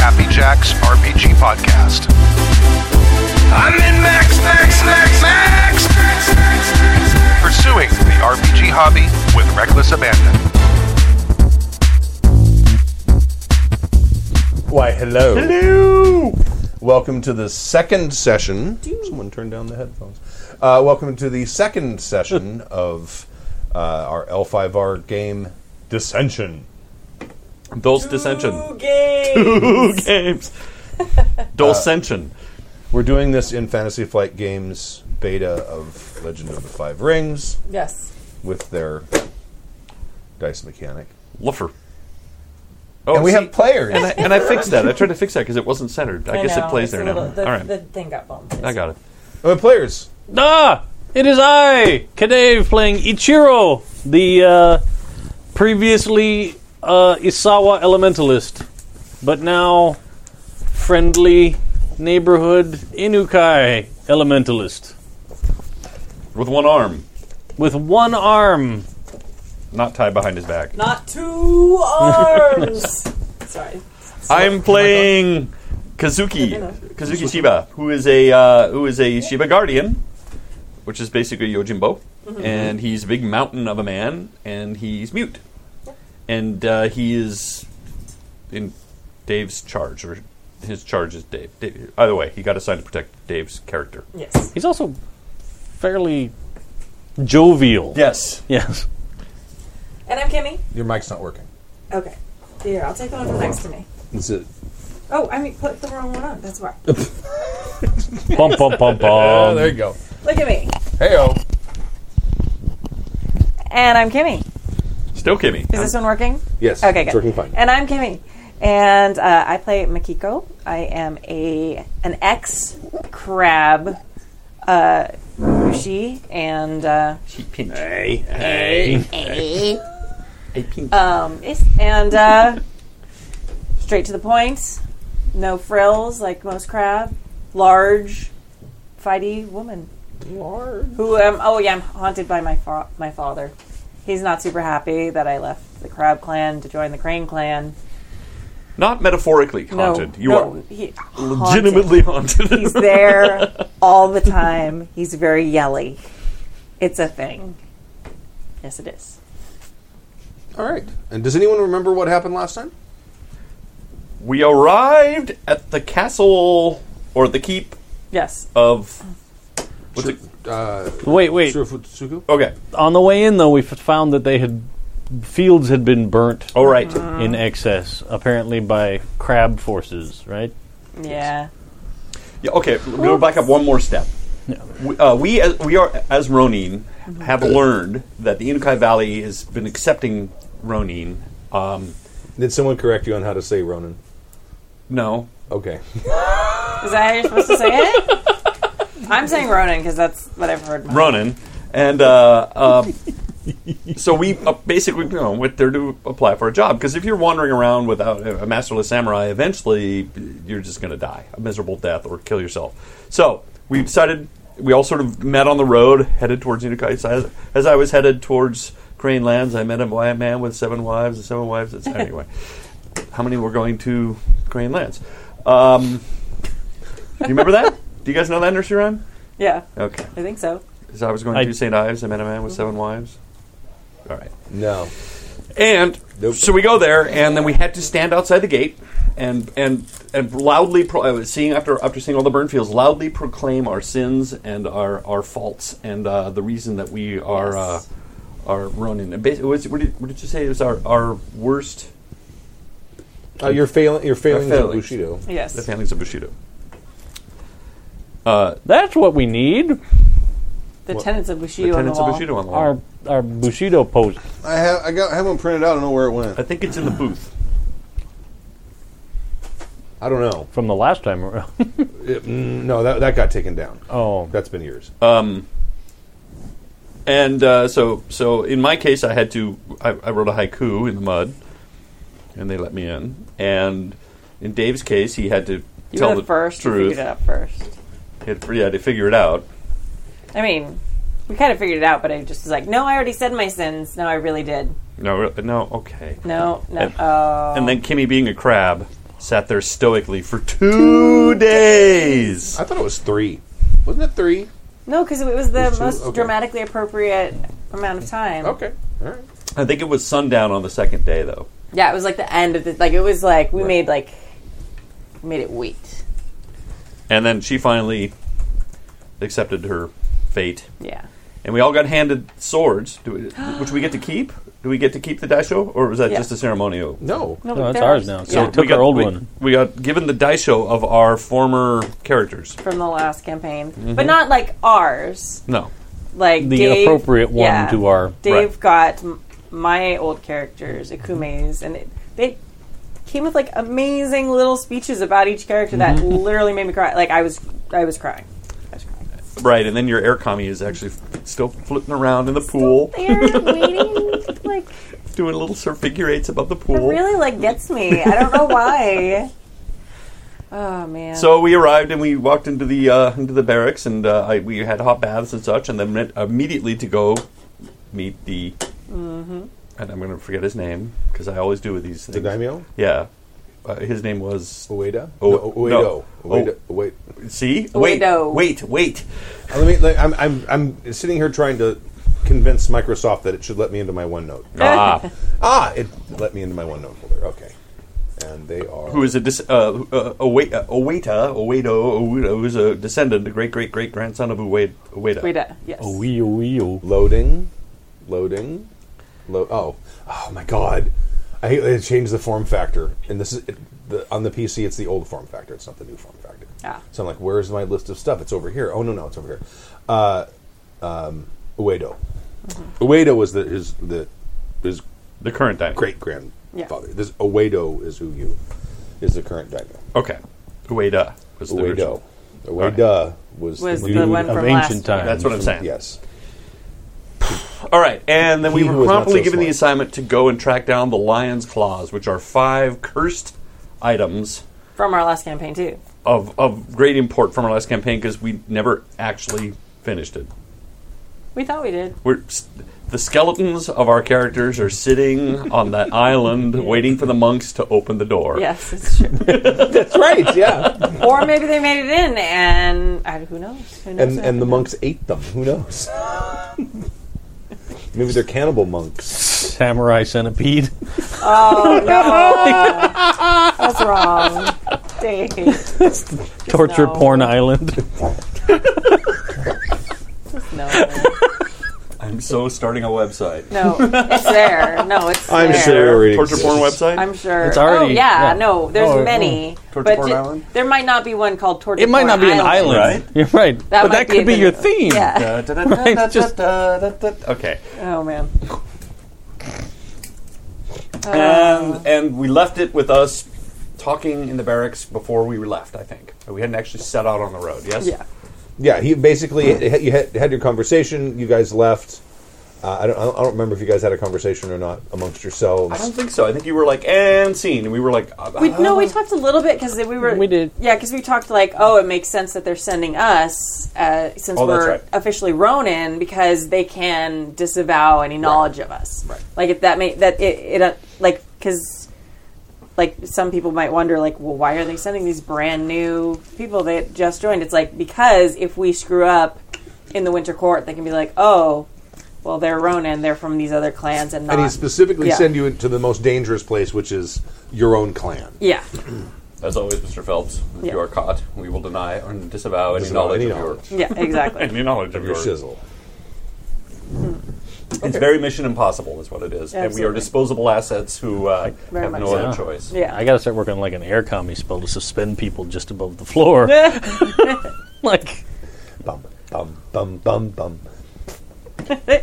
Max RPG Podcast. I'm in Max, Max, Max, Max! Pursuing the RPG hobby with reckless abandon. Why, hello. Hello. Welcome to the second session. Someone turned down the headphones. Uh, welcome to the second session of uh, our L5R game, Dissension. Dulce Uh, dissension. Games. Two games. Dulcension. We're doing this in Fantasy Flight Games beta of Legend of the Five Rings Yes. with their dice mechanic. Luffer. Oh, and we see, have players. And I, and I fixed that. I tried to fix that because it wasn't centered. I, guess know, it plays it's there a now. little- The, All right. the thing got bumped. I got it. We have Oh, players. Ah, it is I, Kadave, playing Ichiro, the uh, previously uh, Isawa elementalist, but now friendly neighborhood Inukai elementalist With one arm, with one arm. not tied behind his back. Not two arms. Sorry. I'm playing Kazuki, Kazuki Shiba, who is a uh, who is a Shiba guardian, which is basically Yojimbo, and he's a big mountain of a man, and he's mute, and uh, he is in Dave's charge, or his charge is Dave. Dave. Either way, he got assigned to protect Dave's character. Yes. He's also fairly jovial. Yes, Yes. And I'm Kimmy. Your mic's not working. Okay. Here, I'll take the one next to me. Is it? Oh, I mean, put the wrong one on. That's why. Bum bum bum Oh, there bum. you go. Look at me. Hey, oh. And I'm Kimmy. still Kimmy. Is this one working? Yes. Okay, It's good. working fine. And I'm Kimmy, and uh, I play Makiko. I am a an ex crab uh, Mushi, and uh, um, is- and uh, straight to the point, no frills like most crab, large, fighty woman. Large. Who? Um, oh yeah, I'm haunted by my fa- my father. He's not super happy that I left the crab clan to join the crane clan. Not metaphorically haunted. No, you no, are he- legitimately haunted. He's there all the time. He's very yelly. It's a thing. Yes, it is. All right. And does anyone remember what happened last time? we arrived at the castle or the keep Yes. of. What's it? Uh, Wait, wait. Shurifutsugu? Okay. On the way in, though, we f- found that they had fields had been burnt. All right. in excess, apparently by crab forces, right? Yeah. Yeah, okay. We'll back up one more step. We, uh, we as we are as Ronin have learned that the Inukai Valley has been accepting Ronin. Um, Did someone correct you on how to say Ronin? no, Okay. Is that how you're supposed to say it? I'm saying Ronin because that's what I've heard. Ronin, and uh, uh, so we uh, basically you know went there to apply for a job because if you're wandering around without a masterless samurai, eventually you're just going to die a miserable death or kill yourself. So we decided we all sort of met on the road headed towards Unicai. So as, as I was headed towards Crane Lands, I met a wi- man with seven wives and seven wives. It's, anyway, how many were going to Crane Lands? Um, do you remember that? Do you guys know that nursery rhyme? Yeah, Okay. I think so. Because I was going I- to St. Ives. I met a man with seven wives. All right. No. And Nope. so we go there, and then we had to stand outside the gate and and and loudly pro- uh, seeing after after seeing all the burn fields, loudly proclaim our sins and our our faults and uh, the reason that we are Yes. uh, are Ronin. And basi- what, did, what did- what did you say? It was our our worst Uh, you're failing. You're failing Our failings. Bushido. the Yes. families of Bushido. That's what we need. The tenants of The Bushido on the tenants wall. of Bushido on the wall. Our our Bushido pose. I have. I got. I have one printed out. I don't know where it went. I think it's in the booth. I don't know. From the last time around. It- mm, no, that that got taken down. oh, That's been years. And uh, so, so in my case, I had to. I, I wrote a haiku in the mud, and they let me in. And in Dave's case, he had to You tell were the first. You truth. figured it out first. He had- yeah, to figure it out. I mean, we kind of figured it out, but I just was like, no, I already said my sins. No, I really did. No, re- no, okay. No, no. Oh. And then Kimmy being a crab, sat there stoically for two days. I thought it was three. Wasn't it three? No, because it was the There's two? most Okay. dramatically appropriate amount of time. Okay. All right. I think it was sundown on the second day, though. Yeah, it was like the end of the like it was like we made like we made it wait. And then she finally accepted her fate. Yeah. And we all got handed swords, do we, which we get to keep. Do we get to keep the daisho, or was that Yeah. just a ceremonial? No. No, No, it's they're ours now. So yeah, it took got, our old we, one. We got given the daisho of our former characters. from the last campaign, but not like ours. No, Like The Dave- appropriate one yeah. to our. Dave Right. got m- my old characters, Mm-hmm. Akume's, and it, they came with like amazing little speeches about each character that Mm-hmm. literally made me cry. Like I was, I was crying. I was crying. right. And then your air commie is actually f- still floating around in the pool, They're waiting, like doing little sort of figure eights above the it pool. really like gets me. I don't know why. Oh man. So we arrived and we walked into the uh, into the barracks and uh, I, we had hot baths and such, and then went immediately to go meet the. And I'm going to forget his name because I always do with these things. The daimyo? Yeah, uh, his name was. Ueda? Oh, No, Uedo. no. Uedo. Oh. Wait. See, wait, Uedo. wait, wait. Uh, Let me. Like, I'm, I'm. I'm sitting here trying to convince Microsoft that it should let me into my OneNote. Ah, Ah, it let me into my OneNote folder. Okay. And they are. who is a dis- uh, who- uh, Owe- uh, Oweta, Owedo, Owuda, who's a descendant, a great great great grandson of Uwe- Oweda. wait, uh, yes. Oh, wee, oh, wee, oh. Loading. Loading. Lo- oh. Oh my god. I hate they changed the form factor. And this is it, the, on the PC it's the old form factor, it's not the new form factor. Ah. So I'm like, where's my list of stuff? It's over here. Oh no no, it's over here. Uh um Uedo. Uedo was the his the his The current time. great grandfather. This Uedo is who you is the current daimyo. Okay, Ueda was the Uedo. original. Ueda was, Was the the dude one of from ancient last time. That's what I'm saying. Yes. All right, and then we He who were is not promptly so given the smart. assignment to go and track down the lion's claws, which are five cursed items From our last campaign too. of, of great import from our last campaign because we never actually finished it. We thought we did. We're s- the skeletons of our characters are sitting on that island waiting for the monks to open the door. Yes, it's true. That's right, yeah. or maybe they made it in, and I, who knows? Who and knows what and the happened? monks ate them. Who knows? Maybe they're cannibal monks. Samurai centipede. Oh no, that's wrong. Dave, Torture No. porn island. no, I'm so starting a website. no, it's there. No, it's. I'm there. sure it Torture porn exists. website? I'm sure. It's already- oh yeah, yeah. no, there's Oh, many. Torture but Porn ju- Island? There might not be one called Torture. It might Porn not be an island. Right. You're right. but might that could be be the your new- theme. Yeah. Da- da- da- Right, da- just- da- da- da- da- Okay. Oh man. And and we left it with us talking in the barracks before we were left. I think we hadn't actually set out on the road. Yes. Yeah. Yeah, he basically you had, had your conversation. You guys left. Uh, I, don't, I don't. I don't remember if you guys had a conversation or not amongst yourselves. I don't think so. I think you were like and scene, and we were like, uh, We, uh, no, we talked a little bit because we were. We did. Yeah, because we talked like, oh, it makes sense that they're sending us uh, since Oh, that's we're right. officially Ronin because they can disavow any knowledge of us. Right. Like if that may that it, it uh, like because like some people might wonder like, well, why are they sending these brand new people that just joined? It's like because if we screw up in the Winter Court, they can be like, oh. Well, they're Ronin. They're from these other clans, and not. And he specifically Yeah. send you to the most dangerous place, which is your own clan. Yeah, As always, Mr. Phelps, if Yeah. you are caught, we will deny or disavow any Disavow knowledge any of your knowledge. yeah, exactly. any knowledge of Your your. shizzle. It's very Mission Impossible, is what it is, and we are Absolutely. disposable assets who uh, Very have much no so. other Yeah. choice. Yeah, I gotta start working on like an air commie spell to suspend people just above the floor. like Bum bum bum bum bum. By the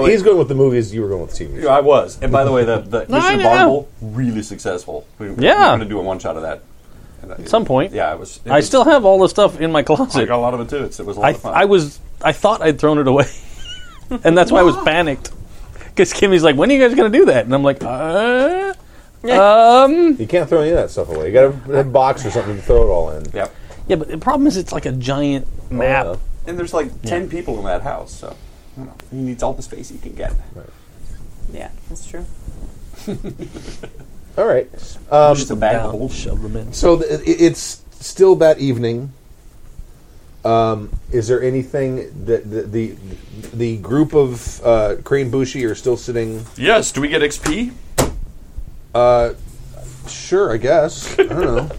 He- way- he's going with the movies. You were going with the TV. Yeah, I was. And by the way, the, the No, I Mission know. Impossible really successful. We, Yeah. we're going to do a one shot of that And that- At some point. Yeah, it was. It I was- still have all the stuff in my I closet. got a lot of it too. It's, it was a lot I of fun. I was I thought I'd thrown it away, and that's why I was panicked. Because Kimmy's like, "When are you guys gonna do that?" And I'm like, uh, "Um, You can't throw any of that stuff away. You got a, a box or something to throw it all in. Yeah. yeah." But the problem is, it's like a giant map. Yeah. And there's like ten people in that house, so you know, he needs all the space he can get. yeah, that's true. All right. Just a Um, bag of Down, holes. shove them in. So th- i- it's still that evening. Um, is there anything that the the, the group of uh, Crane Bushi are still sitting? Yes. Do we get XP? Sure, I guess. I don't know.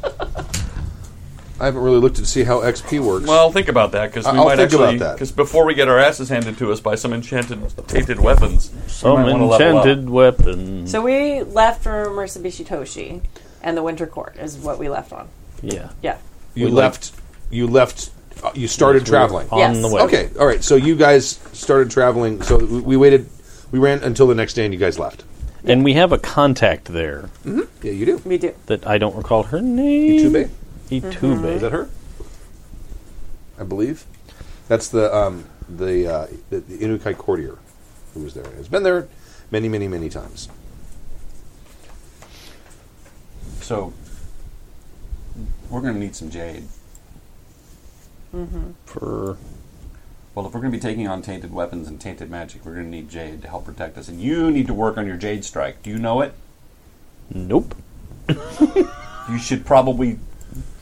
I haven't really looked to see how XP works. Well, think about that because we I'll might think about actually that. because before we get our asses handed to us by some enchanted tainted weapons, Some we might wanna level up. enchanted weapon. So we left for Mitsubishi Toshi and the Winter Court is what we left on. Yeah. Yeah. you we left. You left. uh, You started traveling. On Yes. the way. Okay. All right. So you guys started traveling. So we, we waited. We ran until the next day, and you guys left. And we have a contact there Yeah, you do. We do. that I don't recall her name. Itube. Itube. Is that her? I believe. That's the um, the, uh, the the Inukai courtier who was there. Has been there many, many, many times. So we're going to need some jade. For Well, if we're going to be taking on tainted weapons and tainted magic, we're going to need jade to help protect us. And you need to work on your jade strike. Do you know it? nope. You should probably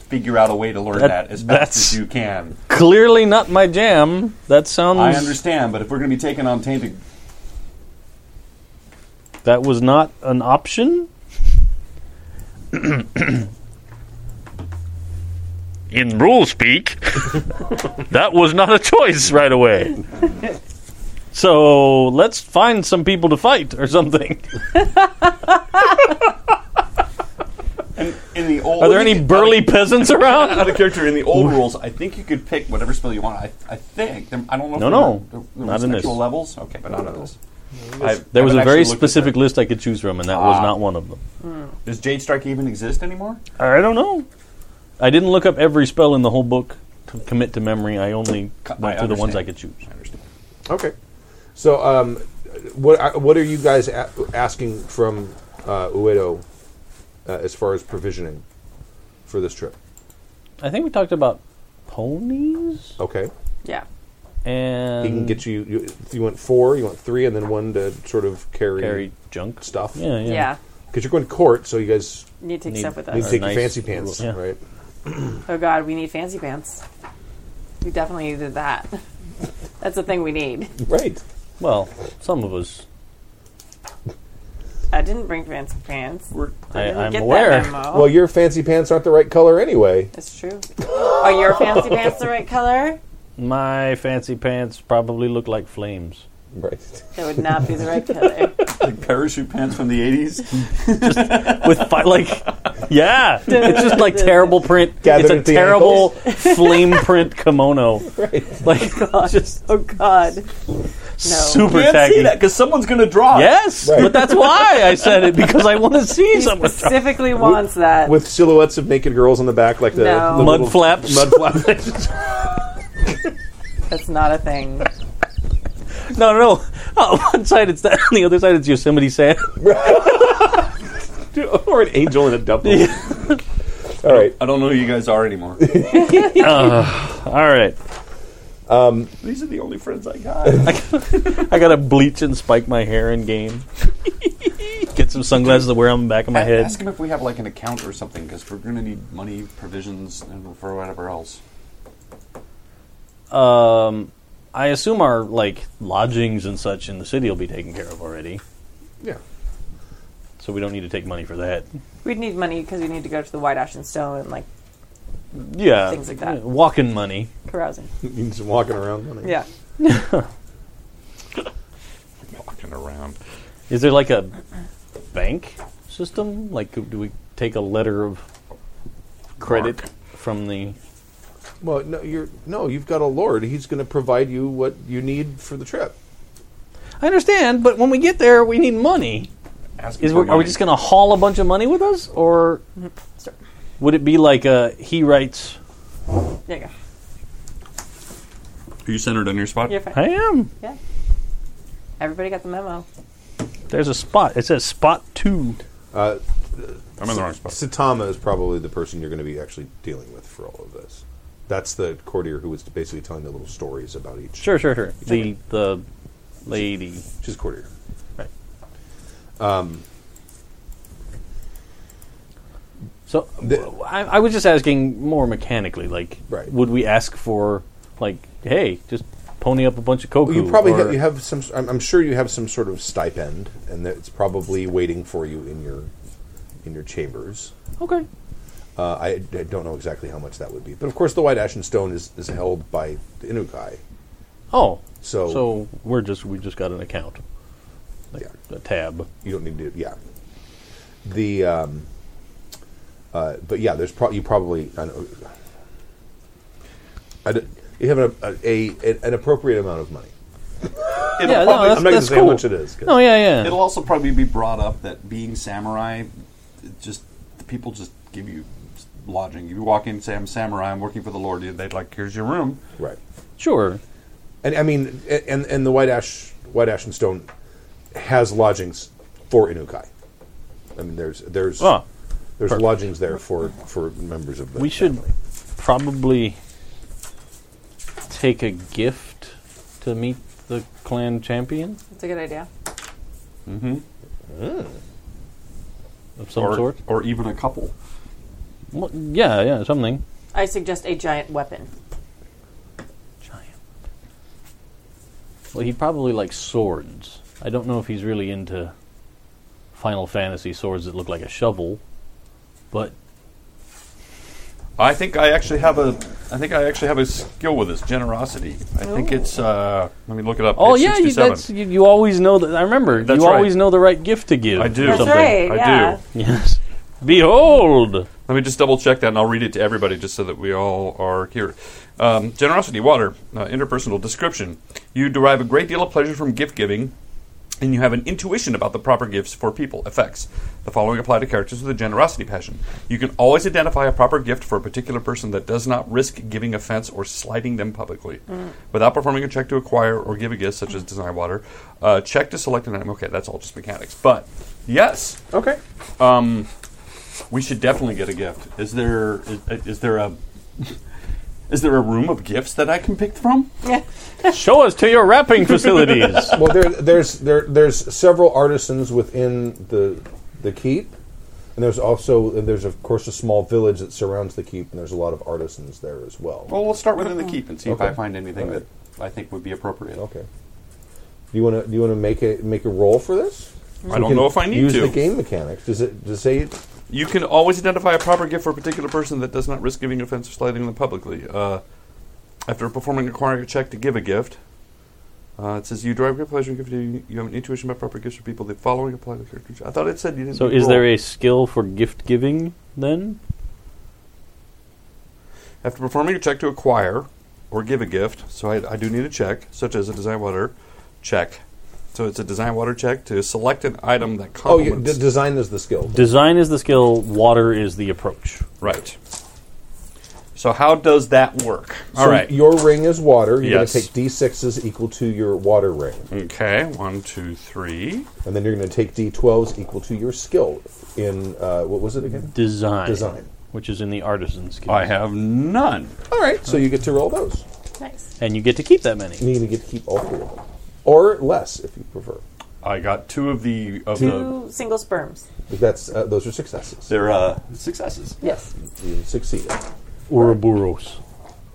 figure out a way to learn that, That- as fast that's- as you can. Clearly not my jam. That sounds. I understand, but if we're going to be taking on tainted, That was not an option. In rule speak, that was not a choice right away. So let's find some people to fight or something. in, in the old, Are there any burly peasants around? out of character in the old rules? I think you could pick whatever spell you want. I, I think There- I don't know. No, if no. there were- there Not was in actual this. levels. Okay, but not in this. I've- There was haven't a very actually looked at Ah. specific list I could choose from, and that was not one of them. that. Does jade strike even exist anymore? I don't know. I didn't look up every spell in the whole book to commit to memory. I only Co- I went through the ones understand. I could choose. I understand. Okay. So, um, what are- what are you guys a- asking from uh, Uedo uh, as far as provisioning for this trip? I think we talked about ponies Okay. Yeah. and He can get you, you. You want four. You want three, and then one to sort of carry, carry junk stuff. Yeah, yeah. Yeah. Because you're going to court, so you guys Need to Need- accept with need us. to Or take nice your fancy pants, little- yeah. right? Oh god, we need fancy pants. We definitely needed that. That's the thing we need. Right. Well, some of us. I didn't bring fancy pants. We're, I, Didn't I'm get aware. That memo. Well, your fancy pants aren't the right color anyway. That's true. Are your fancy pants the right color? My fancy pants probably look like flames. Right. That would not be the right color. like parachute pants from the eighties. With fi- like, yeah, it's just like terrible print. Gathered it's at a the terrible flame print kimono. Like just oh god. No. super can't see tacky. that because someone's going to draw. it. Yes, Right. but that's why I said it because I want to see He someone drop specifically wants that. With silhouettes of naked girls on the back, like the, No. the mud little- flaps. mud flaps. That's not a thing. No, no, no. On one side it's that, on the other side it's Yosemite Sam. or an angel in a double. All right. I don't know who you guys are anymore. All right, These are the only friends I got. I gotta bleach and spike my hair in game. Get some sunglasses to wear on the back of my head. Ask him if we have like an account or something because we're going to need money, provisions, and for whatever else. Um, I assume our like lodgings and such in the city will be taken care of already, Yeah. so we don't need to take money for that. We'd need money because we need to go to the White Ash and Stone and like Yeah, Things like that. Walking money. carousing. He's walking around. Money. Yeah. walking around. Is there like a bank system? Like, do we take a letter of credit from the? Well, no, you're no. You've got a lord. He's going to provide you what you need for the trip. I understand, but when we get there, we need money. Ask him Is for we, are we money. just going to haul a bunch of money with us, or Mm-hmm. would it be like uh he writes? There you go. Are you centered on your spot? You're fine. I am. Yeah. Everybody got the memo. There's a spot. It says spot two. I'm in the wrong spot. Satama is probably the person you're going to be actually dealing with for all of this. That's the courtier who was basically telling the little stories about each. Sure, sure, sure. The the lady. She's a courtier. Right. Um, So w- I, I was just asking more mechanically, like, Right. would we ask for like, hey, just pony up a bunch of koku? You probably or- have, you have some. I'm, I'm sure you have some sort of stipend, and that it's probably waiting for you in your in your chambers. okay. Uh, I, I don't know exactly how much that would be, but of course, the White Ashen Stone is, is held by the Inukai. Oh, So- so we're just we just got an account, like Yeah. a tab. You don't need to. Yeah. The. Um, uh, but yeah, there's pro- you probably. I know, I d- you have an, a, a, an appropriate amount of money. It'll yeah, probably- no, that's, I'm not gonna that's say cool. how much it is, 'cause- No, yeah, yeah. It'll also probably be brought up that being samurai, it just the people just give you lodging. You walk in, say I'm samurai, I'm working for the Lord. They'd like, here's your room. Right. Sure. And I mean, a- and and the White Ash White Ash and Stone has lodgings for Inukai. I mean, there's there's Ah, there's lodgings there for for members of the. we should probably take a gift to meet the clan champion That's a good idea. of some or, sort. or even a couple. Well, yeah, yeah, something. I suggest a giant weapon. Giant. Well, he probably likes swords. I don't know if he's really into Final Fantasy swords that look like a shovel, but I think I actually have a. I think I actually have a skill with this generosity. I think it's. Uh, let me look it up. oh It's yeah, you, 67. that's you, you always know that. I remember That's you right. always know the right gift to give. I do. or That's something. right. I yeah. do. Yes. Behold. Let me just double check that, and I'll read it to everybody, just so that we all are here. Um, generosity, water, uh, interpersonal description. You derive a great deal of pleasure from gift giving, and you have an intuition about the proper gifts for people. Effects. The following apply to characters with a generosity passion. You can always identify a proper gift for a particular person that does not risk giving offense or slighting them publicly. Without performing a check to acquire or give a gift, such as design water, uh, check to select an item. Okay, that's all just mechanics. But yes, okay. Um, we should definitely get a gift. Is there is, is there a Is there a room of gifts that I can pick from? Show us to your wrapping facilities. Well, there, there's there, there's several artisans within the the keep, and there's also and there's of course a small village that surrounds the keep, and there's a lot of artisans there as well. Oh. Well, we'll start Uh-huh. within the keep and see if I Okay. find anything All right. that I think would be appropriate. Okay. Do you want to do you want to make a make a roll for this? I don't know if I need use to. the game mechanics. Does it does it say You can always identify a proper gift for a particular person that does not risk giving offense or slighting them publicly. Uh, after performing acquiring a check to give a gift, uh, it says you derive great pleasure in gifting. You have an intuition about proper gifts for people. The following apply to character. I thought it said you didn't. so, is there a skill for gift giving then? after performing a check to acquire or give a gift? So I, I do need a check, such as a design water check. So it's a design water check to select an item that Oh, you, complements. d- design is the skill. Design is the skill. Water is the approach. Right. So how does that work? All So right. Your ring is water. You're Yes. going to take d6s equal to your water ring, okay. One, two, three. and then you're going to take d12s equal to your skill in uh, what was it again? Design. Design. Which is in the artisan skill. I have none. All right. So you get to roll those. Nice. And you get to keep that many. And you get to keep all three of them, or less if you prefer. I got two of the of the Two single sperms. If That's uh, those are successes. their uh, successes. Yes. You succeeded. Ouroboros.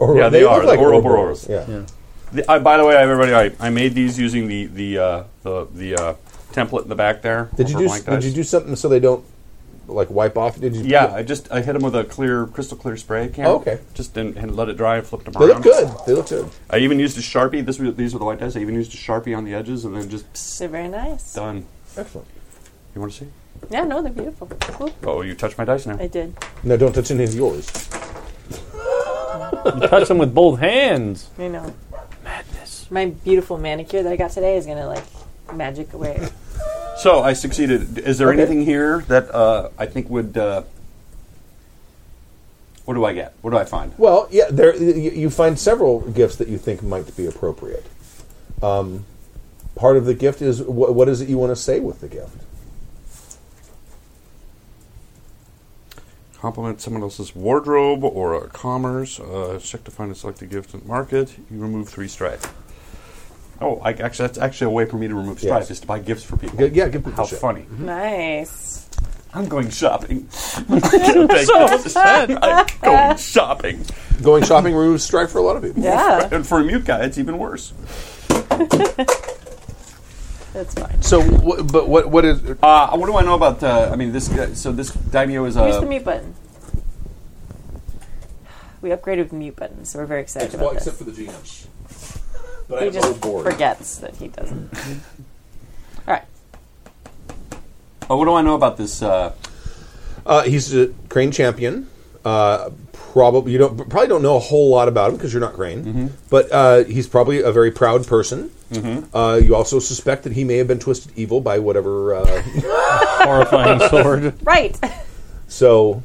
Or Yeah, they look are, the Ouroboros. Yeah. The, uh, I, by the way, everybody, I, I made these using the the uh, the, the uh, template in the back there. Did you over do? blank Did dice. you do something so they don't like wipe off? Did you? Yeah, I just I hit them with a clear, crystal clear spray can. Oh, okay. Just didn't, and let it dry and flipped them They around. look good. They look good. I even used a sharpie. This was, these were the white dice. I even used a sharpie on the edges, and then just psst, They're very nice. done. Excellent. You want to see? Yeah, no, they're beautiful. Oop, Oh, you touched my dice now. I did. No, don't touch any of yours. Touch them with both hands. I know. Madness. My beautiful manicure that I got today is gonna like magic away. So I succeeded. Is there Okay. anything here that uh, I think would? Uh, what do I get? What do I find? Well, yeah, there y- y- you find several gifts that you think might be appropriate. Um, part of the gift is wh- what is it you want to say with the gift? Complement someone else's wardrobe or a commerce. Uh, check to find and select a gift in market. You remove three strife. Oh, I, actually, that's actually a way for me to remove strife Yes. is to buy gifts for people. G- yeah, give people How shit. funny! nice. I'm going shopping. so upset. I'm going shopping. Going shopping removes strife for a lot of people. Yeah, And for a mute guy, it's even worse. that's fine. So, wh- but what what is? Uh, what do I know about? Uh, I mean, this. guy so this daimyo is uh, Use a. the mute button. We upgraded the mute button, so we're very excited about this. the GM. But He just forgets that he doesn't. All right. uh, what do I know about this? Uh, Uh, he's a Crane champion. Uh, probably you don't probably don't know a whole lot about him because you're not Crane, but uh, he's probably a very proud person. Uh, you also suspect that he may have been twisted evil by whatever. Uh, Horrifying sword. Right. so,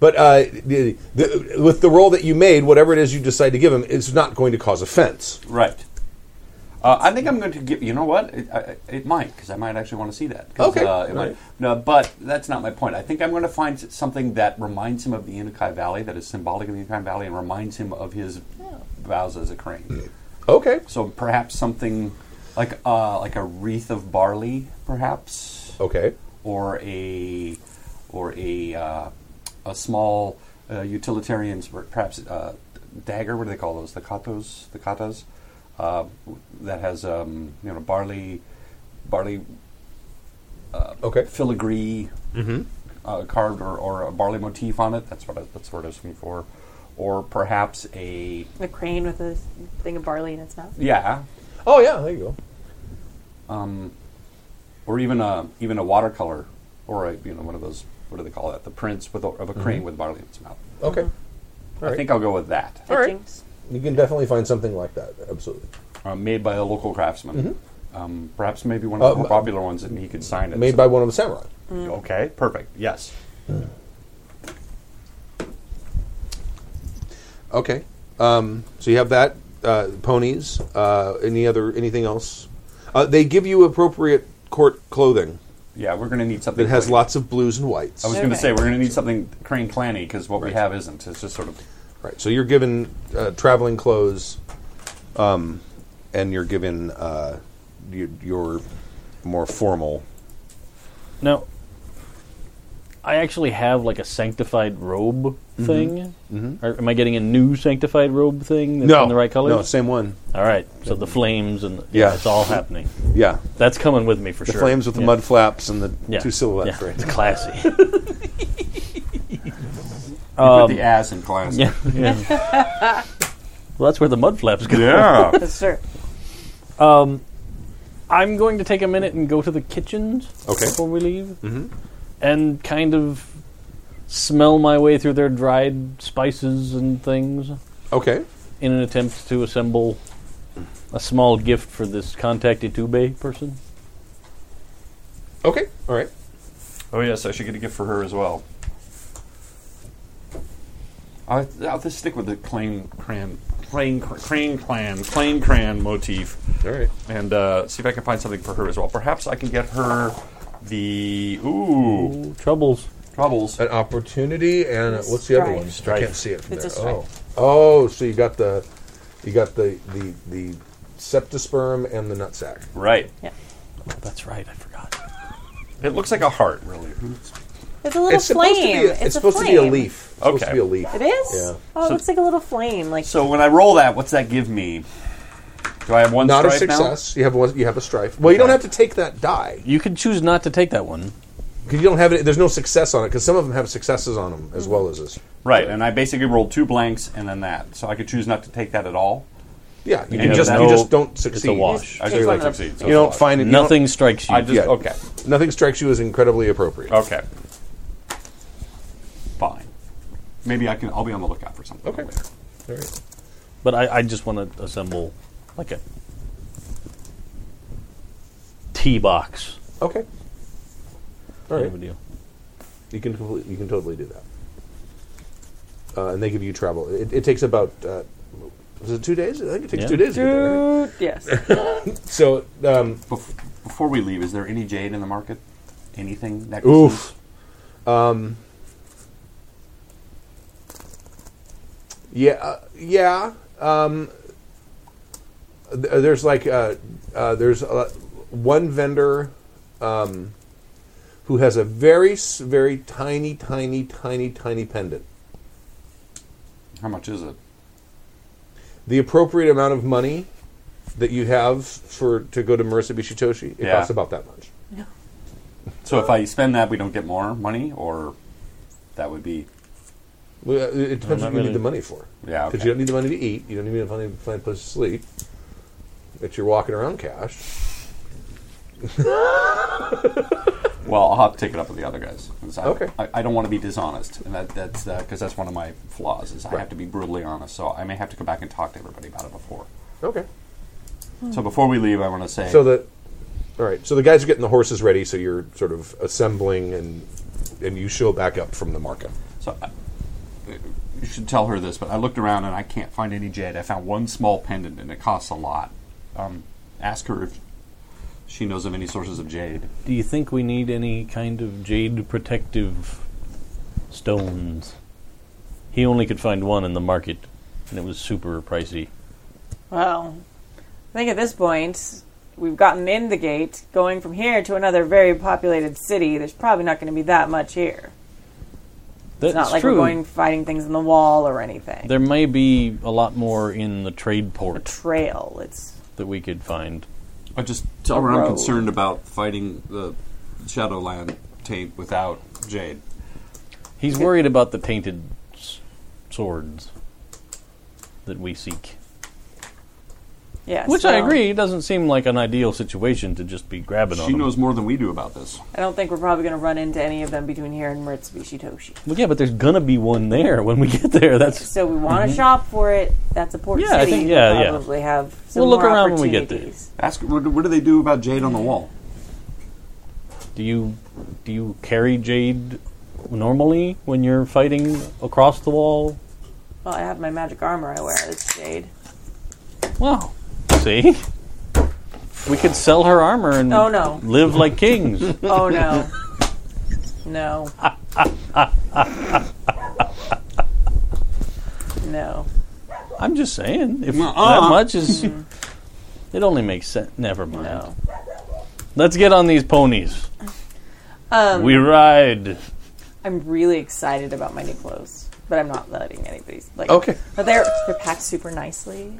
but uh, the, the, with the role that you made, whatever it is you decide to give him, it's not going to cause offense. right. Uh, I think I'm going to give. You know what? It, I, it might because I might actually want to see that. 'Cause, Okay. Uh, it might, Right. no, but that's not my point. I think I'm going to find s- something that reminds him of the Inukai Valley, that is symbolic of the Inukai Valley, and reminds him of his vows as a crane. Hmm. Okay. So perhaps something like uh, like a wreath of barley, perhaps. Okay. or a or a uh, a small uh, utilitarian, or perhaps uh, dagger. What do they call those? The katos, the katas, uh, that has um, you know barley barley Okay. filigree uh, carved or, or a barley motif on it. That's what I, that's what I was looking for, or perhaps a The crane with a thing of barley in its mouth. yeah, Oh yeah, there you go. or even a even a watercolor, or a you know one of those. What do they call that? The prints with a, of a crane with barley in its mouth. Okay. I think I'll go with that. All right. Etchings. Mm-hmm. You can definitely find something like that. Absolutely. uh, made by a local craftsman. Um, perhaps maybe one Mm-hmm. Uh, of the m- more popular ones, and he could sign it. Made by one of the samurai. Okay, perfect. Yes. Okay. Um, so you have that uh, ponies. Uh, any other anything else? Uh, they give you appropriate court clothing Yeah, we're going to need something that has like- lots of blues and whites. I was going to Okay. say we're going to need something crane clanny because what we have isn't. It's just sort of Right. So you're given uh, traveling clothes, um, and you're given uh, your, your more formal. Now, I actually have like a sanctified robe Mm-hmm. thing. Or am I getting a new sanctified robe thing that's in the right color? No, same one. all right. So the flames and Yeah. it's all happening. Yeah. That's coming with me for The sure. flames with the Yeah. mud flaps and the Yeah. two silhouettes. Yeah. Right. It's classy. you put the ass in class. yeah. yeah. well, that's where the mud flaps go. Yeah. That's true. I'm going to take a minute and go to the kitchens Okay. Mm-hmm. before we leave and kind of smell my way through their dried spices and things Okay. in an attempt to assemble a small gift for this contact Itube person. Okay. All right. oh yes, I should get a gift for her as well. I, I'll just stick with the crane cran crane cr- crane clan crane cran motif. All right. and uh, see if I can find something for her as well. Perhaps I can get her the ooh Ooh, troubles. troubles. An opportunity and a- what's the other one? Strife. I can't see it from It's a there. strife. Oh, oh, so you got the, you got the the the septisperm and the nutsack. Right. Yeah. That's right, I forgot. It looks like a heart, really. It's a little flame. supposed to be. A, it's, supposed flame. to be a leaf. It's supposed Okay. to be a leaf. It is. Yeah. Oh, it looks like a little flame. Like So when I roll that, what's that give me? Do I have one Not a stripe now? success. You have one. You have a strife. Well, you don't have to take that die You could choose not to take that one. because you don't have it. There's no success on it because some of them have successes on them Mm-hmm. as well as this. Right, and I basically rolled two blanks and then that, so I could choose not to take that at all. Yeah, you, have just that- you no, just don't succeed. wash. I just Just one like of them. succeed. so You don't it's a find it. you Nothing don't- strikes you. lot. I just Yeah. okay, Nothing strikes you as incredibly appropriate. okay, fine. Maybe I can. I'll be on the lookout for something. Okay. later. All right. But I, I just want to assemble like a tea box. Okay. All kind right. of a deal. You can complete, you can totally do that. Uh, and they give you travel. It, it takes about uh, was it two days? I think it takes Yeah. two days. to get there, right? dude. Yes. So um, Bef- before we leave, is there any jade in the market? Anything? Necklaces? oof. Um, yeah, uh, yeah. Um, th- there's like uh, uh, there's uh, one vendor uh, um, who has a very, s- very tiny, tiny, tiny, tiny pendant. How much is it? The appropriate amount of money that you have for to go to Marissa Bishitoshi, it Yeah. costs about that much. So if I spend that, we don't get more money, or that would be Well, uh, it depends not what you really. need the money for. Yeah, Because okay. you don't need the money to eat. You don't need to find find a place to sleep. It's your walking around cash. well. I'll have to take it up with the other guys. 'Cause I, Okay. I, I don't want to be dishonest, and that, that's because that's one of my flaws is I have to be brutally honest. So I may have to go back and talk to everybody about it before. Okay. So before we leave, I want to say So the all right. So the guys are getting the horses ready. So you're sort of assembling and and you show back up from the market. So I, you should tell her this, but I looked around and I can't find any jade. I found one small pendant and it costs a lot. Um, ask her if she knows of any sources of jade. Do you think we need any kind of jade protective stones? He only could find one in the market, and it was super pricey. Well, I think at this point, we've gotten in the gate. Going from here to another very populated city, there's probably not going to be that much here. That's It's not like true. we're going fighting things in the wall or anything. There may be a lot more in the trade a port trail. It's that we could find. I just tell her road. I'm concerned about fighting the Shadowland taint without jade. He's worried about the tainted s- swords that we seek. yeah. Which so I agree doesn't seem like an ideal situation to just be grabbing on. She 'em. knows more than we do about this. I don't think we're probably going to run into any of them between here and Mitsubishi Toshi. Well, yeah, but there's gonna be one there when we get there. That's So we want to shop for it. That's a port Mm-hmm. Yeah, I city. think- yeah, yeah. We'll Probably have. Some We'll look more around when we get there. opportunities. Ask her, what, do- what do they do about jade on the wall? do you do you carry jade normally when you're fighting across the wall? Well, I have my magic armor. I wear It's jade. Wow, see, we could sell her armor and Oh, no. live like kings. Oh no. no. no. I'm just saying, if that Uh-uh. much is, it only makes sense. Never mind. No. Let's get on these ponies. Um, we ride. I'm really excited about my new clothes, but I'm not letting anybody like. Okay. But they're they're packed super nicely.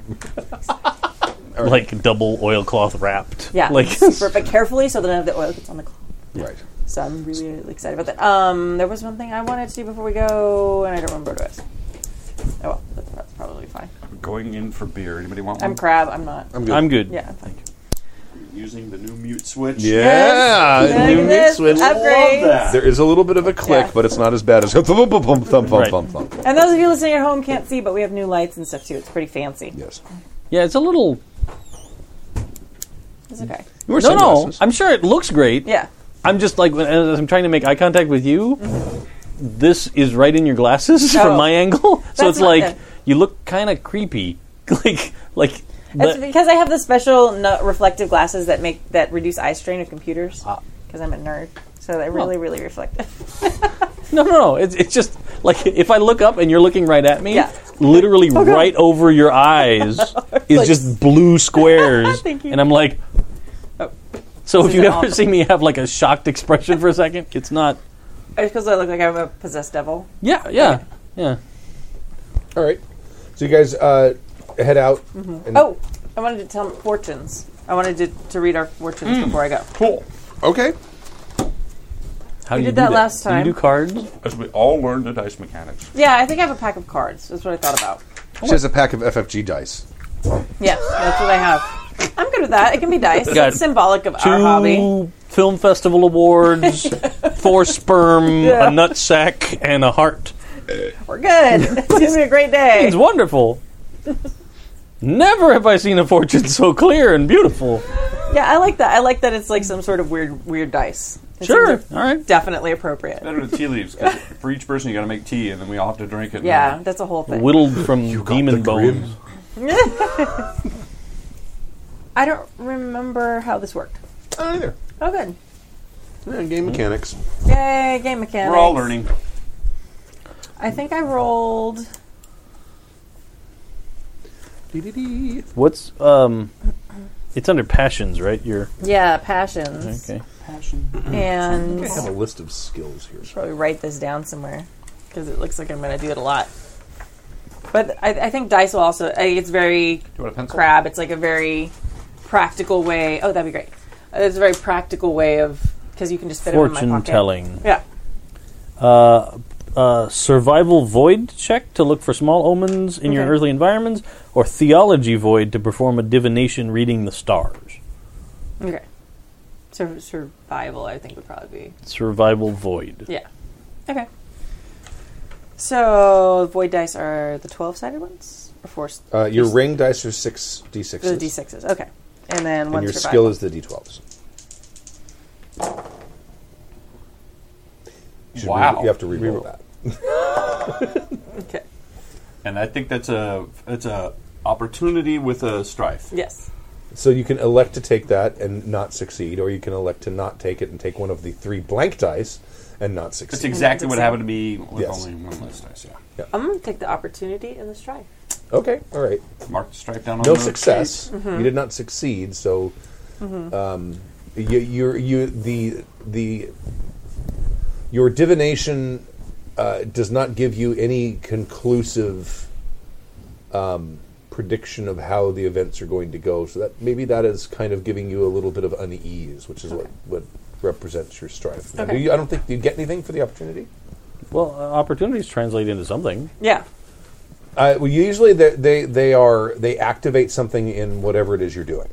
like double oilcloth wrapped. Yeah. Like super, but carefully so that none of the oil gets on the cloth. Right. So I'm really, really excited about that. Um, there was one thing I wanted to do before we go, and I don't remember what it was. Oh well, that's, that's probably fine. Going in for beer. Anybody want one? I'm crab. I'm not. I'm good. I'm good. yeah, I'm fine. Using the new mute switch. yeah. Look at new meat this, switch. upgrades. There is a little bit of a click, Yeah. but it's not as bad as thump thump thump thump thump Right. thump thump. And those of you listening at home can't see, but we have new lights and stuff too. It's pretty fancy. Yes. Yeah, it's a little. It's okay. You wear No, no. sunglasses. I'm sure it looks great. Yeah. I'm just like when as I'm trying to make eye contact with you. This is right in your glasses Oh. from my angle, so That's it's not like good. you look kind of creepy. like like. It's the- because I have the special no- reflective glasses that make that reduce eye strain of computers. Ah. Because I'm a nerd, so they're really, really reflective. no, no, no. It's, it's just like if I look up and you're looking right at me, Yeah. literally right over your eyes is just blue squares, Thank you. Oh. and I'm like. So if is you an ever awful- see me have like a shocked expression for a second, it's not. It's because I look like I'm a possessed devil. Yeah, yeah, yeah. All right. So you guys uh, head out. and- Oh, I wanted to tell fortunes. I wanted to, to read our fortunes Mm. before I go. Cool. Okay. How We did do you do that last Do you time. do cards? As we all learn the dice mechanics. Yeah, I think I have a pack of cards. That's what I thought about. She has a pack of FFG dice. Yeah, that's what I have. I'm good with that. It can be dice. Got It's symbolic of Two our hobby. film festival awards, four sperm, a nut sack, and a heart. We're good. It's gonna be a great day. It's wonderful. Never have I seen a fortune so clear and beautiful. Yeah, I like that. I like that. It's like some sort of weird, weird dice. It Sure. seems All right. Definitely appropriate. Better than tea leaves. 'cause for each person, you got to make tea, and then we all have to drink it. Yeah, that's a whole thing. Whittled from demon bones. I don't remember how this worked. I don't either. Oh, good. Ah, Yeah, game mechanics. Yay, game mechanics. We're all learning. I think I rolled. What's um? It's under passions, right? You're Yeah, passions. okay. passion. And I have a list of skills here. probably write this down somewhere because it looks like I'm going to do it a lot. But I, I think dice will also. I, it's very you want a pencil? crab. It's like a very practical way. Oh, that'd be great. Uh, It's a very practical way of because you can just fit them in my Fortune pocket. telling. Yeah. Uh, survival void check to look for small omens in your Okay. earthly environments, or theology void to perform a divination reading the stars. Okay. Sur- survival, I think, would probably be. Survival void. Yeah. Okay. So void dice are the twelve-sided ones, or four? Uh, your ring dice are six d the sixes, d sixes. Okay. And then one and your survival. skill is the d twelves. Wow. you have to reroll that. okay. And I think that's a it's a opportunity with a strife. Yes. So you can elect to take that and not succeed, or you can elect to not take it and take one of the three blank dice and not That's succeed. exactly that's what it. happened to me with Yes. only one less dice. Yeah, I'm gonna take the opportunity and the strife. Okay, all right. mark the strife down. on No the success. You did not succeed, so um, you, you're, you the the your divination uh, does not give you any conclusive um, prediction of how the events are going to go. So that maybe that is kind of giving you a little bit of unease, which is what what represents your strife. Now, do Okay. you- I don't think do you get anything for the opportunity. Well, uh, opportunities translate into something. Yeah. Uh, well, usually they, they they are they activate something in whatever it is you're doing.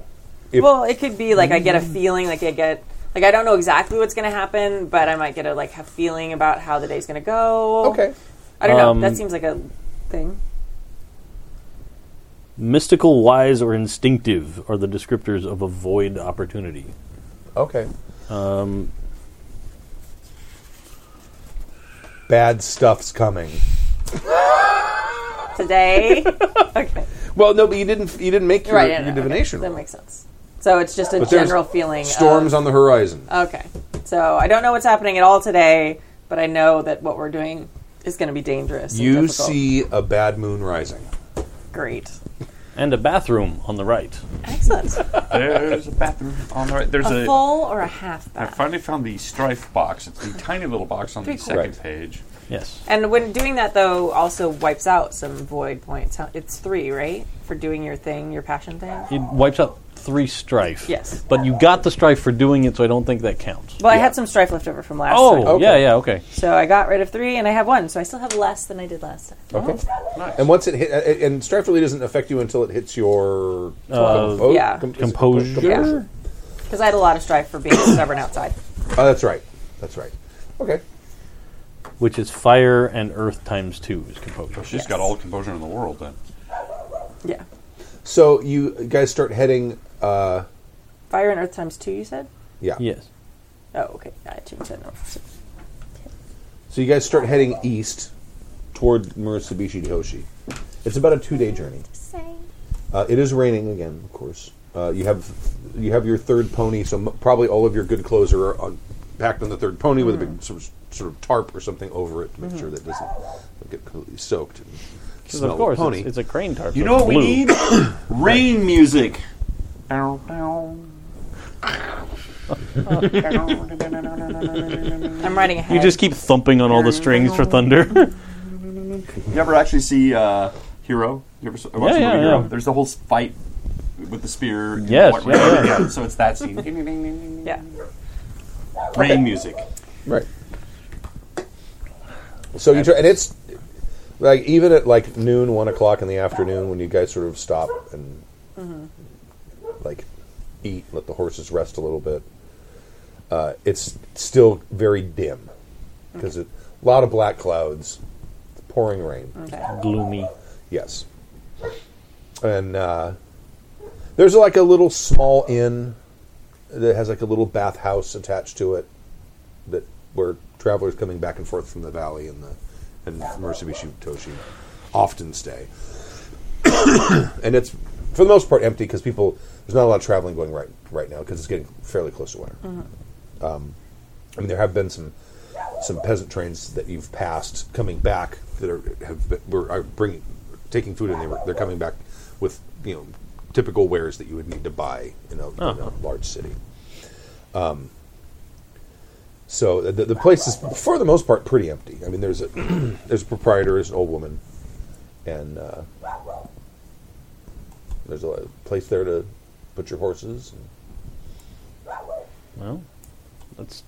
If- Well, it could be like I get a feeling, like I get, like I don't know exactly what's going to happen, but I might get a like a feeling about how the day's going to go. Okay. I don't Um, know. That seems like a thing. Mystical, wise, or instinctive are the descriptors of a void opportunity. Okay. Um, Bad stuff's coming. Today, Well, no, but you didn't. You didn't make your, right? I your don't know. Okay, uh, divination. That makes sense. So it's just a But there's general feeling. Storms Of, on the horizon. okay. So I don't know what's happening at all today, but I know that what we're doing is going to be dangerous. and you difficult. see a bad moon rising. great, And a bathroom on the right. excellent. There's a bathroom on the right. There's a a. full or a half I bath. finally found the strife box. It's the tiny little box on the Pretty cool. second Right. page. Yes. And when doing that, though, also wipes out some void points. How- It's three, right? For doing your thing, your passion thing? It wipes out three strife. Yes. But you got the strife for doing it, so I don't think that counts. Well, I had some strife left over from last time. Oh, Okay. yeah, yeah, okay. So I got rid of three and I have one, so I still have less than I did last time. Okay. And once it hit, uh, and strife really doesn't affect you until it hits your compo- yeah. Uh, com- is it Composure? composure? Because I had a lot of strife for being stubborn outside. Oh, that's right. That's right. Okay. Which is fire and earth times two is composure. She's got all the composure in the world. Then Yeah. So you guys start heading. Uh, Fire and earth times two, you said? yeah. Yes. Oh, okay. I changed that number. So- So you guys start heading east toward Murasubishi Doshi. It's about a two-day journey. Uh, it is raining again, of course. Uh, you have you have your third pony, so m- probably all of your good clothes are on, packed on the third pony with Mm-hmm. a big sort of, sort of tarp or something over it to make sure that it doesn't get completely soaked. and Because smell of the course, pony. It's, it's a crane tarp. you so know it's what we blue. need? Rain music. Bow, bow. I'm writing ahead. You just keep thumping on all the strings for thunder. You ever actually see uh, Hero? You ever s- watch Yeah, the yeah, movie Hero? yeah. There's the whole s- fight with the spear. and Yes, what- yeah, So it's that scene. Ding, ding, ding, ding, ding, ding. Yeah. Rain music. Right. So you try, and it's like even at like noon, one o'clock in the afternoon, when you guys sort of stop and like eat, let the horses rest a little bit. Uh, it's still very dim because a lot of black clouds, pouring rain. Okay. Gloomy. Yes. And uh, there's like a little small inn that has like a little bathhouse attached to it that where travelers coming back and forth from the valley and the and Murasubishi Toshi often stay. and it's for the most part empty because people there's not a lot of traveling going right right now because it's getting fairly close to winter. Um, I mean, there have been some some peasant trains that you've passed coming back that are have been, were are bringing taking food and they were, they're coming back with you know typical wares that you would need to buy in a, in a large city. Um, So the, the place is, for the most part, pretty empty. I mean, there's a there's a proprietor, there's an old woman, and uh, there's a place there to put your horses. Well, that's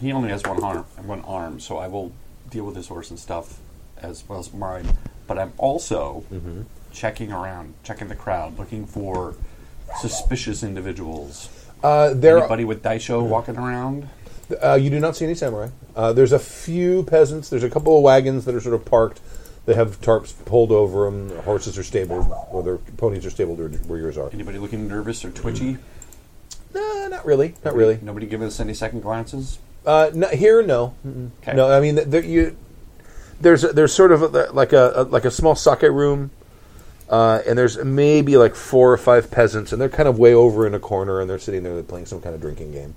He only has one arm, one arm, so I will deal with his horse and stuff as well as mine. But I'm also Mm-hmm. checking around, checking the crowd, looking for suspicious individuals. Uh, there, Anybody with daisho walking around? Uh, you do not see any samurai. Uh, there's a few peasants. There's a couple of wagons that are sort of parked. They have tarps pulled over them. Their horses are stabled, or their ponies are stabled where- where yours are. Anybody looking nervous or twitchy? No, not really. Not really. Nobody giving us any second glances? Uh, no, here, no. Mm-mm. 'Kay. No, I mean, th- there, you, there's a- there's sort of a, like a, a like a small socket room, uh, and there's maybe like four or five peasants, and they're kind of way over in a corner, and they're sitting there they're playing some kind of drinking game.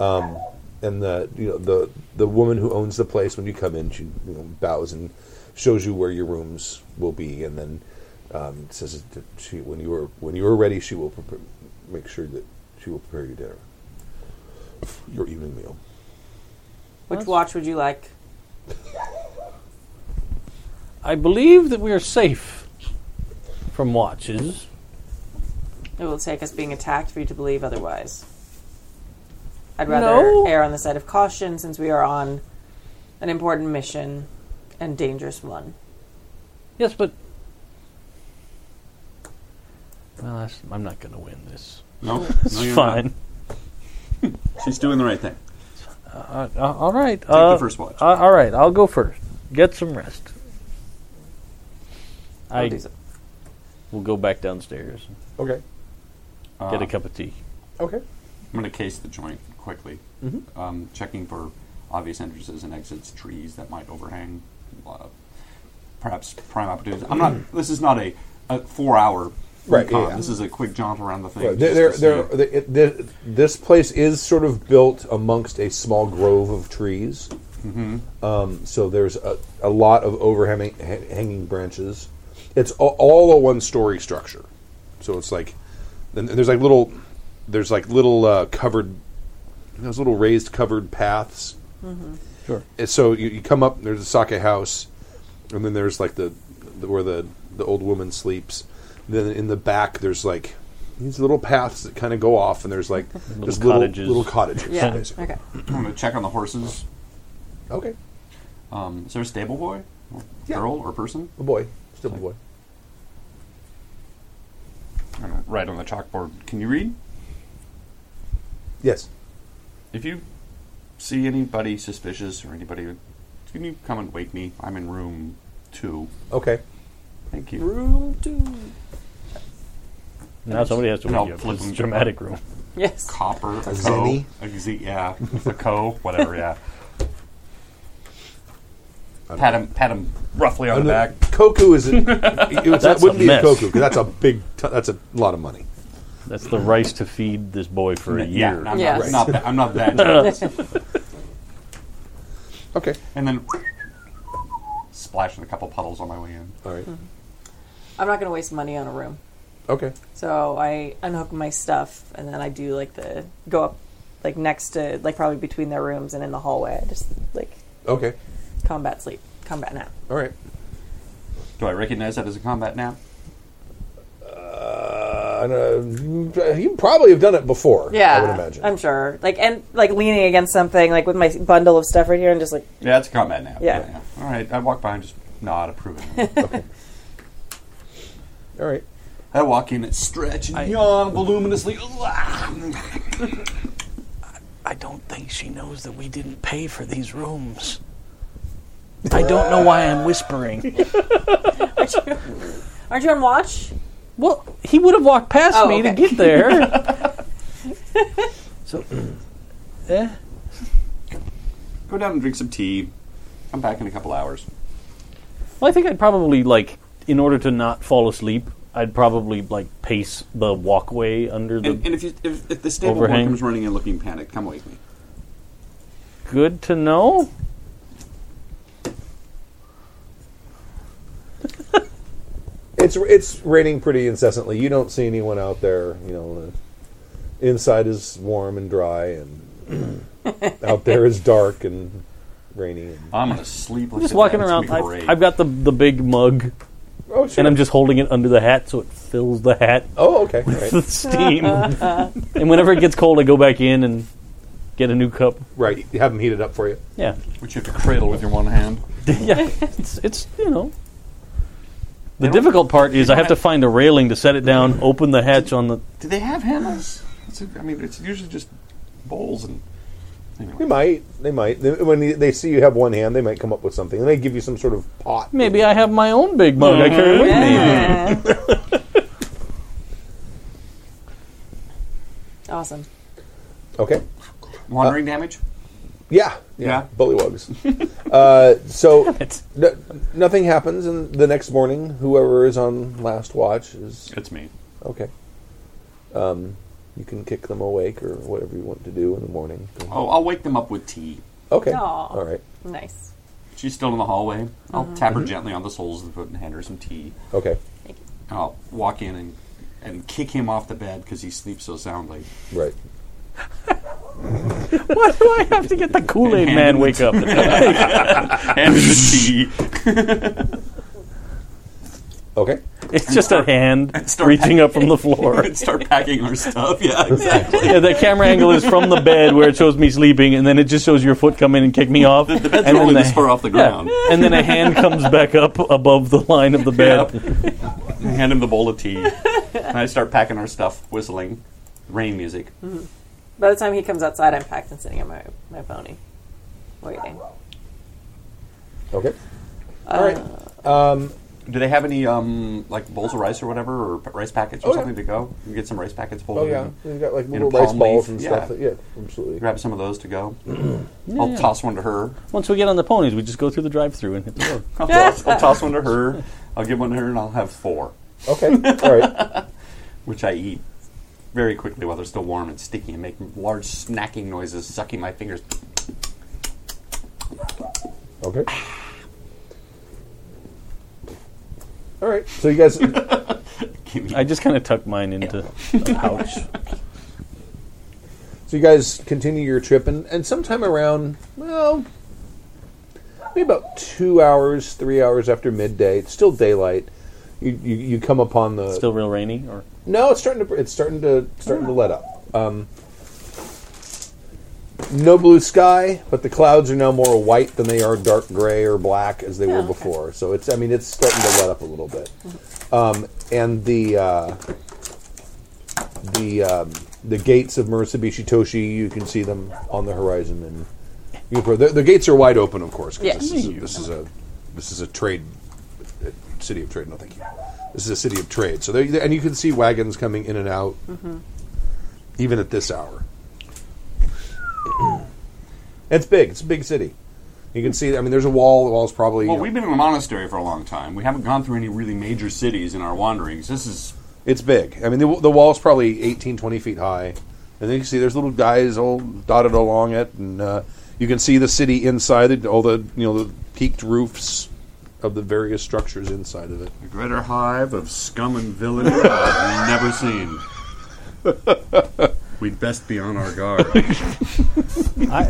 Um, and the you know the the woman who owns the place when you come in, she you know, bows and shows you where your rooms will be, and then um, says that she when you are when you are ready, she will prepare, make sure that she will prepare you dinner, your evening meal. Which watch would you like? I believe that we are safe from watches. It will take us being attacked for you to believe otherwise. I'd rather No. err on the side of caution since we are on an important mission and dangerous one. Yes, but well, that's, I'm not going to win this. No, no, It's you're not. fine. She's doing the right thing. Uh, uh, all right. Take the first watch. all right, I'll go first. Get some rest. I'll I do so. will go back downstairs and Okay. Ah. get a cup of tea. Okay. I'm going to case the joint quickly, Mm-hmm. um, checking for obvious entrances and exits, trees that might overhang, uh, perhaps prime opportunities. I'm not. This is not a, a four-hour Right, recon. yeah. This is a quick jaunt around the thing. Right. just There, there, to there, see. the- it- the- this place is sort of built amongst a small grove of trees. Um, so there's a, a lot of overhanging ha- hanging branches. It's all, all a one story structure. So it's like, and there's like little, there's like little uh, covered, those little raised covered paths. Sure. And So you, you come up, there's a sake house, and then there's like the, the where the the old woman sleeps. Then in the back, there's like these little paths that kind of go off, and there's like little there's cottages. little, little cottages. Yeah. basically. Okay. I'm going to check on the horses. Okay. Um, is there a stable boy, or Yeah. girl, or person? A boy, still a boy. I don't know, Right on the chalkboard. Can you read? Yes. If you see anybody suspicious or anybody, can you come and wake me? I'm in room two. Okay. Thank you. Room two. Now somebody has to And I'll wake you up. flip It's them. a dramatic room. Yes. copper, a zenny? co, a z- yeah, a co, whatever, yeah. Pat him, pat him roughly on the back. Koku is it, it's, that That's a wouldn't be a mess. Koku 'cause that's a big t- that's a lot of money. That's the rice to feed this boy for a Yeah, year. I'm, not- Yes. not, that- I'm not that. jealous. Okay. and then splashing a couple puddles on my way in. All right. I'm not going to waste money on a room. Okay. So I unhook my stuff and then I do like the go up like next to like probably between their rooms and in the hallway. I just like Okay. combat sleep, combat nap. All right. Do I recognize that as a combat nap? Uh, and, uh, you- you probably have done it before. Yeah, I would imagine. am sure. Like and like leaning against something like with my bundle of stuff right here and just like Yeah, it's a combat nap. Yeah. All right, I walk by and just nod approvingly. All right. I walk in and stretch and yawn voluminously. I don't think she knows that we didn't pay for these rooms. I don't know why I'm whispering. aren't you on watch? Well, he would have walked past Oh, me to okay. get there. so, eh, Go down and drink some tea. I'm back in a couple hours. well, I think I'd probably like, in order to not fall asleep, I'd probably like pace the walkway under the. And, and if, you, if, if the stable boy Overhang. comes running in looking panicked, come wake me. Good to know. It's it's raining pretty incessantly. You don't see anyone out there. You know, uh, inside is warm and dry, and Out there is dark and rainy. And, I'm gonna sleep. I'm just walking around. I've, I've got the, the big mug, oh, sure. and I'm just holding it under the hat so it fills the hat oh, okay. Right. with steam. and whenever it gets cold, I go back in and get a new cup. right. You Have them heated up for you. Yeah, which you have to cradle with your one hand. yeah. It's it's you know. The difficult part is I have to find a railing to set it down, open the hatch on the. Do they have handles? It's a, I mean, it's usually just bowls and. They might. They might. They- when they- they see you have one hand, they might come up with something. And they give you some sort of pot. Maybe I have my own big mug I carry with me. Yeah. awesome. Okay. Wandering damage? Yeah. Yeah. Bullywugs. uh, so it. no- nothing happens, and the next morning, whoever is on last watch is It's me. okay. Um, you can kick them awake or whatever you want to do in the morning. Oh, I'll wake them up with tea. Okay. Aw. All right. Nice. She's still in the hallway. I'll tap Mm-hmm. her gently on the soles of the foot and hand her some tea. Okay. And I'll walk in and, and kick him off the bed because he sleeps so soundly. Right. Why do I have to get the Kool Aid Man wake up? And the tea. Okay. It's just a hand Start reaching up from the floor. and start packing our stuff. Yeah, exactly. Yeah, the camera angle is from the bed where it shows me sleeping, and then it just shows your foot come in and kick me off. The bed's and rolling then this far off the ground. and then a hand comes back up above the line of the bed. I hand him the bowl of tea. and I start packing our stuff, whistling rain music. By the time he comes outside, I'm packed and sitting on my, my pony. Waiting. Okay. All right. Do they have any um, like bowls of rice or whatever, or p- rice packets or Oh, yeah. something to go? You get some rice packets. Oh folded yeah, in. we've got like a little rice palm balls leaf, and yeah. stuff. That, yeah, absolutely. Grab some of those to go. I'll toss one to her. Once we get on the ponies, we just go through the drive-through and hit the road. I'll toss, I'll toss one to her. I'll give one to her, and I'll have four, Okay. All right. which I eat very quickly while they're still warm and sticky, and make large snacking noises, sucking my fingers. Okay. All right. So you guys, Give me I just kind of tuck mine into a pouch. So you guys continue your trip, and, and sometime around, well, maybe about two hours, three hours after midday, it's still daylight. You, you, you come upon the Still real rainy, or no, it's starting to it's starting to starting to let up. Um, no blue sky, but the clouds are now more white than they are dark gray or black as they were before. So it's I mean it's starting to let up a little bit. Um, and the uh, the um, the gates of Murasabishitoshi, you can see them on the horizon, and you can, the, the gates are wide open, of course. 'cause Yeah. This, is a, this is a this is a trade a city of trade. No, thank you. This is a city of trade. So there, and you can see wagons coming in and out, even at this hour. it's big. It's a big city. You can see. I mean, there's a wall. The wall's probably. you Well, know, we've been in a monastery for a long time. We haven't gone through any really major cities in our wanderings. This is It's big. I mean, the, the wall's probably 18, 20 feet high. And then you can see there's little guys all dotted along it. And uh, you can see the city inside it, all the, you know, the peaked roofs of the various structures inside of it. a greater hive of scum and villainy I've never seen. We'd best be on our guard. I,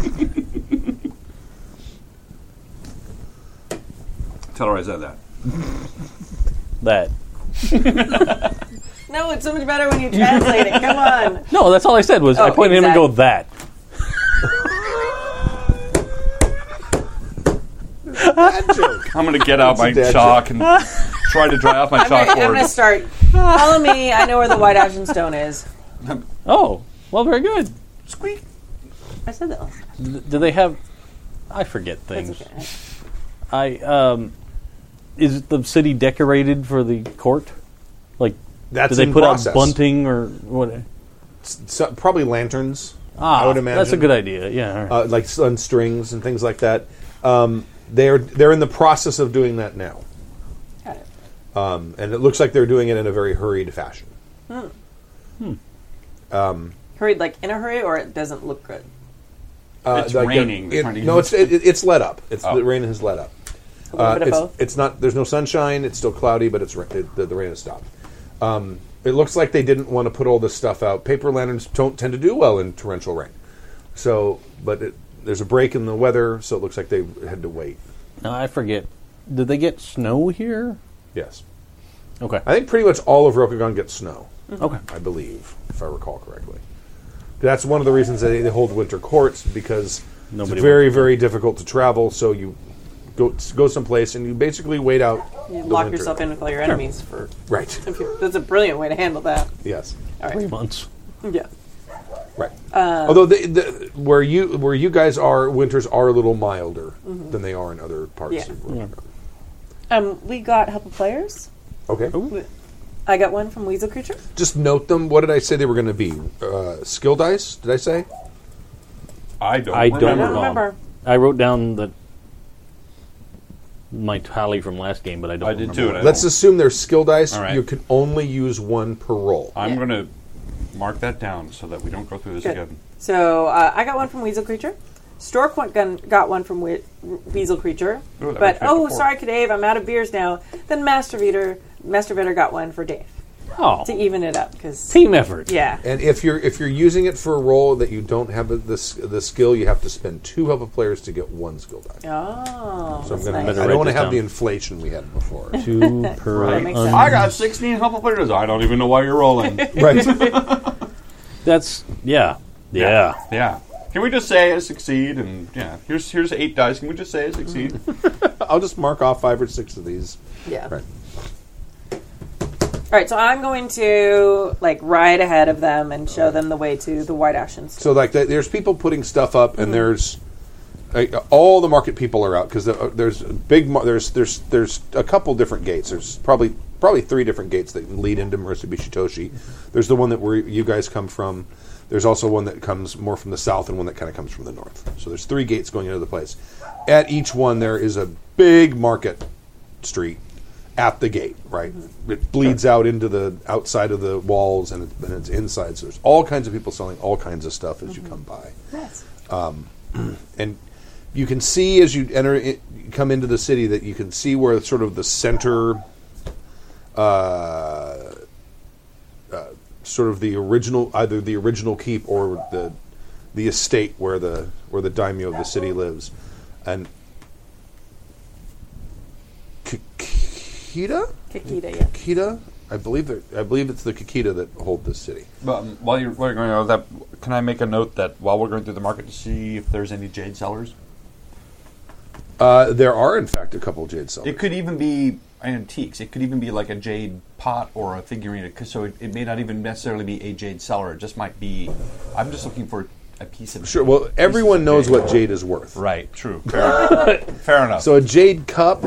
Tell her I said that. that. No, it's so much better when you translate it. Come on. No, that's all I said was I Oh, pointed at him and go exact- that. I'm gonna get out my a dad chalk and try to dry off my I'm gonna, I'm gonna chalkboard. start. Follow me. I know where the White Ashen Stone is. Oh, well, very good. Squeak. I said that. last- Th- Do they have? I forget That's things. okay. I um, is the city decorated for the court? Like, That's do they in put process. out bunting or what? So, probably lanterns, Ah, I would imagine. that's a good idea. Yeah, all right. Uh, like s- on strings and things like that. Um, they're, they're in the process of doing that now. Got it. Um, and it looks like they're doing it in a very hurried fashion. Hurried, like in a hurry, or it doesn't look good. Uh, It's like, uh, raining. it- Trying to- no, it's, it, it- it's let up. It's, Oh. The rain has let up. A little bit of Uh, it's, both. it's not. There's no sunshine. It's still cloudy, but it's ra- it, the, the rain has stopped. Um, it looks like they didn't want to put all this stuff out. Paper lanterns don't tend to do well in torrential rain, So, but it, there's a break in the weather, so it looks like they had to wait. Now I forget. Did they get snow here? Yes. Okay. I think pretty much all of Rokugan gets snow, Mm. Okay. I believe, if I recall correctly. That's one of the reasons that they hold winter courts because Nobody it's very, very difficult to travel. So you go go someplace and you basically wait out. You the lock winter. yourself in with all your enemies for. Right. That's a brilliant way to handle that. yes. All Three right. months. Yeah. Right. Although they, the, where you where you guys are, winters are a little milder than they are in other parts. Yeah. Of Rokugan. Um, we got a couple players. Okay. Hmm. I got one from Weasel Creature. Just note them. What did I say they were going to be? Uh, skill dice? Did I say? I don't. I don't I remember. don't remember. I wrote down that my tally from last game, but I don't. I did remember too. what and I Let's don't- assume they're skill dice. All right. You can only use one per roll. I'm going to mark that down so that we don't go through this Good. again. So uh, I got one from Weasel Creature. Stork went gun, got one from we- Weasel Creature. Ooh, that but makes me oh, up to four. sorry, Kadave, I'm out of beers now. Then Master Vader, Master Vader got one for Dave Oh, to even it up because team effort. yeah, And if you're if you're using it for a roll that you don't have the s- the skill, you have to spend two help of players to get one skill die. oh, so I'm that's gonna- nice. I Write don't want to this have down. the inflation we had before. Two per. That makes sense. I got 16 helpful players. I don't even know why you're rolling. right. That's yeah, yeah. yeah. Can we just say I succeed? And yeah, here's here's eight dice. Can we just say I succeed? I'll just mark off five or six of these. yeah. Right. All right, so I'm going to like ride ahead of them and show them the way to the White Ashen. So like th- there's people putting stuff up, and there's like, all the market people are out because there's a big mar- there's there's there's a couple different gates. There's probably probably three different gates that lead into Mitsubishi Toshi. There's the one that where you guys come from. There's also one that comes more from the south and one that kind of comes from the north. So there's three gates going into the place. At each one there is a big market street at the gate, right? It bleeds out into the outside of the walls and, it, and it's inside. So there's all kinds of people selling all kinds of stuff as you come by, Yes. and you can see as you enter, it, you come into the city that you can see where sort of the center, uh, uh, sort of the original, either the original keep or the the estate where the where the daimyo of the city lives, and. Kikita? Kikita, yeah. Kikita. I believe they're- I believe it's the Kikita that hold this city. But um, while you're, while you're going over that, can I make a note that while we're going through the market to see if there's any jade sellers? Uh, there are, in fact, a couple jade sellers. It could even be antiques. It could even be like a jade pot or a figurine. It could- So it, it may not even necessarily be a jade seller. It just might be. I'm just looking for a piece of. sure. Well, everyone knows what jade. jade is worth. Right. True. Fair, fair enough. So a jade cup,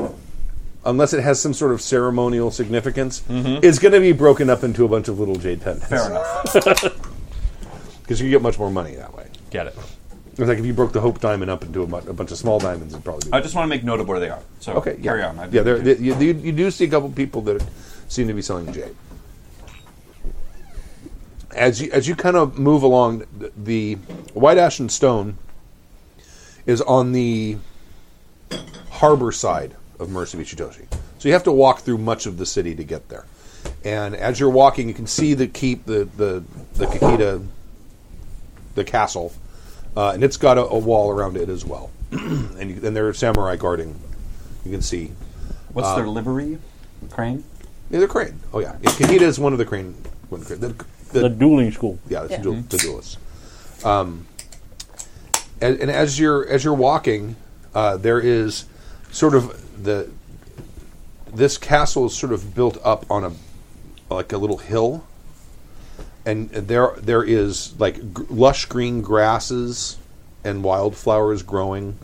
unless it has some sort of ceremonial significance, is going to be broken up into a bunch of little jade Mm-hmm. fair pendants enough. because you get much more money that way. Get it. It's like if you broke the hope diamond up into a, bu- a bunch of small diamonds, it'd probably. Be I just want to make note of where they are. So okay. carry yeah. on. I- yeah, there, there- you, you, you do see a couple people that seem to be selling jade. As you as you kind of move along, th- the White Ashen Stone is on the harbor side of Mercy Beach Itoshi. So you have to walk through much of the city to get there. And as you're walking, you can see the keep, the the the Kikita, the castle, uh, and it's got a, a wall around it as well. and, you, and there are samurai guarding. You can see What's uh, their livery? Crane. yeah, they're crane. Oh yeah, yeah Kikita is one of the crane. One of the, crane. The- The the- dueling school. yeah, that's dual- the duelist. Um, and, and as you're as you're walking, uh, there is sort of the this castle is sort of built up on a like a little hill, and there there is like gr lush green grasses and wildflowers growing,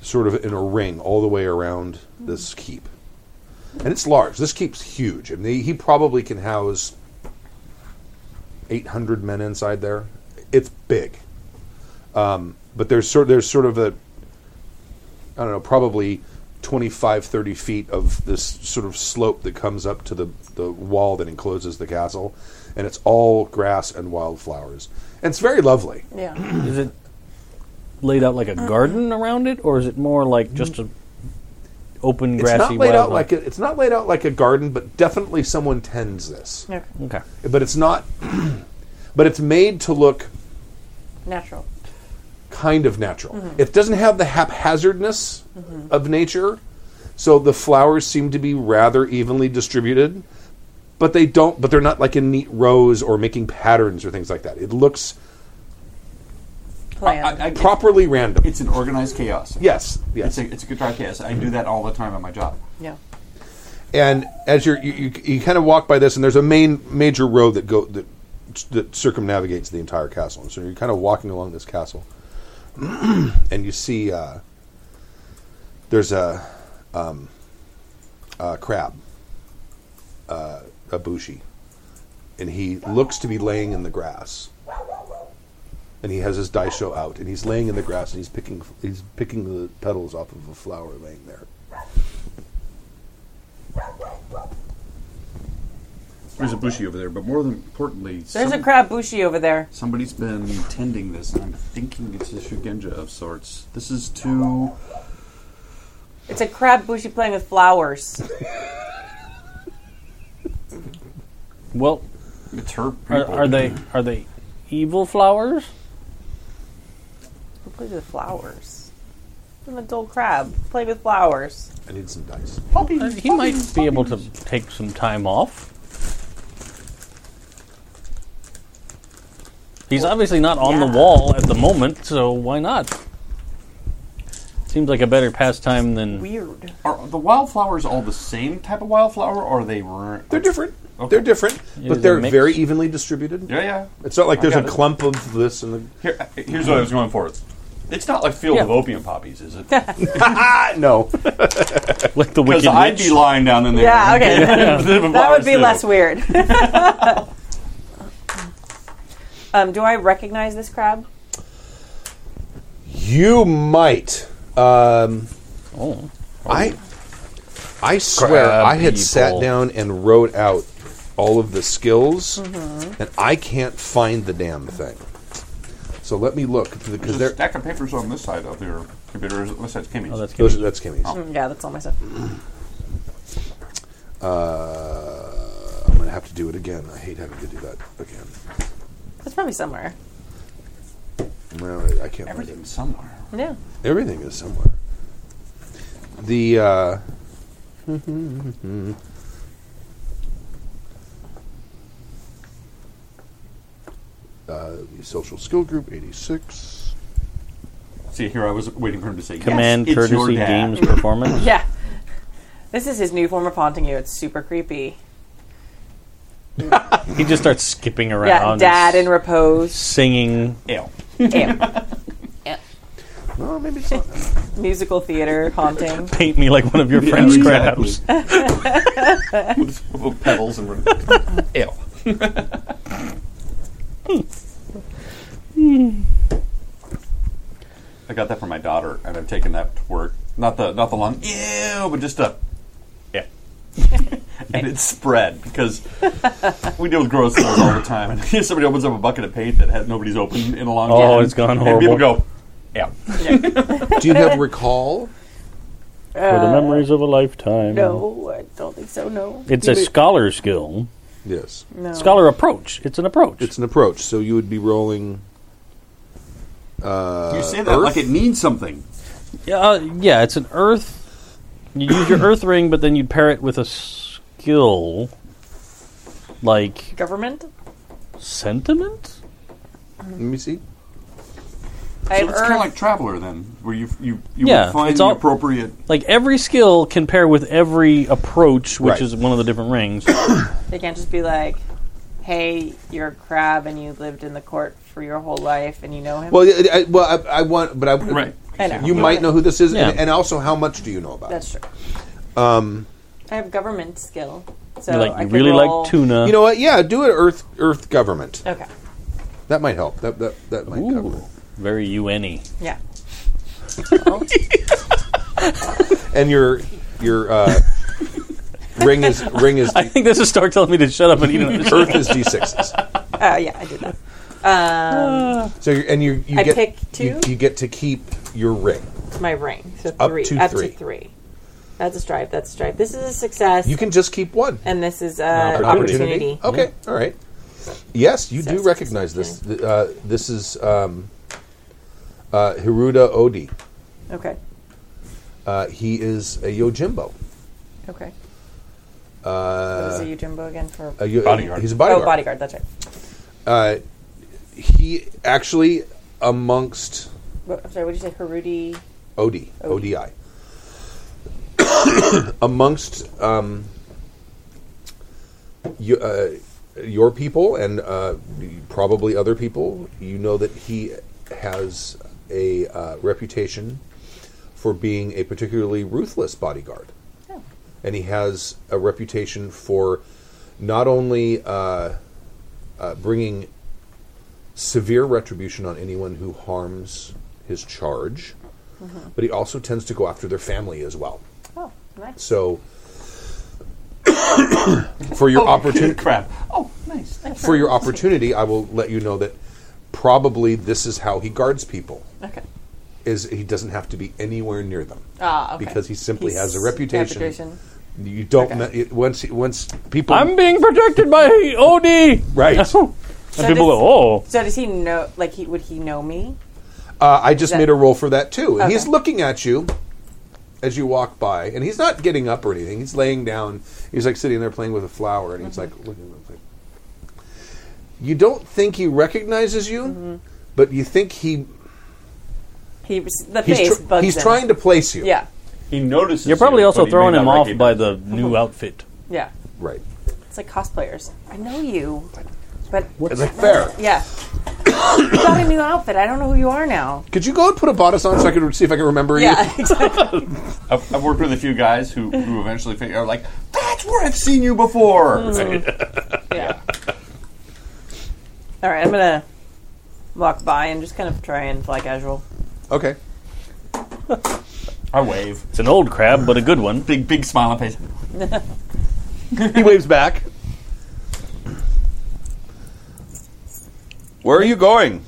sort of in a ring all the way around this keep, and it's large. This keep's huge. I mean, he probably can house 800 men inside there. It's big, um, but there's sort there's sort of a I don't know probably 25 30 feet of this sort of slope that comes up to the the wall that encloses the castle, and it's all grass and wildflowers, and it's very lovely. Yeah. Is it laid out like a garden around it, or is it more like just a open grassy? it's not laid out like wildlife? a, it's not laid out like a garden, but definitely someone tends this. Okay. okay. But it's not. but it's made to look Natural. kind of natural. It doesn't have the haphazardness of nature, so the flowers seem to be rather evenly distributed. But they don't. But they're not like in neat rows or making patterns or things like that. It looks Plan. I- I- properly random. It's an organized chaos. yes, yes. It's a, it's a guitar chaos. I do that all the time at my job. yeah. and as you're, you you, you kind of walk by this, and there's a main major road that go that that circumnavigates the entire castle. And so you're kind of walking along this castle, and you see uh, there's a, um, a crab, uh, a bushi, and he looks to be laying in the grass. And he has his daisho out, and he's laying in the grass, and he's picking he's picking the petals off of a flower laying there. There's a bushy over there, but more than importantly, There's a crab bushy over there. Somebody's been tending this, and I'm thinking it's a shugenja of sorts. This is too. It's a crab bushy playing with flowers. Well, It's her people. are, are they are they evil flowers? Who plays with flowers? An adult crab. Play with flowers. I need some dice. Uh, he might be able to take some time off. He's obviously not on Yeah. the wall at the moment, so why not? Seems like a better pastime than Weird. Are the wildflowers all the same type of wildflower, or are they? ra- They're different. Okay. They're different, Is but it they're mixed? very evenly distributed. Yeah, yeah. It's not like I there's a got it. clump of this and the. Here, here- Here's what I was going for. It's not like Field of Opium Poppies, is it? Because Ah, no. like the wicked I'd witch. be lying down in there. Yeah, okay. that would be less weird. um, do I recognize this crab? You might. Um, oh, I. I swear Crab I had people. sat down and wrote out all of the skills, Mm-hmm. and I can't find the damn thing. So let me look because There's there. a stack of papers on this side of your computer, unless that's Kimmy's. oh, that's good. Those, that's Kimmy's. Mm, Yeah, that's all my stuff. Oh. Uh, I'm gonna have to do it again. I hate having to do that again. It's probably somewhere. Well, I- I can't. find it. Everything's somewhere. Yeah. Everything is somewhere. The uh, uh, the social skill group eighty six. See, here I was waiting for him to say Command yes, it's your courtesy dad. games performance. Yeah. This is his new form of haunting you. It's super creepy. He just starts skipping around. Yeah, dad s- in repose. singing. Ew. Ew. No, maybe it's not. that. Musical theater haunting. Paint me like one of your Yeah, French exactly. crabs. With petals and ew. I got that from my daughter, and I've taken that to work. Not the not the long ew, but just a yeah. and it spread because we deal with gross things all the time, and somebody opens up a bucket of paint that had, nobody's opened in a long time. Oh, it's gone And people horrible. go, yeah. Do you have recall? For the memories of a lifetime. Uh, No, Mm. I don't think so. No. It's a scholar skill. Yes, No. Scholar approach. It's an approach. it's an approach. So you would be rolling. You say that Earth? like it means something. Yeah, uh, yeah, it's an earth. You use your earth ring, but then you'd pair it with a skill like Government? sentiment. Let me see. I So have it's kind of earth. like Traveler, then, where you you you Yeah, would find it's the all- appropriate. Like every skill can pair with every approach, which Right. is one of the different rings. They can't just be like, hey, you're a crab and you lived in the court for your whole life and you know him. Well, I, I- well, I, I want, but I Right. I know. You might know who this is, Yeah. and, and also how much do you know about? That's it? true. Um, I have government skill. So You're like I you could really roll... like tuna. You know what? Yeah, do it. Earth, Earth government. Okay. That might help. That that that might cover. it. Ooh, very E. UN-y. Yeah. Oh, and your your uh, ring is ring is I think this is Stark telling me to shut up and eat another. Earth is d sixes. Uh, yeah, I did that. So you're, and you you I get pick You, two? you get to keep your ring. My ring. So Up three. to three. three. That's a stripe. That's a stripe. This is a success. You can just keep one and this is uh, opportunity. opportunity. Okay, all right. Yes, you So do it's- recognize this. Th- Uh, this is um, Uh, Hiruda Odi. Oh. Okay. Uh, he is a Yojimbo. Okay. what is Uh, a Yojimbo again for? a yo- Bodyguard. He's a bodyguard. Oh, bodyguard. That's right. Uh, he actually, amongst What, I'm sorry. What did you say? Harudi. OD, OD. ODI. Amongst um, you, uh, your people and uh, probably other people, you know that he has a uh, reputation for being a particularly ruthless bodyguard. And he has a reputation for not only uh, uh, bringing severe retribution on anyone who harms his charge, but he also tends to go after their family as well. Oh, nice. So, for your opportunity, Crap. Oh, nice. Thanks. for your opportunity, I will let you know that probably this is how he guards people. Okay. Is he doesn't have to be anywhere near them Ah, okay. because he simply He's- has a reputation. reputation. You don't Okay. ma- it- once once people I'm being protected by OD. right. and people does- go, oh, So does he know? Like he would he know me? Uh, I just That- made a roll for that too. And He's Okay. looking at you as you walk by, and he's not getting up or anything. He's laying down. He's like sitting there playing with a flower, and he's Mm-hmm. like looking at it. You don't think he recognizes you, Mm-hmm. but you think he He was- the he's, face tr- bugs he's him. trying to place you. Yeah. He notices. you're probably you, also but he may throwing not him off by recognize- the new outfit. Yeah. right. It's like cosplayers. I know you, but It's like fair. yeah. you got a new outfit. I don't know who you are now. Could you go and put a bodice on so I could see if I can remember you? Yeah. Exactly. I've, I've worked with a few guys who, who eventually figure, are like, that's where I've seen you before. yeah. All right. I'm gonna walk by and just kind of try and fly casual. Okay. I wave. It's an old crab, but a good one. Big, big smile on my face. He waves back. Where are you going?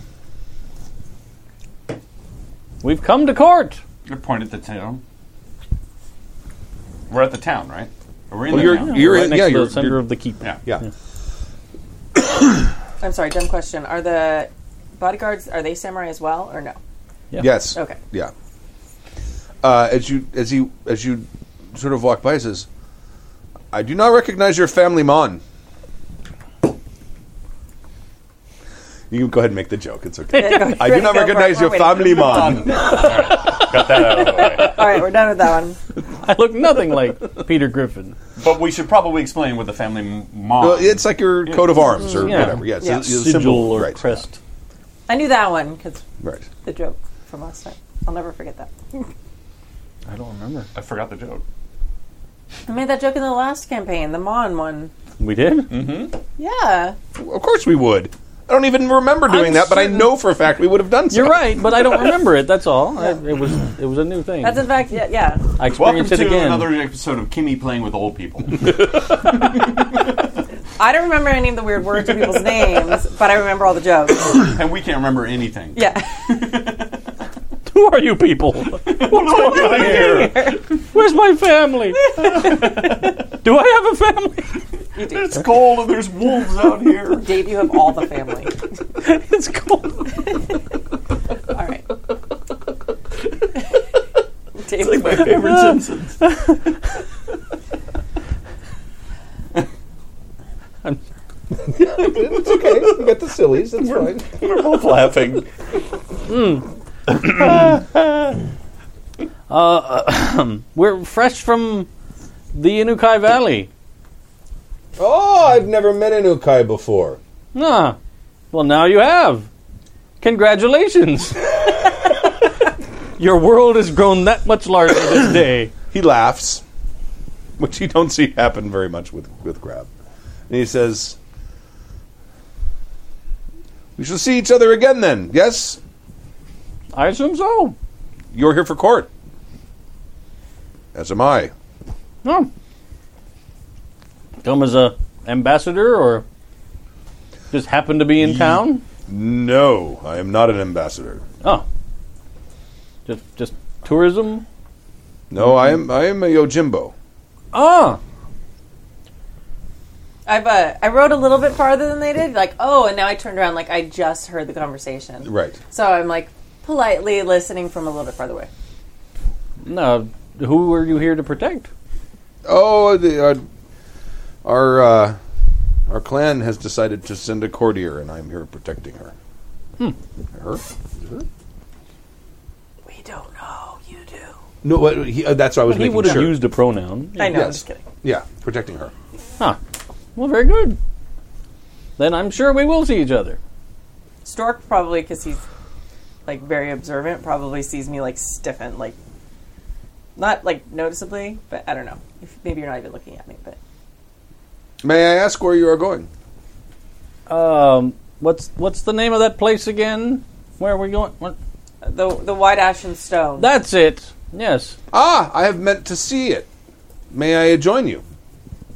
We've come to court. You're pointed at the town. We're at the town, right? Or We're in Well, the you're- town. you're- right in- next yeah, to you're- the center you're- of the keep. yeah. Yeah. I'm sorry. Dumb question. Are the bodyguards are they samurai as well or no? Yes. Okay. Yeah. Uh, as you as you as you sort of walk by, he says, "I do not recognize your family, mon." You can go ahead and make the joke. It's okay. I do not Go for it. recognize We're your waiting. family, mon. Got that out of the way. All right, we're done with that one. I look nothing like Peter Griffin. But we should probably explain with the family m- mom. Well, it's like your coat of arms or Yeah. whatever. Yes, Yeah. it's a Sigil symbol. or right. crest. I knew that one because Right. the joke from last night. I'll never forget that. I don't remember. I forgot the joke. I made that joke in the last campaign, the Mon one. We did? Yeah. Of course, we would. I don't even remember doing that, but I know for a fact we would have done so. You're right, but I don't remember it. That's all. I, it was it was a new thing. That's in fact, yeah. yeah. I Welcome experienced to it again. another episode of Kimmy playing with old people. I don't remember any of the weird words of people's names, but I remember all the jokes. and we can't remember anything. Yeah. Who are you people? What's going on here? Where's my family? Do I have a family? It's cold and there's wolves out here. Dave, you have all the family. It's cold. All right. Dave, like my Favorite Simpsons. It's okay. You got the sillies. That's fine. We're both laughing. We're fresh from the Inukai Valley. Oh, I've never met an ukai before. Ah, well, now you have. Congratulations. Your world has grown that much larger this day. He laughs, which you don't see happen very much with with Grab. And he says, "We shall see each other again then. Yes, I assume so. you're here for court, as am I. No. Come as a ambassador or just happen to be in town? No, I am not an ambassador. Oh. Just just tourism? No, Mm-hmm. I am. I am a yojimbo. Ah. I've uh, I rode a little bit farther than they did. Like, oh, and now I turned around like I just heard the conversation. Right. So I'm like politely listening from a little bit farther away. No, who are you here to protect? Oh, the, uh, our uh, our clan has decided to send a courtier, and I'm here protecting her. Hmm. Her? We don't know. You do. No, what- he, uh, that's what I was He making would have sure. used a pronoun. I know. I'm Yes. just kidding. yeah, protecting her. Huh. Well, very good. Then I'm sure we will see each other. Stork probably because he's like very observant. Probably sees me like stiffen, like not like noticeably, but I don't know. If, maybe you're not even looking at me, but May I ask where you are going? Um, what's what's the name of that place again? Where are we going? What? uh, the the white ashen stone. That's it. Yes, Ah, I have meant to see it. May I join you?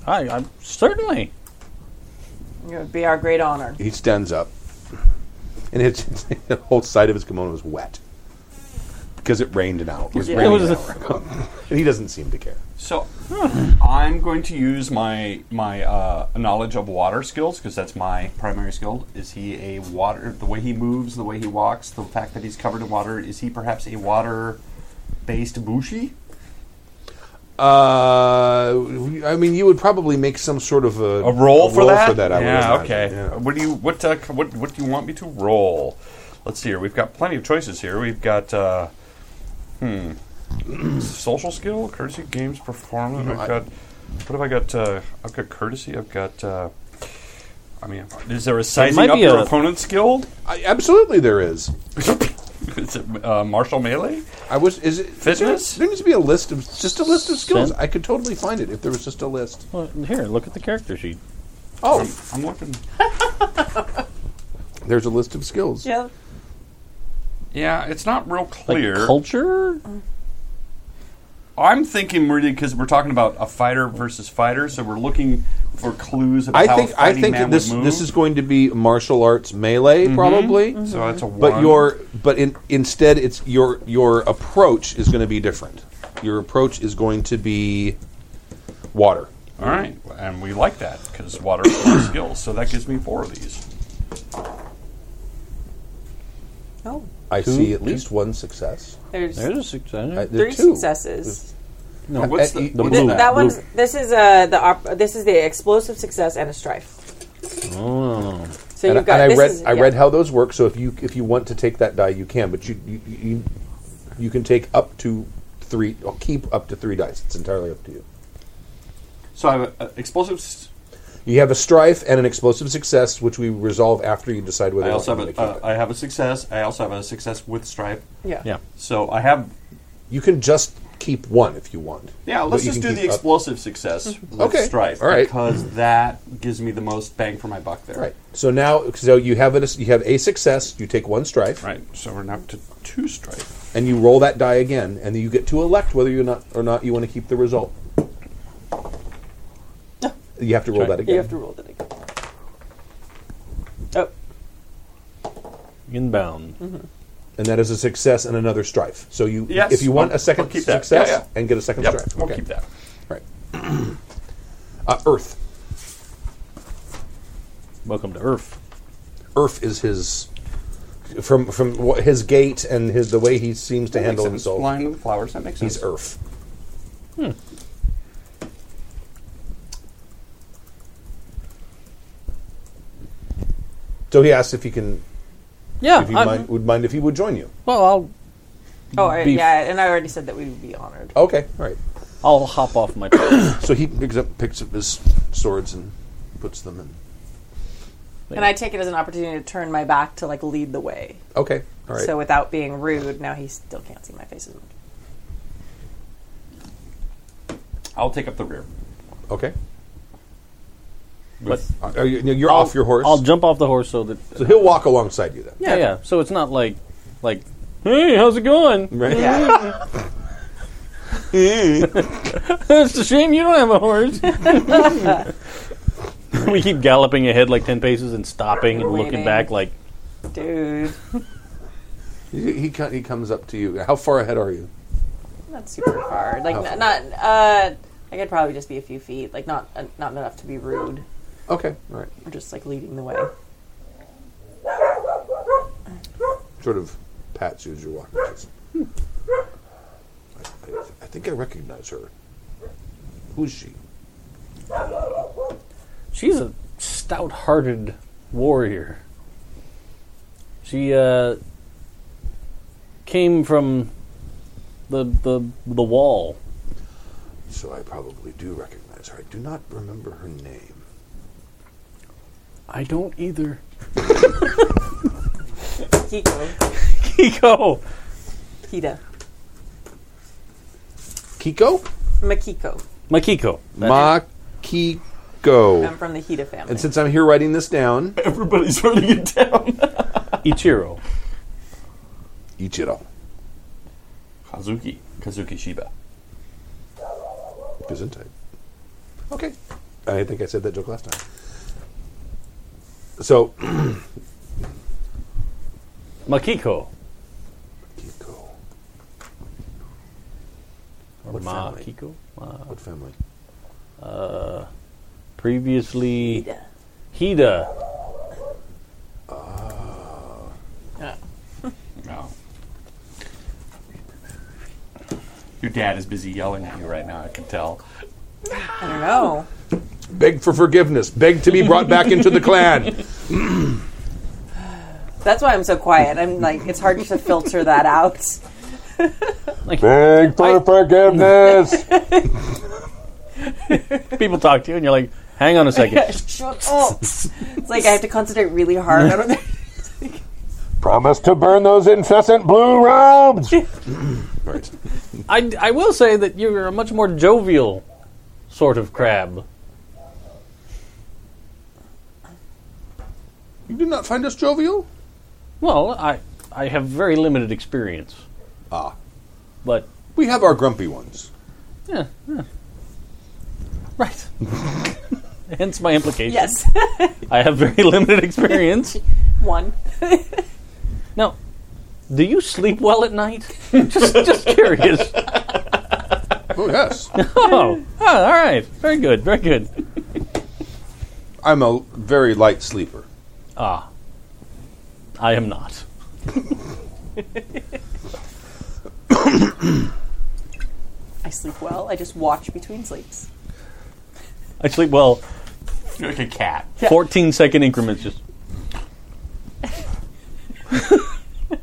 I, I certainly. it would be our great honor. He stands up, and his the whole side of his kimono is wet because it rained an hour. It was Yeah. raining It was an hour ago. and he doesn't seem to care. So I'm going to use my my uh, knowledge of water skills because that's my primary skill. Is he a water? The way he moves, the way he walks, the fact that he's covered in water. Is he perhaps a water-based bushi? Uh, I mean, you would probably make some sort of a, A roll for that? I would yeah. imagine. Okay. Yeah. What do you what, uh, c- what what do you want me to roll? Let's see here. We've got plenty of choices here. We've got uh, hmm, social skill, courtesy, games, performance. I've got what have I got? Uh, I've got courtesy. I've got. Uh, I mean, is there a sizing might up be your a- opponent's skill? I, absolutely, there is. is it uh, martial melee? I was. Is it Fitness? There needs to be a list of just a list of skills. Sen- I could totally find it if there was just a list. Well, here, look at the character sheet. Oh, I'm looking. there's a list of skills. Yeah, Yeah, it's not real Like clear. culture. I'm thinking really because we're talking about a fighter versus fighter, so we're looking for clues about I how think a I fighting think man this would move. Mm-hmm. this is going to be martial arts melee probably. so that's a one. But your but in, instead it's your your approach is going to be different. Your approach is going to be water. all right, and we like that because water is one skills. So that gives me four of these. I see at least one success. Oh, there's, There's a success. I, there are three two. successes. No, what's the, eh, the what's blue. Th- that? that one's this is uh the op- this is the explosive success and a strife. Oh. So And, I- you've got. and I this read is- I yeah. read how those work. So if you if you want to take that die, you can. But you you you, you can take up to three or keep up to three dice. It's entirely up to you. So I have a, a explosive. s- You have a strife and an explosive success, which we resolve after you decide whether I or also not you want have a, to uh, keep it. I have a success. I also have a success with stripe. Yeah. Yeah. So I have. You can just keep one if you want. Yeah, But let's you just can do the keep up- explosive success with Okay, stripe all right. because that gives me the most bang for my buck there. Right. So now, so you have a you have a success. You take one strife, Right. So we're now up to two stripe. and you roll that die again, and then you get to elect whether you not or not you want to keep the result. You have to roll that again. You have to roll that again. Oh, Inbound. and that is a success and another strife. So you, Yes, if you want I'll- a second I'll keep that. success Yeah, yeah. and get a second Yep. strife, We'll keep that. Right. uh, Earth. Welcome to Earth. Earth is his from from wha- his gait and his the way he seems to That handle makes sense. himself. Flying with flowers. That makes sense. He's Earth. Hmm. So he asked if he can, Yeah. if he I'm- mind, would mind if he would join you. well, I'll oh, I- Beef. yeah, and I already said that we would be honored. Okay, all right. I'll hop off my. So he picks up picks up his swords and puts them in. And I take it as an opportunity to turn my back to like lead the way. Okay, all right. So without being rude, now he still can't see my face. as much. I'll take up the rear. okay, but Are you, you're off your horse. I'll jump off the horse so that. so he'll walk alongside you then. Yeah, yeah. So it's not like, like, hey, how's it going? Right. it's a shame you don't have a horse. we keep galloping ahead like ten paces and stopping and looking Waiting. back like Dude, He, he co- he comes up to you. How far ahead are you? not super far. Like n- not. Uh, I could probably just be a few feet. Like not uh, not enough to be rude. Okay, all right. Or just like leading the way. Sort of pats you as you're walking. She says, I, I, I think I recognize her. Who's she? She's a stout-hearted warrior. She uh, came from the the the wall. So I probably do recognize her. I do not remember her name. I don't either. Kiko. Kiko. Kita. Kiko? Makiko. Makiko. Ma I'm Kiko. from the Hida family. And since I'm here writing this down, Everybody's running it down. Ichiro. Ichiro. Kazuki. Kazuki Shiba. Gesundheit. Okay. I think I said that joke last time. So, Makiko. Kiko. Or What family? Makiko. Ma- What family? Previously Hida. Hida. No. Your dad is busy yelling at you right now. I can tell. I don't know. Beg for forgiveness. Beg to be brought back into the clan. That's why I'm so quiet. I'm like, it's hard to filter that out. Beg for forgiveness. People talk to you and you're like, hang on a second. Shut up. It's like I have to concentrate really hard. I don't know. Promise to burn those incessant blue robes. right. I, I will say that you're a much more jovial sort of crab. You do not find us jovial? Well, I I have very limited experience. Ah. But We have our grumpy ones. yeah, yeah. Right. Hence my implication. Yes. I have very limited experience. One. Now, do you sleep well at night? just, just curious. Oh, yes. Oh, oh, all right. Very good. Very good. I'm a very light sleeper. Ah, I am not. I sleep well. I just watch between sleeps. I sleep well. You're like a cat. Fourteen second increments, just.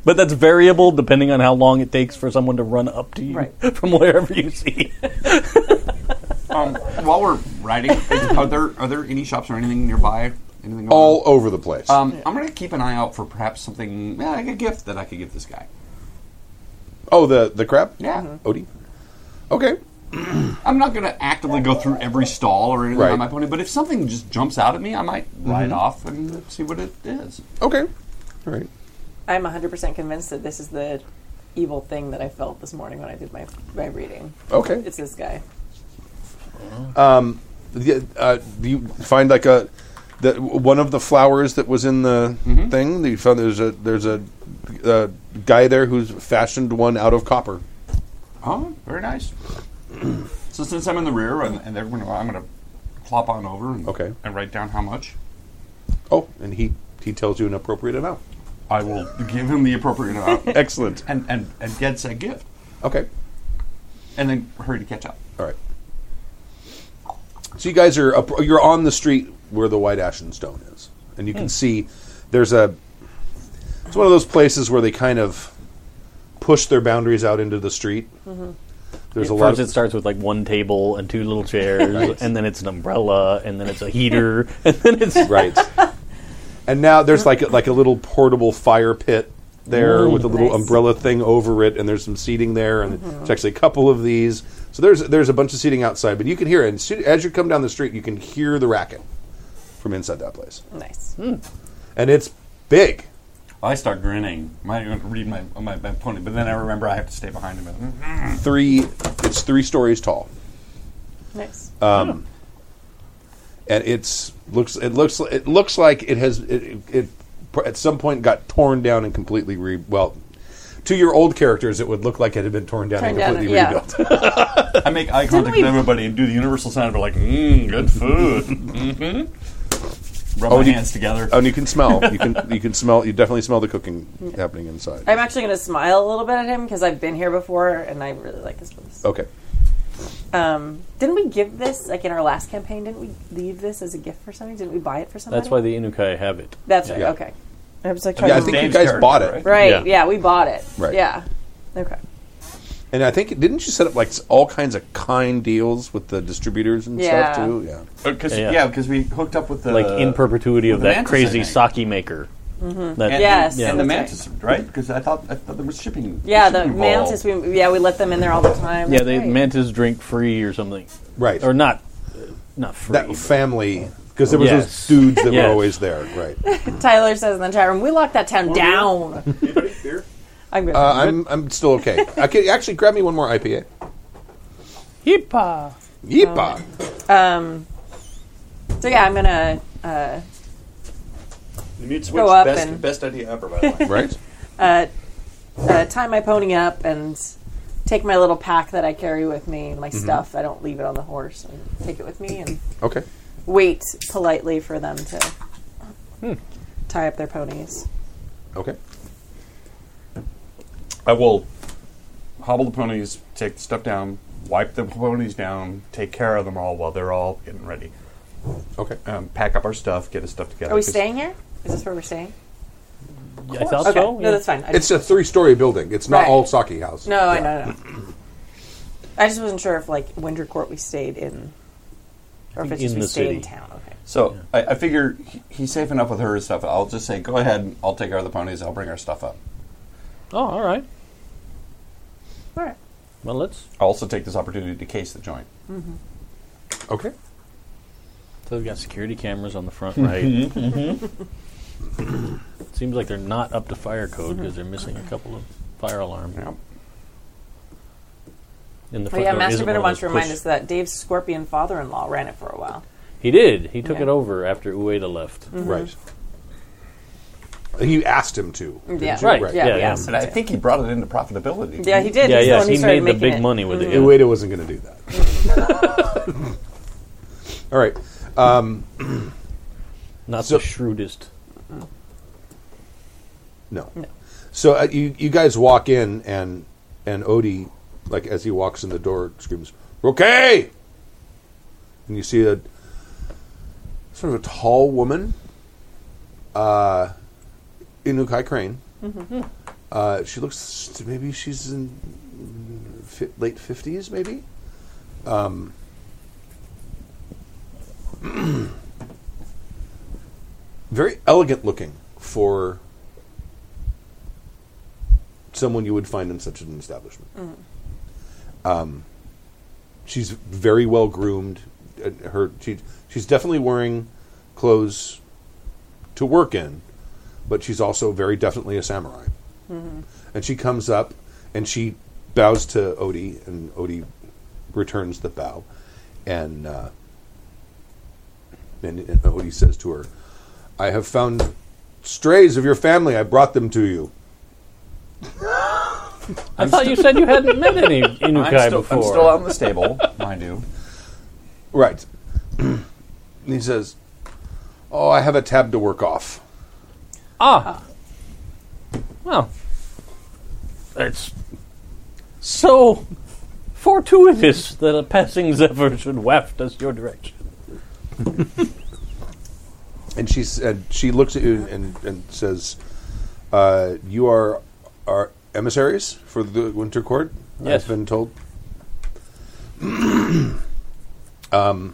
but that's variable depending on how long it takes for someone to run up to you Right. from wherever you see. Um, while we're riding, is- are there are there any shops or anything nearby? Anything going All over the place. on? Um, I'm going to keep an eye out for perhaps something yeah, like a gift that I could give this guy. oh, the, the crab? Yeah, Odie? Okay. I'm not going to actively go through every stall or anything Right. Mm-hmm. on my pony, but if something just jumps out at me, I might ride off and see what it is. Okay. All right. I'm 100% convinced that this is the evil thing that I felt this morning when I did my, my reading. Okay. It's this guy. Yeah, uh, do you find like a that one of the flowers that was in the Mm-hmm. thing? You found there's a there's a, uh guy there who's fashioned one out of copper. Oh, very nice. so since I'm in the rear and, and everyone, I'm going to plop on over and, Okay. and write down how much. Oh, and he he tells you an appropriate amount. I will give him the appropriate amount Excellent. and, and, and get said gift. Okay. And then hurry to catch up. All right. So you guys are up, you're on the street where the White Ashen Stone is, and Hmm. you can see there's a. It's one of those places where they kind of push their boundaries out into the street. There's a lot. First, Of, Mm-hmm. it starts with like one table and two little chairs, and then it's an umbrella, and then it's a heater, and then it's right. and now there's like a, like a little portable fire pit there with a little Nice. Mm-hmm. umbrella thing over it, and there's some seating there, and there's actually a couple of these. So there's there's a bunch of seating outside, but you can hear it. And so- as you come down the street, you can hear the racket from inside that place, Nice. Hmm. and it's big. I start grinning. I might read my, my, my pony, but then I remember I have to stay behind him. Three, it's three stories tall, Nice. Uh, and it's looks it looks it looks like it has it, it, it pr- at some point got torn down and completely re well. To your old characters, it would look like it had been torn down Torn and down, completely yeah. rebuilt. I make eye Didn't contact we- mm, with everybody and do the universal sound of like, mmm, good food. Mm-hmm. Rub Oh, my you- hands together. and you can smell. You can you can smell. You definitely smell the cooking happening inside. I'm actually going to smile a little bit at him because I've been here before and I really like this place. Oh. Okay. Um, didn't we give this like in our last campaign? Didn't we leave this as a gift for somebody? Didn't we buy it for somebody? That's why the Inukai have it. That's right. Yeah. Okay. I was like trying Yeah, I to think you Dave's guys turn, bought it, right? Right. Yeah. Yeah. we bought it. Right. Yeah. Okay. and I think didn't you set up like s- all kinds of kind deals with the distributors and Yeah. stuff too? Yeah. Because Yeah. uh, yeah, because we hooked up with the Uh, like in perpetuity of with the that mantis, crazy I think. sake maker. That, And, Mm-hmm. Yes, and the that's mantis, right? Because I thought, I thought there was shipping. Yeah, the shipping involved. mantis. We yeah we let them in there all the time. yeah, That's they right. mantis drink free or something, Right. or not, uh, not free. that family because there was Yes. those dudes that Yes. were always there. Right. Uh, Tyler says in the chat room, we locked that town down. I'm good. Uh, I'm I'm still okay. I could actually grab me one more IPA. Yeepaw. Yeepa. Um, so yeah, I'm gonna uh, the mute switch. go up best, and- best idea ever. By the way. Right. uh, tie my pony up and take my little pack that I carry with me, my Mm-hmm. stuff. I don't leave it on the horse. I take it with me and Okay. wait politely for them to Hmm. tie up their ponies. Okay. I will hobble the ponies, take the stuff down, wipe the ponies down, take care of them all while they're all getting ready. Okay. Um, pack up our stuff, get us stuff together. Are we 'cause- staying here? Is this where we're staying? I thought Okay, so. no, that's fine. I It's a three-story building. It's not Right. all sake house. No, I Yeah. know. no. I just wasn't sure if like Winter Court we stayed in, or if think it's just in we the stayed in city. town. Okay. So I, I figure he, he's safe enough with her and stuff. I'll just say, go ahead. and I'll take care of the ponies. I'll bring our stuff up. Oh, all right. All right. Well, let's. I'll also take this opportunity to case the joint. Mm-hmm. Okay. So we've got security cameras on the front Mm-hmm, right. Seems like they're not up to fire code because they're missing a couple of fire alarm. Yeah. In the Oh front yeah, door Master isn't Bitter one of wants to those remind push- us that Dave's scorpion father-in-law ran it for a while. He did. He took Yeah. Mm-hmm. it over after Ueda left. Right. You asked him to. didn't Yeah. you? Right, Right. yeah, Yeah, yeah. yeah. And I think he brought it into profitability. Yeah, he did. Yeah, He's the yeah. one who He started made the making big it. money with it. Mm-hmm. Ueda wasn't going to do that. Mm-hmm. all right. Not So- the shrewdest. No. So uh, you you guys walk in and and Odie like as he walks in the door screams okay, and you see a sort of a tall woman, uh, Inukai Crane. Uh, she looks to- maybe she's in fi- late fifties maybe. Um, very elegant looking for someone you would find in such an establishment. Um, she's very well groomed. Uh, Her she, she's definitely wearing clothes to work in, but she's also very definitely a samurai. And she comes up and she bows to Odie, and Odie returns the bow, and uh, and, and Odie says to her, "I have found strays of your family. I brought them to you." I thought you said you hadn't met any I'm, Inukai still, before. I'm still out in the stable, mind you. Right. and he says, Oh, I have a tab to work off. Ah. Well. It's so fortuitous that a passing zephyr should waft us your direction. And she, said, she looks at you and, and says, uh, You are our emissaries for the Winter Court? Yes. I've been told. And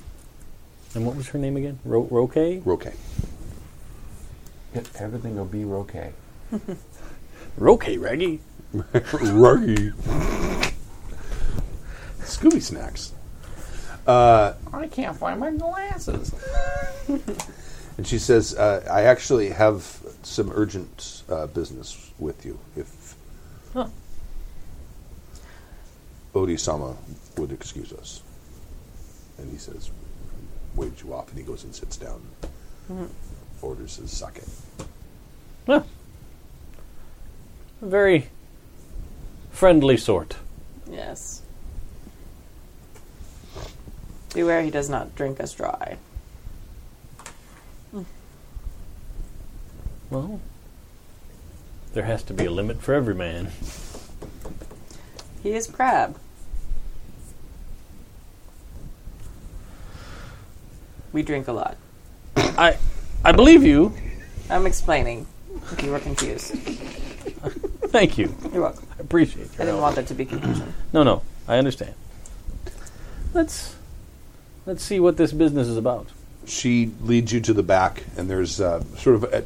what was her name again? Ro- Roque? Roque. It- everything will be okay. Roque Raggy. Ruggy. Scooby Snacks. I can't find my glasses. And she says, uh, I actually have some urgent uh, business with you, if Huh. Odie Sama would excuse us. And he says, waved you off, and he goes and sits down, orders his sake. Well, a very friendly sort. Yes. Beware, he does not drink us dry. Well, there has to be a limit for every man. He is crab. We drink a lot. I, I believe you. I'm explaining. If you were confused, Thank you. you're welcome. I appreciate I you. didn't want there to be confusion. No, no, I understand. Let's let's see what this business is about. she leads you to the back, and there's uh, sort of at,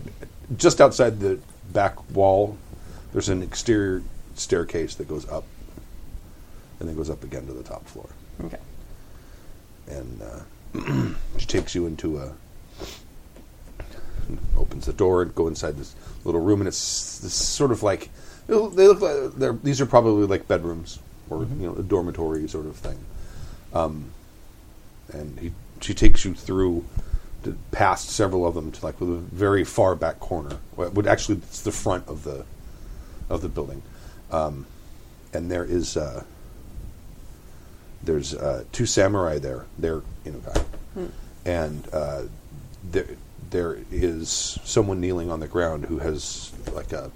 just outside the back wall. There's an exterior staircase that goes up, and then goes up again to the top floor. Okay. And uh, she takes you into a opens the door and go inside this little room, and it's this sort of like they look they look like they're, these are probably like bedrooms or you know a dormitory sort of thing. Um, and he she takes you through to, past several of them to like the very far back corner. What would actually it's the front of the of the building, um, and there is. Uh, there's uh, two samurai there. They're inukai, and uh, there there is someone kneeling on the ground who has like a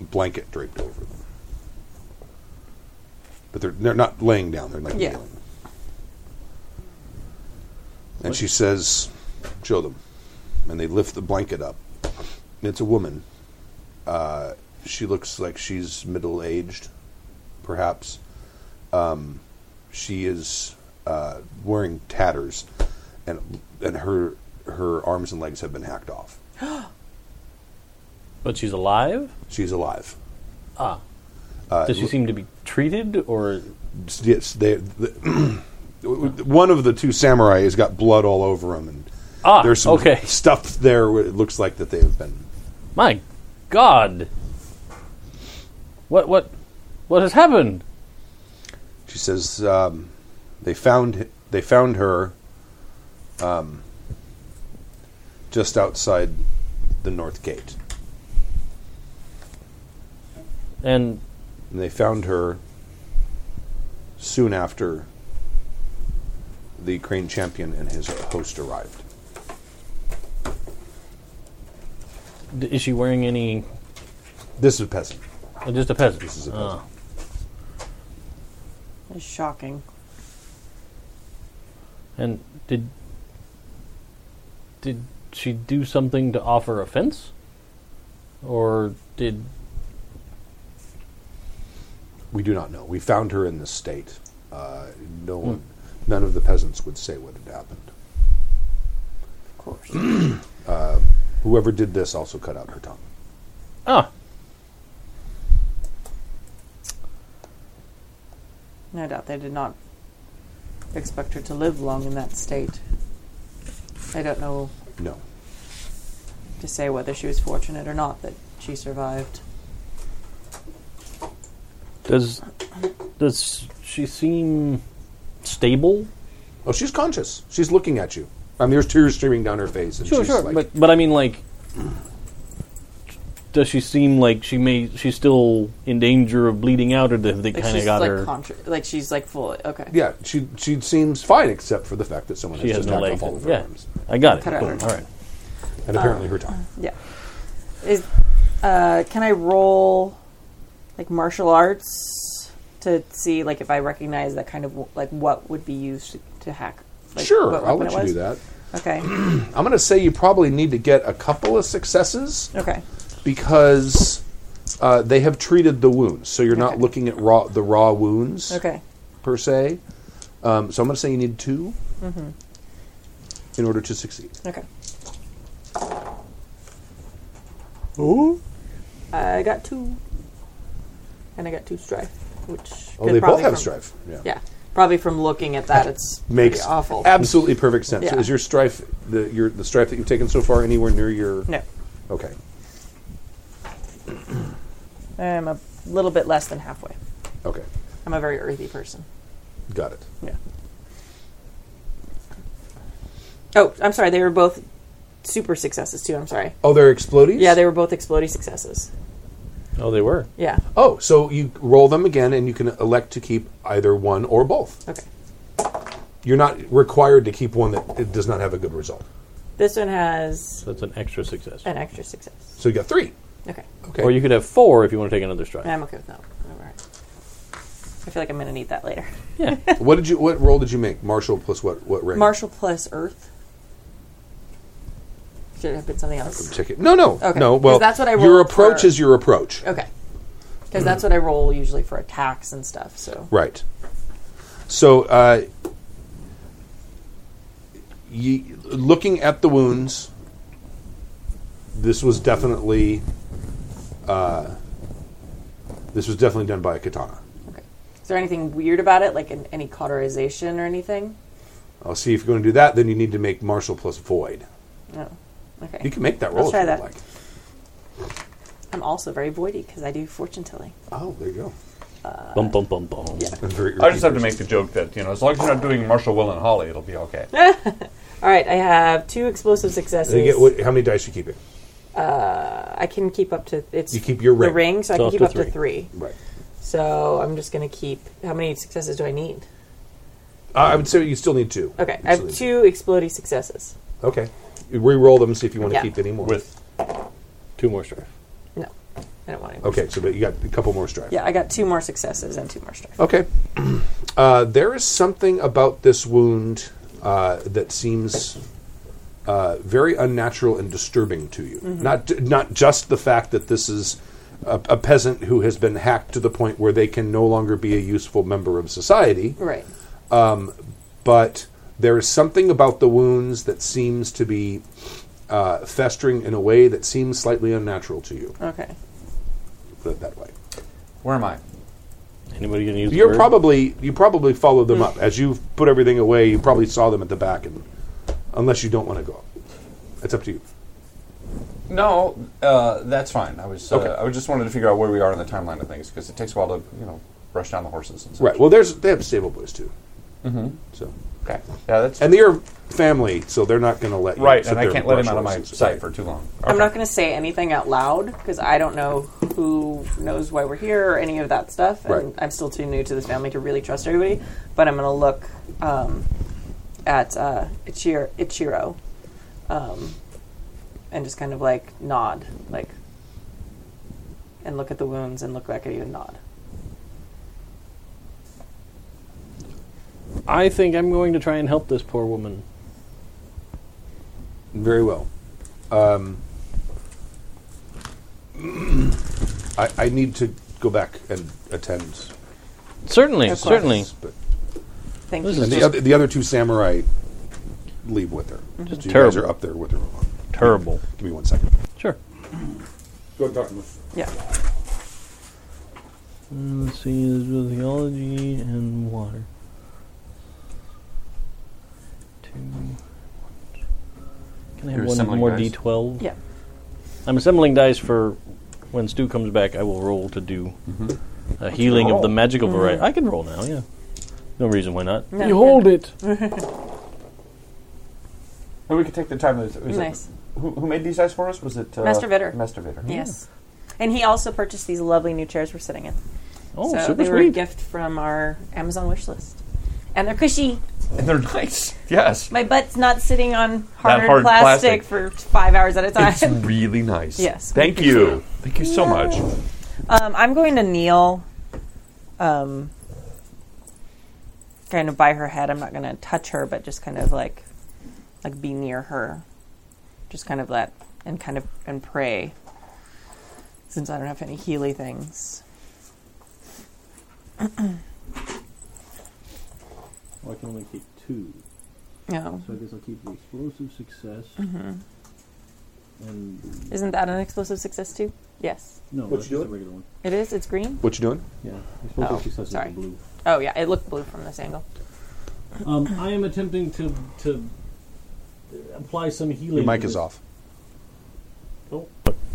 blanket draped over them. But they're they're not laying down. They're like Yeah. kneeling. And she says, "Show them," and they lift the blanket up. And it's a woman. Uh, she looks like she's middle aged, perhaps um, she is uh, wearing tatters, and and her her arms and legs have been hacked off. But she's alive. She's alive. Ah, Uh, does she seem to be treated or? Yes, they, the one of the two samurai has got blood all over him, and Ah, there's some okay. stuff there. Where it looks like that they have been. My God, what what what has happened? She says um, they found they found her um, just outside the north gate. And and they found her soon after the crane champion and his host arrived. d- is she wearing any? This is a peasant. uh, Just a peasant. This is a Ah. peasant. It's shocking. And did did she do something to offer offense, or did We do not know. We found her in this state. Uh, no Hmm. one, none of the peasants would say what had happened. Of course. Uh, Whoever did this also cut out her tongue. ah No doubt they did not expect her to live long in that state. I don't know No, to say whether she was fortunate or not that she survived. does does she seem stable? Oh, she's conscious. She's looking at you. I mean, there's tears streaming down her face. And she's Like, but but I mean like. Does she seem like she may she's still in danger of bleeding out, or have they Like kind of she's got like her? contr- like she's like full. Okay. yeah, she she seems fine except for the fact that someone she has has just no hacked legs. off all of her Yeah, arms I got it. Cut out her Boom. All right. and apparently her tongue. Yeah. Is uh, can I roll like martial arts to see like if I recognize that kind of like what would be used to, to hack? Like, sure, what I'll weapon let it you do was? that. Okay. I'm going to say you probably need to get a couple of successes Okay. because uh, they have treated the wounds, so you're not Okay. looking at raw the raw wounds Okay. per se. Um, so I'm going to say you need 2 Mm-hmm. in order to succeed. Okay. Ooh. I got two. And I got two strife, which Oh, could they both probably have from- strife. Yeah, Yeah, probably from looking at that, it's makes pretty awful. absolutely perfect sense. So Yeah. is your strife the your the strife that you've taken so far anywhere near your? no, Okay. I'm a little bit less than halfway. Okay. I'm a very earthy person. Got it. Yeah. Oh, I'm sorry. They were both super successes too. I'm sorry. Oh, they're explodies. Yeah, they were both exploding successes. Oh, they were. Yeah. Oh, so you roll them again, and you can elect to keep either one or both. Okay. You're not required to keep one that it does not have a good result. This one has That's an extra success. an extra success. So you got three. Okay. Okay. Or you could have four if you want to take another strike. I'm okay with that. All right. I feel like I'm going to need that later. what did you? What roll did you make? Martial plus what? What rank? Marshall plus Earth. Should have been something else. Ticket. No, no, Okay. no. Well, 'Cause that's what I Your rolled approach for- is your approach. Okay. Hmm. Because that's what I roll usually for attacks and stuff. So Right. So, uh, ye, looking at the wounds, this was definitely, uh, this was definitely done by a katana. okay. Is there anything weird about it, like an, any cauterization or anything? I'll see if you're going to do that. Then you need to make martial plus void. No. Okay. You can make that roll. Let's try if you'd that. Like. I'm also very voidy because I do fortune telling. Oh, there you go. Bum, bum, bum, bum. Very I just have to irreducible. make the joke that you know, as long as you're not doing Marshall, Will, and Holly, it'll be okay. All right, I have two explosive successes. You get what, how many dice you keeping? I can keep up to it's You keep your the ring. ring, so I can up keep to up to three. Right. So I'm just gonna keep. How many successes do I need? Uh, I would say you still need two. Okay, You I still have need two exploding successes. Okay. You re-roll them and see if you want to Yeah. keep any more. With two more strikes. No, I don't want any. more. okay, so but you got a couple more strikes. Yeah, I got two more successes and two more strikes. Okay. Uh, there is something about this wound uh, that seems uh, very unnatural and disturbing to you. Not not just the fact that this is a, a peasant who has been hacked to the point where they can no longer be a useful member of society, Right. but there is something about the wounds that seems to be uh, festering in a way that seems slightly unnatural to you. Okay. Put it that way. Where am I? Anybody going to use the You're word? probably you probably followed them up as you put everything away. You probably saw them at the back, and unless you don't want to go, it's up to you. No, uh, that's fine. I was uh, Okay. I was just wanted to figure out where we are in the timeline of things because it takes a while to you know brush down the horses and such. Right. Well, there's they have stable boys too. Mm-hmm. So Okay. Yeah, that's and they're family, so they're not going to let you right. sit And I there can't let him out of martial my arts. sight for too long. I'm not going to say anything out loud because I don't know who knows why we're here or any of that stuff. And Right. I'm still too new to this family to really trust everybody. But I'm going to look um, at uh, Ichiro, Ichiro um, and just kind of like nod, like, and look at the wounds and look back at you and nod. I think I'm going to try and help this poor woman. Very well. Um, I, I need to go back and attend. Certainly, Of course. certainly. But Thank This you. is and the other the other two samurai leave with her. Mm-hmm. Just you guys terrible. are up there with her. Terrible. Give me one second. Sure. Go and talk to Yeah. Let's see, is with theology and water. Two. Can I You're have one assembling more dice? d12? Yeah. I'm assembling dice for when Stu comes back. I will roll to do Mm-hmm. a healing of the magical variety. I can roll now. Yeah, no reason why not. Mm-hmm. No, Mm. it. And we could take the time. That, was it- Nice. who, who made these dice for us? Was it uh, Master Vitter. Master Vitter. Yes. And he also purchased these lovely new chairs we're sitting in. Oh, so super they were a sweet. gift from our Amazon wish list. And they're cushy. And they're nice. Yes, My butt's not sitting on hard, hard plastic. plastic, for five hours at a it's time. really nice. Yes. Thank you. Thank you so much. Um, I'm going to kneel, um, kind of by her head. I'm not going to touch her, but just kind of like, like be near her, just kind of let and kind of and pray. Since I don't have any healy things, I can only keep two, no, so I guess I'll keep the explosive success. Mm-hmm. And isn't that an explosive success too? Yes, no, What that's you just a doing? regular one. it is. It's green. What you doing? Yeah, explosive Oh, success is sorry. the blue. Oh yeah, it looked blue from this angle. Um, I am attempting to to apply some healing. Your mic to is this. off.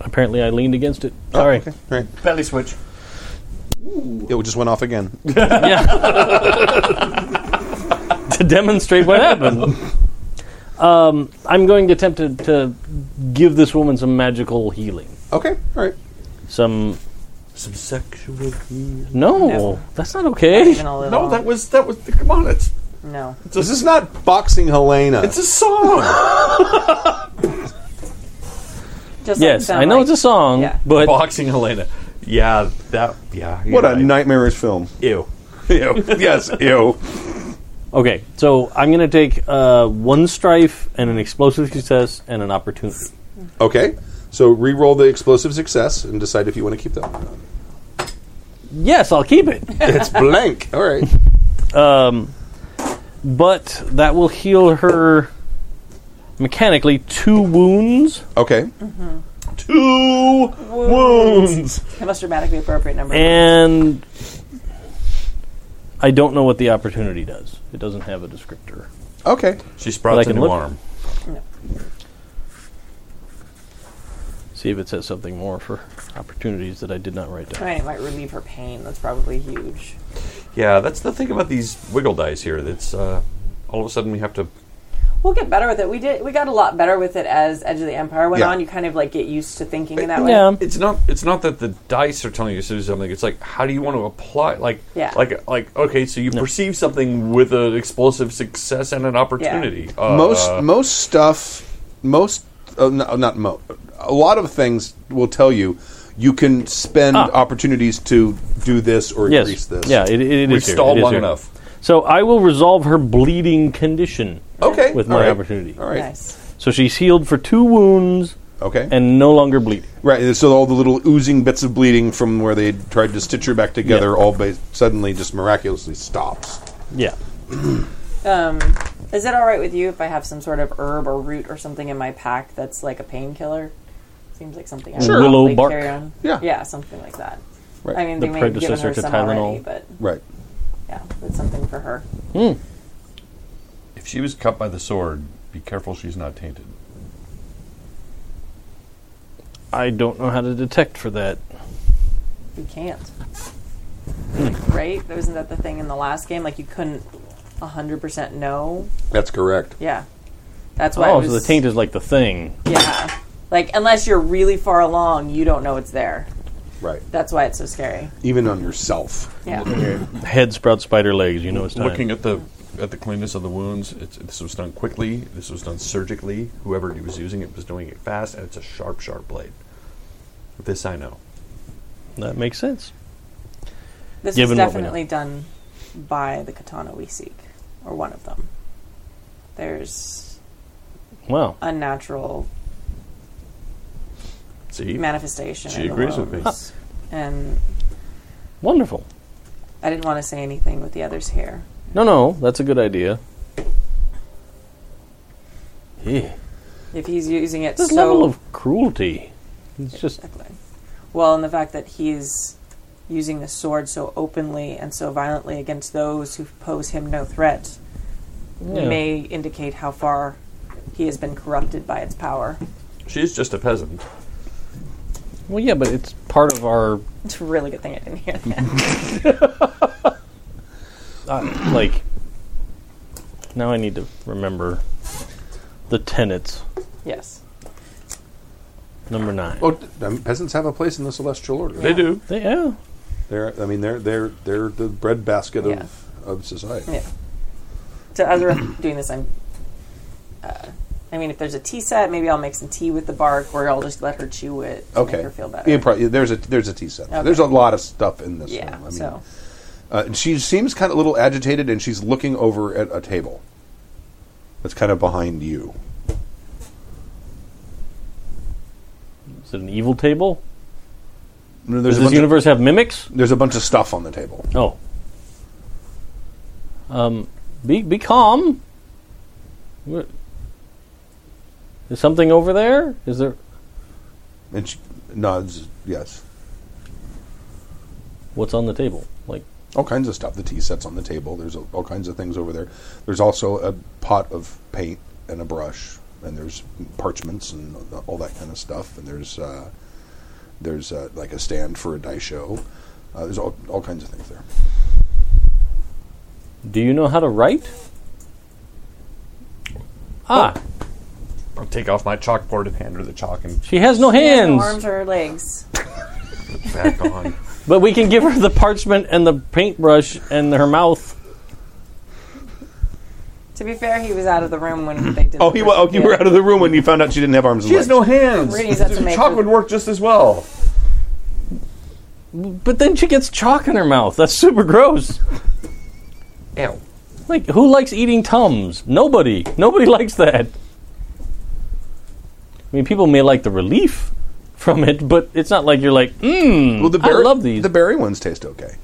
Apparently, I leaned against it. Oh, Sorry. Right. Belly switch. It just went off again. yeah. to demonstrate what happened. Um, I'm going to attempt to, to give this woman some magical healing. Okay, all right. Some. Some sexual. No, No. that's not okay. Even a little. No, that was that was. Come on, it's No. This is not boxing Helena. It's a song. Just like Yes, I know it's a song, Yeah. but Boxing Helena. Yeah, that. Yeah. you're what a right. nightmarish film. Ew. Ew. yes, ew. okay. So I'm going to take uh, one strife and an explosive success and an opportunity. Okay, so re-roll the explosive success and decide if you want to keep that. or not. Yes, I'll keep it. It's blank. All right. Um, but that will heal her mechanically two wounds, Okay. Two wounds. The most dramatically appropriate number. and I don't know what the opportunity does. It doesn't have a descriptor. Okay. She But I sprouts a can new look. arm. See if it says something more for opportunities that I did not write down. Right, it might relieve her pain. That's probably huge. Yeah, that's the thing about these wiggle dice here. That's uh, all of a sudden we have to. We'll get better with it. We did. We got a lot better with it as Edge of the Empire went Yeah. on. You kind of like get used to thinking in that way. Yeah. It's not. It's not that the dice are telling you to do something. It's like how do you want to apply? Like, Yeah. like, like. Okay, so you perceive something with an explosive success and an opportunity. Uh, most most stuff, most uh, no, not mo, a lot of things will tell you you can spend opportunities to do this or Ah. Yes. increase this. Yeah, it, it, it we is here. stalled It is long here. enough. So I will resolve her bleeding condition Okay. with all my right. opportunity. All right. Nice. So she's healed for two wounds Okay. and no longer bleeding. Right, and so all the little oozing bits of bleeding from where they tried to stitch her back together all ba- suddenly just miraculously stops. Yeah. Um, is it all right with you if I have some sort of herb or root or something in my pack that's like a painkiller? Seems like something I would Sure. Willow probably bark. carry on. Yeah. yeah, something like that. Right. I mean, The they may have given predecessor her to some Tylenol. already, but Right. yeah, it's something for her. If she was cut by the sword, be careful she's not tainted. I don't know how to detect for that. You can't. Right? Wasn't that the thing in the last game? Like you couldn't hundred percent know. That's correct. Yeah, that's why. Oh, it was, so the taint is like the thing. Yeah, like unless you're really far along, you don't know it's there. Right. That's why it's so scary. Even on yourself. Yeah, Head sprout spider legs, you know it's time. Looking at the at the cleanness of the wounds, it's, this was done quickly. This was done surgically. Whoever was using it was doing it fast, and it's a sharp, sharp blade. This I know. that makes sense. this is Given what we know. definitely done by the katana we seek, or one of them. There's Wow. unnatural See, manifestation. She in the agrees with me. wounds. and Wonderful. I didn't want to say anything with the others here. No, no, that's a good idea. Yeah. If he's using it This so level of cruelty. It's just Exactly. Well, and the fact that he's using the sword so openly and so violently against those who pose him no threat Yeah. may indicate how far he has been corrupted by its power. she's just a peasant. well, yeah, but it's part of our It's a really good thing I didn't hear that. uh, like. Now I need to remember the tenets. yes. Number nine. Oh, d- I mean, peasants have a place in the celestial order. They do. They- yeah. They're, I mean, they're they're they're the breadbasket Yeah. of of society. Yeah. So as we're doing this, I'm. Uh, I mean, if there's a tea set, maybe I'll make some tea with the bark, or I'll just let her chew it to Okay. make her feel better. Yeah, probably- there's a there's a tea set. Okay. There's a lot of stuff in this. Yeah, Film. I mean, so uh, and she seems kind of a little agitated, and she's looking over at a table that's kind of behind you. Is it an evil No, table? Mm-hmm. Does There's a this bunch of, universe have mimics? there's a bunch of stuff on the table. Oh. Um, be be calm. What- Is something over there? Is there? And she nods yes. What's on the table? Like, All kinds of stuff. The tea sets on the table. There's a, all kinds of things over there. There's also a pot of paint and a brush, and there's parchments and all that kind of stuff. And there's uh, there's uh, like a stand for a die show. Uh, there's all, all kinds of things there. do you know how to write? Ah, I'll take off my chalkboard and hand her the chalk and she has no Yeah, no hands. arms or legs. back on. but we can give her the parchment and the paintbrush and her mouth. To be fair, he was out of the room when they did. Oh, he wa- oh, you were out of the room when you found out she didn't have arms and She has legs. no hands. Really, that's amazing. Chalk would work just as well. But then she gets chalk in her mouth. That's super gross. Ew. Like, who likes eating Tums? Nobody. Nobody likes that. I mean, people may like the relief from it, but it's not like you're like, mmm, Well, the berry, I love these. The berry ones taste okay.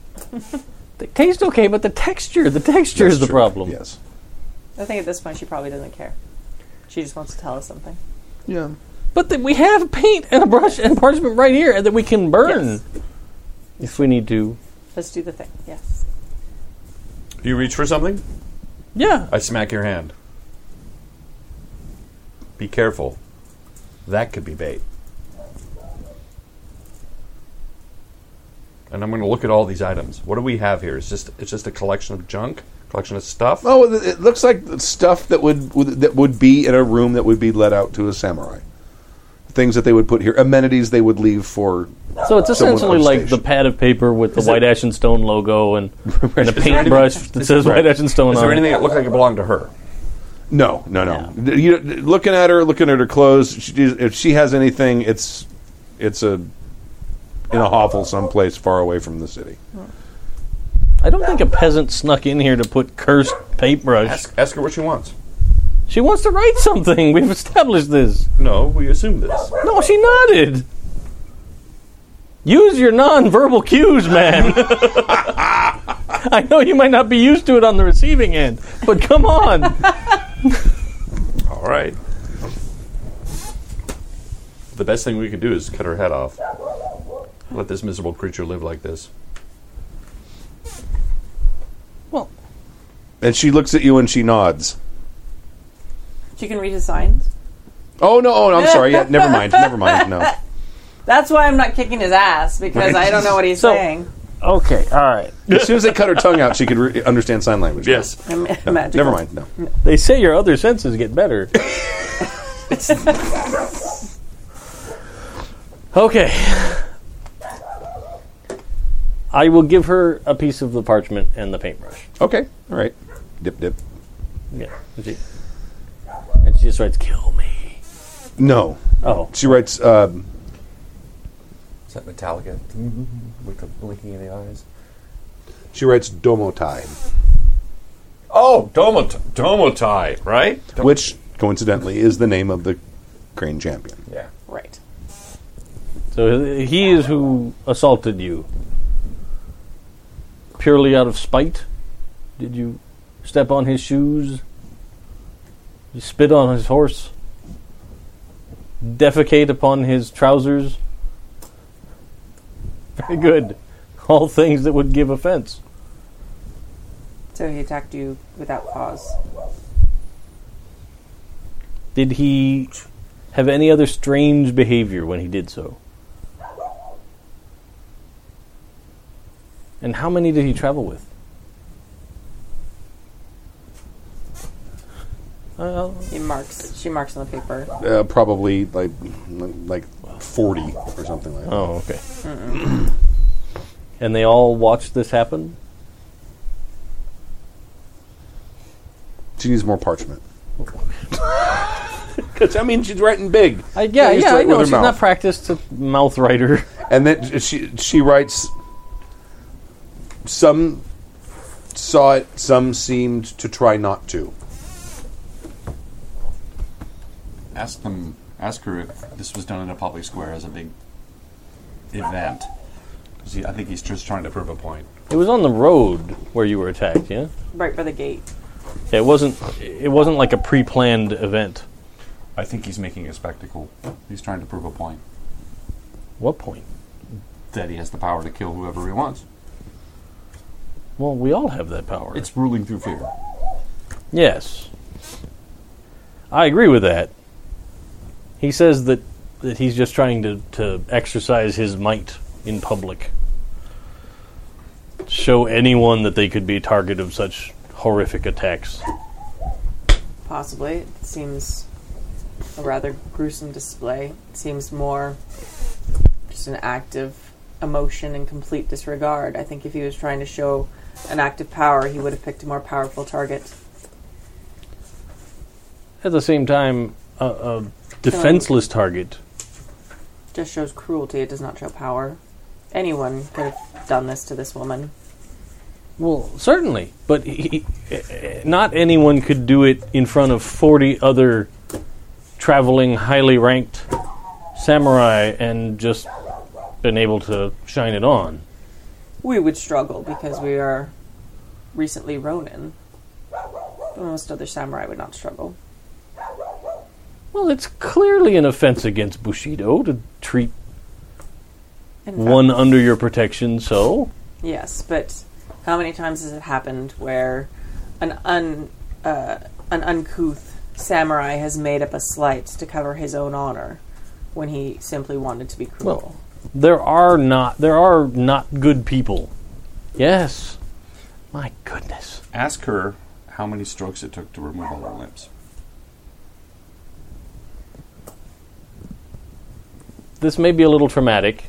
they taste okay, but the texture, the texture is That's the true. problem. Yes. I think at this point she probably doesn't care. She just wants to tell us something. Yeah. But then we have paint and a brush and parchment right here and that we can burn Yes. if we need to. Let's do the thing. Yes. Do you reach for something? Yeah. I smack your hand. Be careful. That could be bait. And I'm going to look at all these items. What do we have here? It's just it's just a collection of junk, collection of stuff. Oh, it it looks like the stuff that would would- that would be in a room that would be let out to a samurai. Things that they would put here, amenities they would leave for. So it's Uh, Someone essentially on like the station. pad of paper with the White Ash and Stone logo and, and a paintbrush that says right. White Ash and Stone Is on there it. anything that looked like it belonged to her? No, no, no. You, looking at her, looking at her clothes. She, if she has anything, it's it's a in a hovel someplace far away from the city. I don't think a peasant snuck in here to put cursed paintbrush. Ask, ask her what she wants. She wants to write something. We've established this. No, we assume this. No, she nodded. Use your nonverbal cues, man. I know you might not be used to it on the receiving end, but come on. All right. The best thing we could do is cut her head off. Let this miserable creature live like this. well, And she looks at you and she nods. She can read his signs. Oh no! Oh, I'm sorry. Yeah, never mind. Never mind. No. That's why I'm not kicking his ass because I don't know what he's So- saying. okay, all right. As soon as they cut her tongue out, she could re- understand sign language. Yes. I'm No, magical. uh, never mind. No. They say your other senses get better. okay. I will give her a piece of the parchment and the paintbrush. Okay. All right. Dip, dip. Yeah. And she, and she just writes, kill me. No. Oh. She writes. Um, Is that Metallica? With the blinking of the eyes. she writes domotai, Oh, Domot- Domotai, right? which coincidentally is the name of the crane champion. Yeah. Right. So he is who assaulted you. Purely out of spite? Did you step on his shoes? You spit on his horse? Defecate upon his trousers? Very good. All things that would give offense. So he attacked you without cause. Did he have any other strange behavior when he did so? And how many did he travel with? Well, He marks. She marks on the paper. Uh, probably like like forty or something like that. oh, okay. and they all watched this happen? She needs more parchment. Because I mean, she's writing big. I, yeah, Used yeah, to it I with know. her She's mouth. not practiced a mouth writer. And then she she writes. Some saw it. Some seemed to try not to. Ask them. Ask her if this was done in a public square as a big event. 'Cause he- I think he's just trying to prove a point. It was on the road where you were attacked, yeah? Right by the gate. It wasn't it wasn't like a pre-planned event. I think he's making a spectacle. He's trying to prove a point What point? that he has the power to kill whoever he wants. Well, we all have that power. It's ruling through fear. Yes. I agree with that. He says that, that he's just trying to, to exercise his might in public. Show anyone that they could be a target of such horrific attacks. Possibly. It seems a rather gruesome display. It seems more just an act of emotion and complete disregard. I think if he was trying to show an act of power, he would have picked a more powerful target. at the same time, a, a defenseless target. Just shows cruelty. It does not show power. Anyone could have done this to this woman. Well, certainly, but he, he- not anyone could do it in front of forty other traveling, highly ranked samurai and just been able to shine it on. We would struggle because we are recently Ronin. But most other samurai would not struggle. Well, it's clearly an offense against Bushido to treat In fact- one under your protection so. Yes, but how many times has it happened where an un uh, an uncouth samurai has made up a slight to cover his own honor when he simply wanted to be cruel? There are not there are not good people. Yes. My goodness. Ask her how many strokes it took to remove all her limbs. This may be a little traumatic,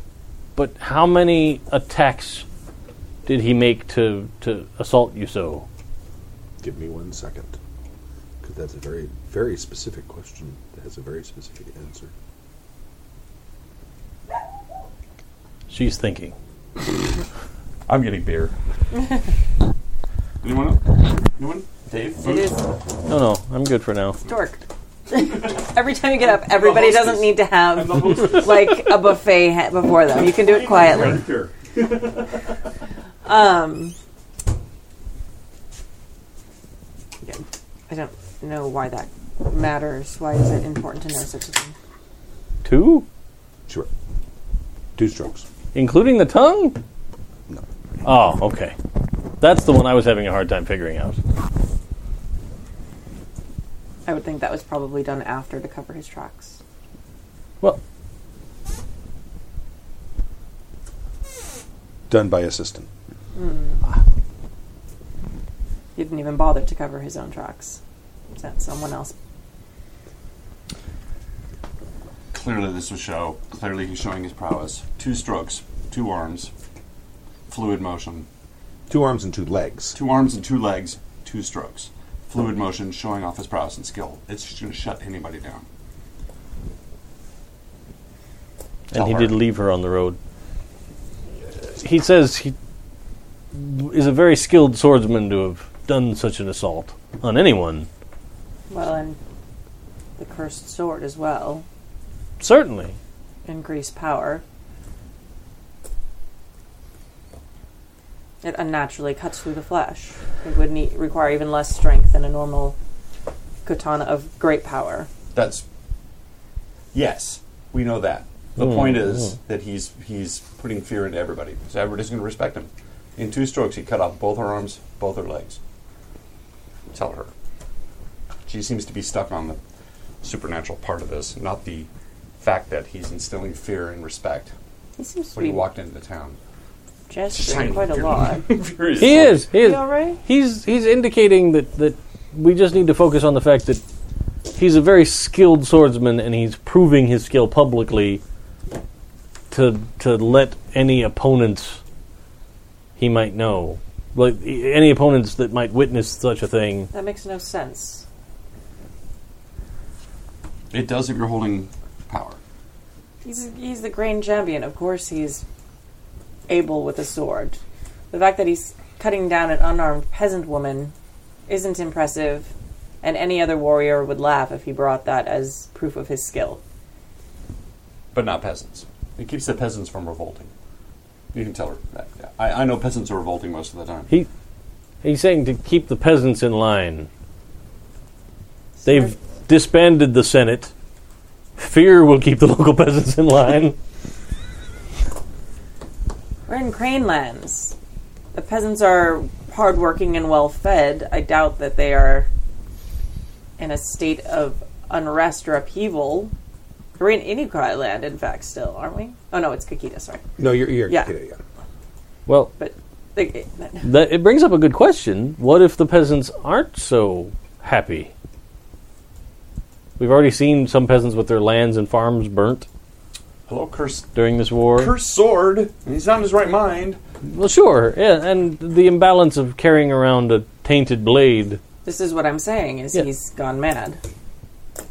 but how many attacks did he make to to assault you so? Give me one second. Because that's a very, very specific question that has a very specific answer. She's thinking. I'm getting beer. Anyone else? Anyone? Dave? It is No, no, I'm good for now. dork. Every time you get up, everybody doesn't need to have like a buffet ha- before them. You can do it quietly. Here. Um, yeah, I don't know why that matters. Why is it important to know such a thing? Two, Sure. Two strokes. including the tongue? No. Oh, okay. That's the one I was having a hard time figuring out. I would think that was probably done after to cover his tracks. Well, Done by assistant. He didn't even bother to cover his own tracks. Sent someone else. Clearly, this will show. Clearly, he's showing his prowess. Two strokes, two arms, fluid motion. Two arms and two legs. Two arms and two legs, two strokes. Fluid motion, showing off his prowess and skill. It's just going to shut anybody down. and he Tell did her. leave her on the road. He says he is a very skilled swordsman to have done such an assault on anyone. Well, and the cursed sword as well. Certainly, Increased power. It unnaturally cuts through the flesh. It would need, require even less strength than a normal katana of great power. That's yes, we know that. The Hmm, point is that he's he's putting fear into everybody, so everybody's going to respect him. In two strokes, he cut off both her arms, both her legs. Tell her. She seems to be stuck on the supernatural part of this, not the fact that he's instilling fear and respect He seems to when he be walked into the town. gesturing Shiny quite a fear. lot. he is. He is. You all right? He's he's indicating that that we just need to focus on the fact that he's a very skilled swordsman, and he's proving his skill publicly to to let any opponents he might know, like i- any opponents that might witness such a thing, That makes no sense. It does if you're holding power. He's he's the Grand Champion. Of course, he's able with a sword. The fact that he's cutting down an unarmed peasant woman isn't impressive, and any other warrior would laugh if he brought that as proof of his skill. but not peasants. It keeps the peasants from revolting. You can tell her that. I, I know peasants are revolting most of the time. He he's saying to keep the peasants in line. They've disbanded the Senate. Fear will keep the local peasants in line. We're in Crane Lands. The peasants are hardworking and well fed. I doubt that they are in a state of unrest or upheaval. We're in Inukai land, in fact, still, aren't we? Oh no, it's Kikita, sorry. No, you're, you're Yeah. yeah. Well, But they, that, it brings up a good question. What if the peasants aren't so happy? We've already seen some peasants with their lands and farms burnt Hello, curse, during this war. curse sword. And he's not in his right mind. Well, sure, yeah, and the imbalance of carrying around a tainted blade. This is what I'm saying is Yeah. he's gone mad.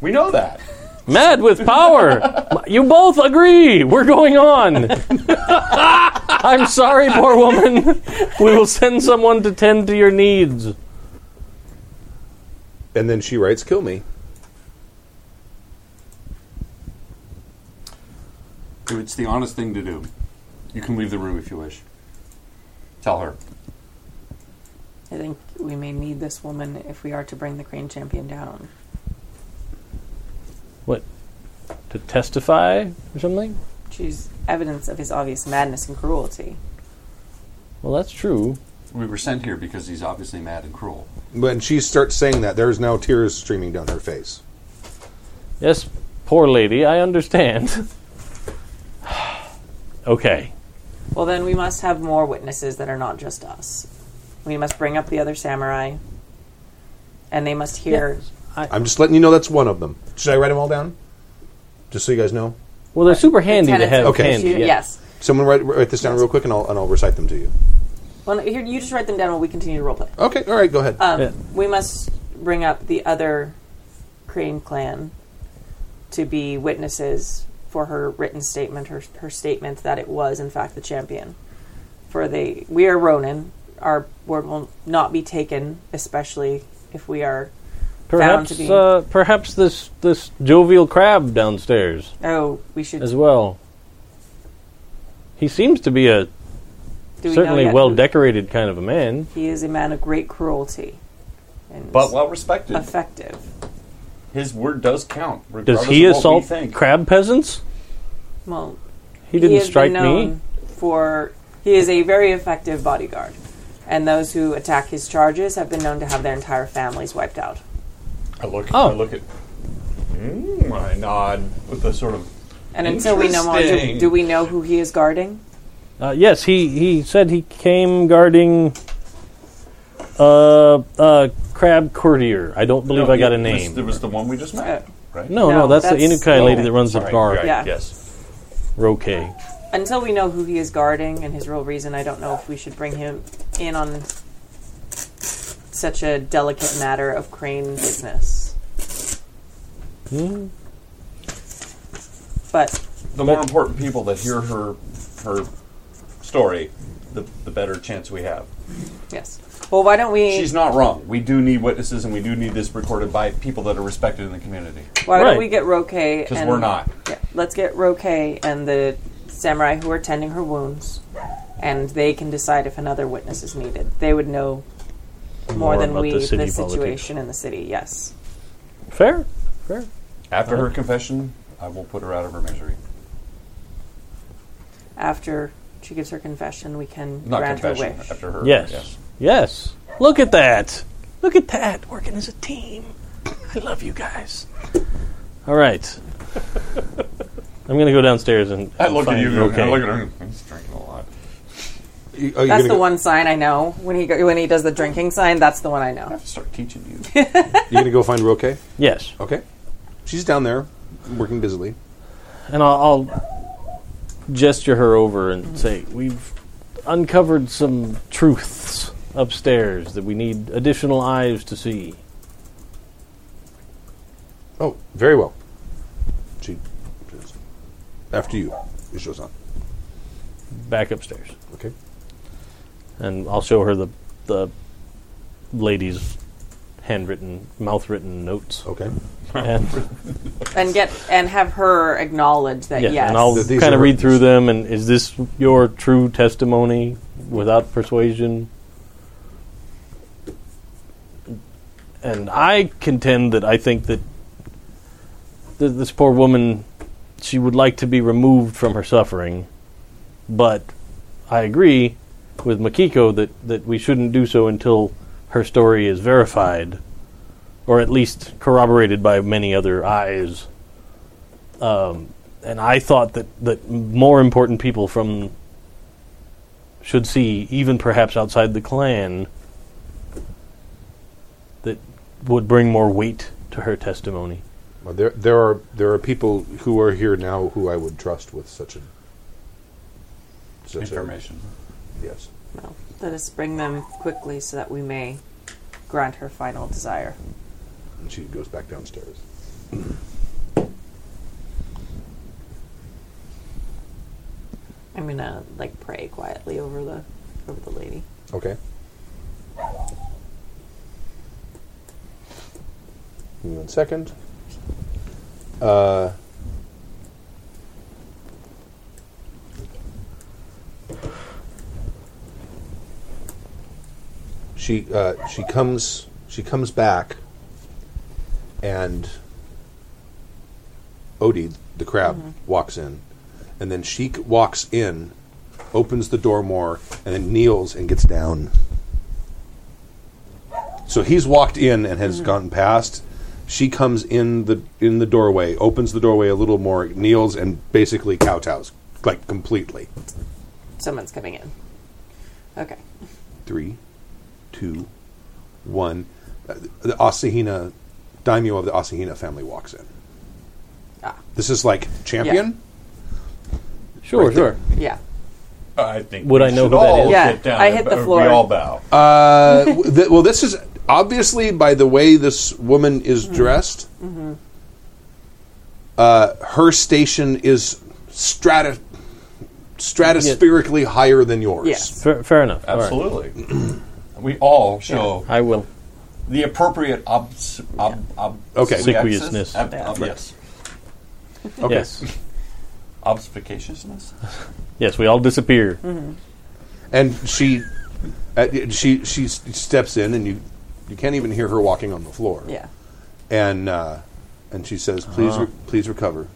We know that. Mad with power. you both agree. We're going on. I'm sorry, poor woman. We will send someone to tend to your needs. And then she writes, "Kill me." It's the honest thing to do. You can leave the room if you wish. Tell her. I think we may need this woman if we are to bring the Crane Champion down. What? To testify or something? She's evidence of his obvious madness and cruelty. Well, that's true. We were sent here because he's obviously mad and cruel. When she starts saying that, there's now tears streaming down her face. Yes, poor lady, I understand. okay. Well, then we must have more witnesses that are not just us. We must bring up the other samurai, and they must hear. I'm just letting you know that's one of them. Should I write them all down? Just so you guys know. Well, they're super handy to tenets have of Okay. handy. you- yeah. Yes. Someone write, write this down real quick, and I'll and I'll recite them to you. Well, no, here, you just write them down while we continue to roleplay. Okay, all right, go ahead. Um, Yeah. We must bring up the other Crane clan to be witnesses for her written statement, her, her statement that it was, in fact, the champion. For they, we are Ronin. Our word will not be taken, especially if we are found to Perhaps, be. uh, perhaps this this jovial crab downstairs oh, we should. as well. He seems to be a do we know certainly yet well who- decorated kind of a man. He is a man of great cruelty. And But well respected. effective. His word does count. Does regardless he of what we assault think. crab peasants? Well, He didn't has strike been me. known For he is a very effective bodyguard, and those who attack his charges have been known to have their entire families wiped out. I look. Oh. I look at. Mm, I nod with a sort of. And until we know more, do, Interesting. do we know who he is guarding? Uh, yes, he, he said he came guarding uh, uh, crab courtier. I don't believe No, I got it a was- name. There was the one we just Uh, met, right? no, no, No, that's, the that's- Inukai lady no. that runs the Sorry, bar. right, Yeah. Yes. Roque. Until we know who he is guarding and his real reason, I don't know if we should bring him in on such a delicate matter of crane business. Hmm? But The more important people that hear her her story, the the better chance we have. yes, well, why don't we? She's not wrong. We do need witnesses, and we do need this recorded by people that are respected in the community. Why Right. don't we get Roque? Because we're not. Yeah, let's get Roque and the samurai who are tending her wounds, and they can decide if another witness is needed. They would know more, More than about we the the, city situation politics. in the city. Yes. Fair? Fair. After her confession, I will put her out of her misery. After she gives her confession, we can Not grant her confession. wish. After her. Yes. yes. Look at that. Look at that. Working as a team. I love you guys. All right. I'm going to go downstairs and. I look at find you. Roque. I look at her. He's drinking a lot. You- oh, you're That's gonna the go- one sign I know when he go, when he does the drinking sign. That's the one I know. I have to start teaching you. You're gonna go find Roque. Yes. Okay, she's down there working busily. And I'll, I'll gesture her over and say, We've uncovered some truths upstairs that we need additional eyes to see. Oh, very well. She, just, after you, Ishizo-san. Back upstairs. Okay. And I'll show her the, the lady's handwritten, mouth written notes. Oh, Okay. And, And get and have her acknowledge that yeah, yes. and I'll That these kind are of her- read through them. And is this your true testimony without persuasion? And I contend that I think that th- this poor woman, she would like to be removed from her suffering, but I agree with Makiko that, that we shouldn't do so until her story is verified, or at least corroborated by many other eyes and I thought that, that more important people from should see, even perhaps outside the clan, that would bring more weight to her testimony. Well, there, there are there are people who are here now who I would trust with such a such Information. A, yes. Well, let us bring them quickly so that we may grant her final desire. And she goes back downstairs. I'm gonna like pray quietly over the over the lady. Okay. Give me one second. Uh, she uh, she comes she comes back, and Odie the crab walks in, and then she c- walks in, opens the door more, and then kneels and gets down. So he's walked in and has gone past. She comes in the in the doorway, opens the doorway a little more, kneels and basically kowtows like completely. Someone's coming in. Okay. Three, two, one. Uh, The Asahina daimyo of the Asahina family walks in. Ah. This is like champion. Sure, sure. Yeah. I think Would we I know should who that all is? get Yeah, down I and hit the bow- floor. We all bow. Uh, w- th- well, this is obviously by the way this woman is Mm-hmm. dressed. Uh, her station is strata stratospherically higher than yours. Yes. Fair, fair enough. All right. Absolutely. we all show I will. the appropriate obs- ob- ob- Okay. Obsequiousness. Ob- ob- Yeah. Yes. Okay. Yes. Obspicaciousness. Yes, we all disappear. And she uh, she she s- steps in, and you you can't even hear her walking on the floor. Yeah. And uh, and she says, "Please re- please recover."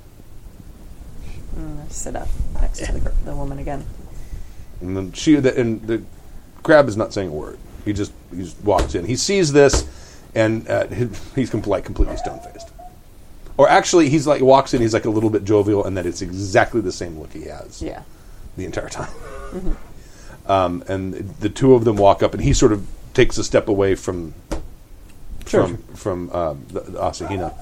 I'm gonna sit up next to the, gr- the woman again. And then she the, and the crab is not saying a word. He just he just walks in. He sees this, and uh, he- he's com- like completely stone faced. Or actually, he's like walks in. He's like a little bit jovial, and that it's exactly the same look he has Yeah. the entire time. um, and the two of them walk up, and he sort of takes a step away from from from um, the, the Asahina,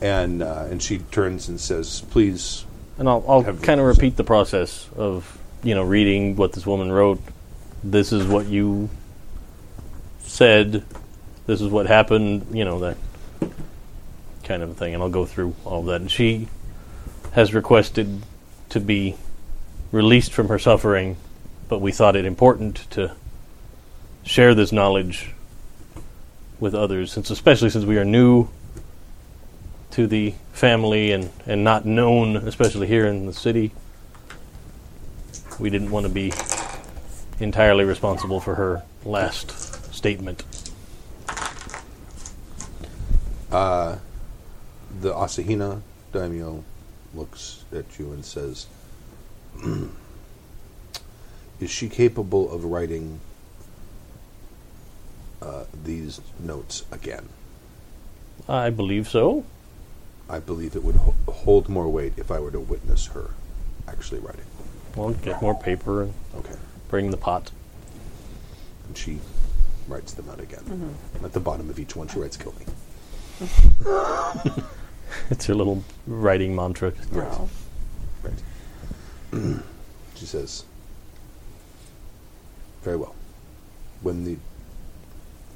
and uh, and she turns and says, "Please." And I'll, I'll Have- kind of repeat the process of, you know, reading what this woman wrote. This is what you said. This is what happened, you know, that kind of thing. And I'll go through all that. And she has requested to be released from her suffering, but we thought it important to share this knowledge with others, since especially since we are new to the family and, and not known, especially here in the city. We didn't want to be entirely responsible for her last statement. The Asahina daimyo looks at you and says, "Is she capable of writing uh, these notes again?" I believe so. I believe it would ho- hold more weight if I were to witness her actually writing. Well, get more paper and Okay. bring the pot. And she writes them out again. At the bottom of each one, she writes, kill me. It's her little writing mantra. Oh. Right. she says, Very well. When the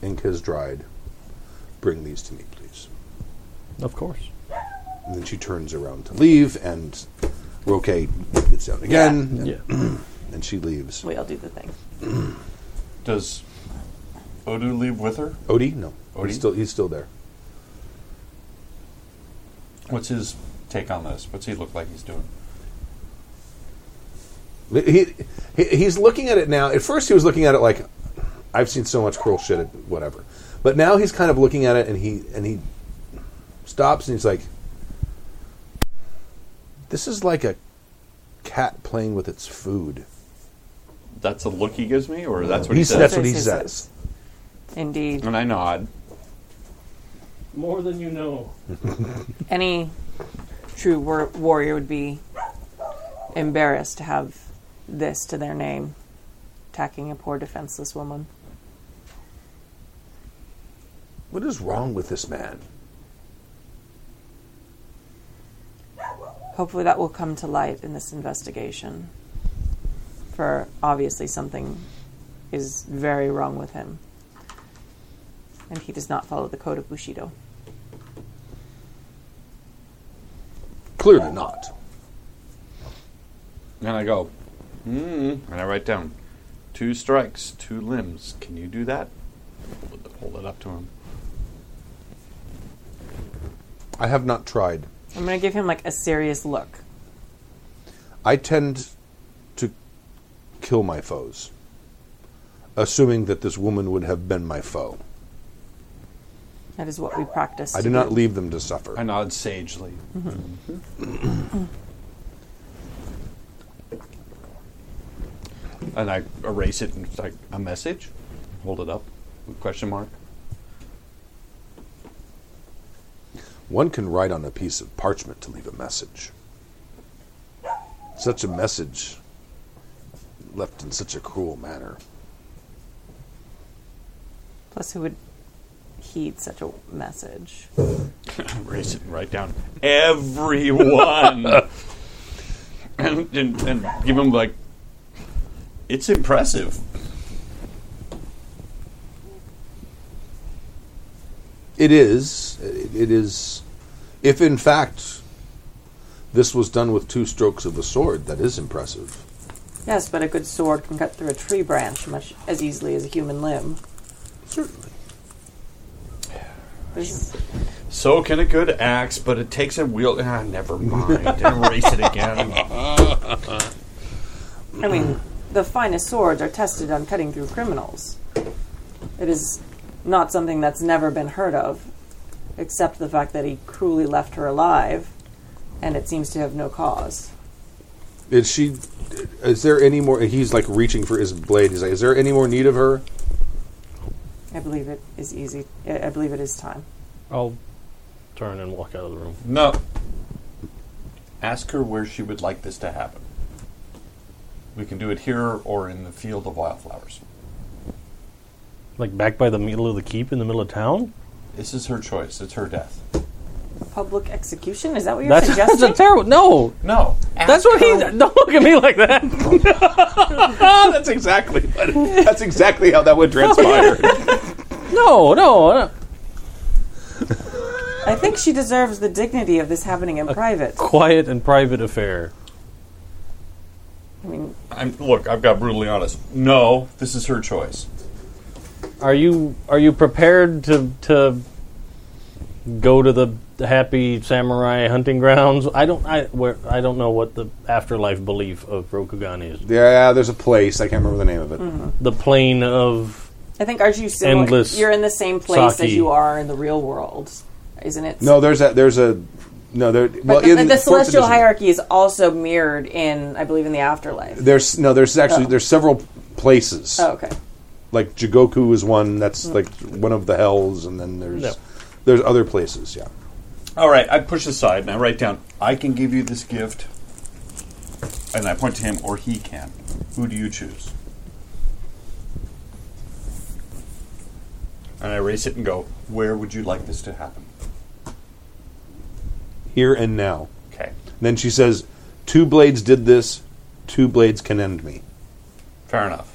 ink has dried, bring these to me, please. Of course. And then she turns around to leave, and Roque gets down again, and, Yeah. and she leaves. We all do the thing. Does Odu leave with her? Odie? No. Odie? He's still, he's still there. What's his take on this? What's he look like he's doing? He, he he's looking at it now. At first, he was looking at it like, I've seen so much cruel shit, and whatever. But now he's kind of looking at it, and he and he stops, and he's like, "This is like a cat playing with its food." That's a look he gives me, or that's what Uh, he He's- says. That's what he Yes, yes, says. Indeed. And I nod. More than you know. Any true war- warrior would be embarrassed to have this to their name, attacking a poor defenseless woman. What is wrong with this man? Hopefully, that will come to light in this investigation. For obviously, something is very wrong with him. And he does not follow the code of Bushido. Clearly not. And I go, mm and I write down two strikes, two limbs. Can you do that? Hold it up to him. I have not tried. I'm gonna give him like a serious look. I tend to kill my foes, assuming that this woman would have been my foe. That is what we practice. I do not leave them to suffer. I nod sagely. and I erase it and it's like a message. Hold it up. with Question mark. One can write on a piece of parchment to leave a message. Such a message left in such a cruel manner. Plus, who would heed such a message? Erase it and write down everyone. and, and, and give him like, it's impressive. It is. It it is. If in fact this was done with two strokes of a sword, that is impressive. Yes, but a good sword can cut through a tree branch much as easily as a human limb. Certainly. This is- So can a good axe, but it takes a wheel. Ah, never mind. Erase it again. I mean, the finest swords are tested on cutting through criminals. It is not something that's never been heard of, except the fact that he cruelly left her alive, and it seems to have no cause. Is she? Is there any more? He's like reaching for his blade. He's like, "Is there any more need of her?" I believe it is easy. I I believe it is time. I'll turn and walk out of the room. No. Ask her where she would like this to happen. We can do it here or in the field of wildflowers. Like back by the middle of the keep in the middle of town? This is her choice. It's her death. Public execution? Is that what you're That's, that's suggesting? a terrible. No! No. That's what he. Don't look at me like that! that's exactly. What, that's exactly how that would transpire. No, no. no. I think she deserves the dignity of this happening in private. Quiet and private affair. I mean, I'm, look, I've got brutally honest. No, this is her choice. Are you are you prepared to to go to the happy samurai hunting grounds? I don't I where I don't know what the afterlife belief of Rokugan is. yeah, there's a place. I can't remember the name of it. The plane of I think aren't you still Endless you're in the same place sake. as you are in the real world, isn't it? No, Oh, there's a there's a no there. well, But the, in the fourth edition- celestial hierarchy is also mirrored in, I believe, in the afterlife. There's no there's actually Oh. there's several places. Oh, okay. Hmm. Like Jigoku is one. That's like one of the hells, and then there's No. there's other places. Yeah. All right, I push aside and I write down, I can give you this gift. And I point to him, or he can. Who do you choose? And I erase it and go. Where would you like this to happen? Here and now. Okay. Then she says, two blades did this, two blades can end me. Fair enough.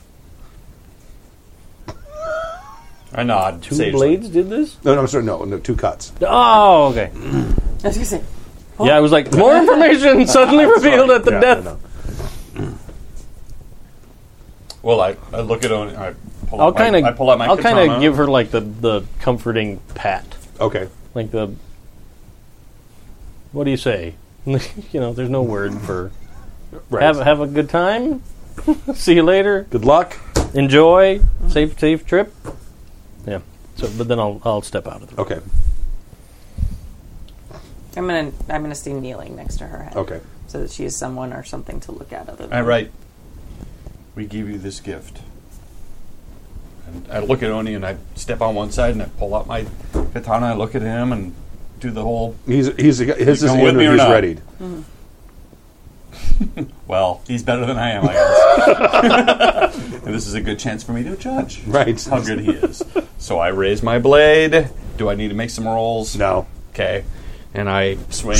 I nod. two sagely. blades did this? No, no, I'm sorry, no, no, two cuts. Oh, okay. I was gonna say, Yeah, I was like more information suddenly revealed at the Yeah, death. I know. Well, I, I look at Oni. I pull I'll out my- kind of I pull out my I'll katana. kind of give her like the the comforting pat. Okay. Like the What do you say? you know, there's no word for Right. have have a good time. See you later. Good luck. enjoy safe safe trip yeah so but then i'll i'll step out of the room Okay. I'm gonna, I'm gonna stay kneeling next to her head, Okay. so that she is someone or something to look at other than I write. We give you this gift. And I look at Oni and I step on one side and I pull out my katana. I look at him and do the whole. He's he's his is going in with me or or he's not? readied. Well, he's better than I am, I guess. and this is a good chance for me to judge Right. how good he is. So I raise my blade. Do I need to make some rolls? No. Okay. And I swing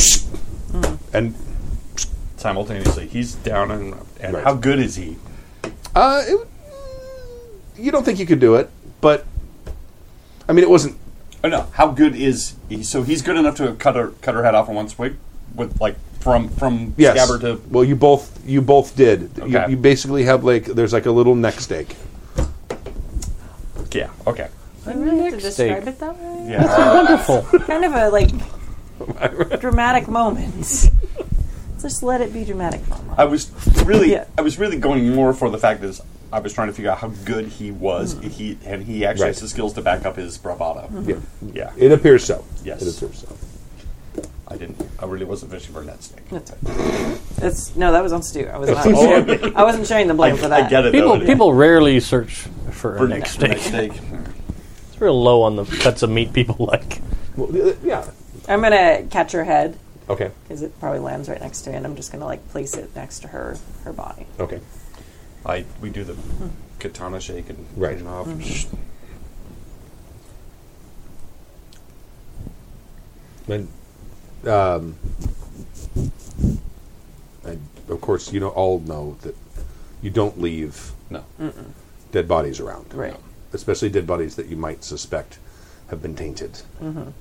And simultaneously. He's down and, and Right. how good is he? uh, it, you don't think you could do it, but I mean, it wasn't Oh no, how good is he? So he's good enough to have cut her cut her head off in one swig. with like from from Yes. scabbard to well, you both you both did. You- Okay. You, basically have like there's like a little neck stake. yeah okay You really have to steak. describe it that way? yeah Wonderful. Kind of a like dramatic moment. Just let it be dramatic. moment. I was really Yeah. I was really going more for the fact that I was trying to figure out how good he was Hmm. he and he actually Right. has the skills to back up his bravado Yeah. yeah It appears so. Yes. It appears so. I didn't I really wasn't fishing for a net snake That's That's no, that was on Stu. I was not. Oh, I wasn't sharing the I, blame for that. I get it People though. people rarely search for, for a neck next steak. steak. It's real low on the cuts of meat people like. Well, uh, yeah. I'm gonna catch her head Okay. because it probably lands right next to me, and I'm just gonna like place it next to her her body. Okay. I we do the Hmm. katana shake and Right. you know, And, um, and of course, you know, all know that you don't leave no dead bodies around, Right. Especially dead bodies that you might suspect have been tainted,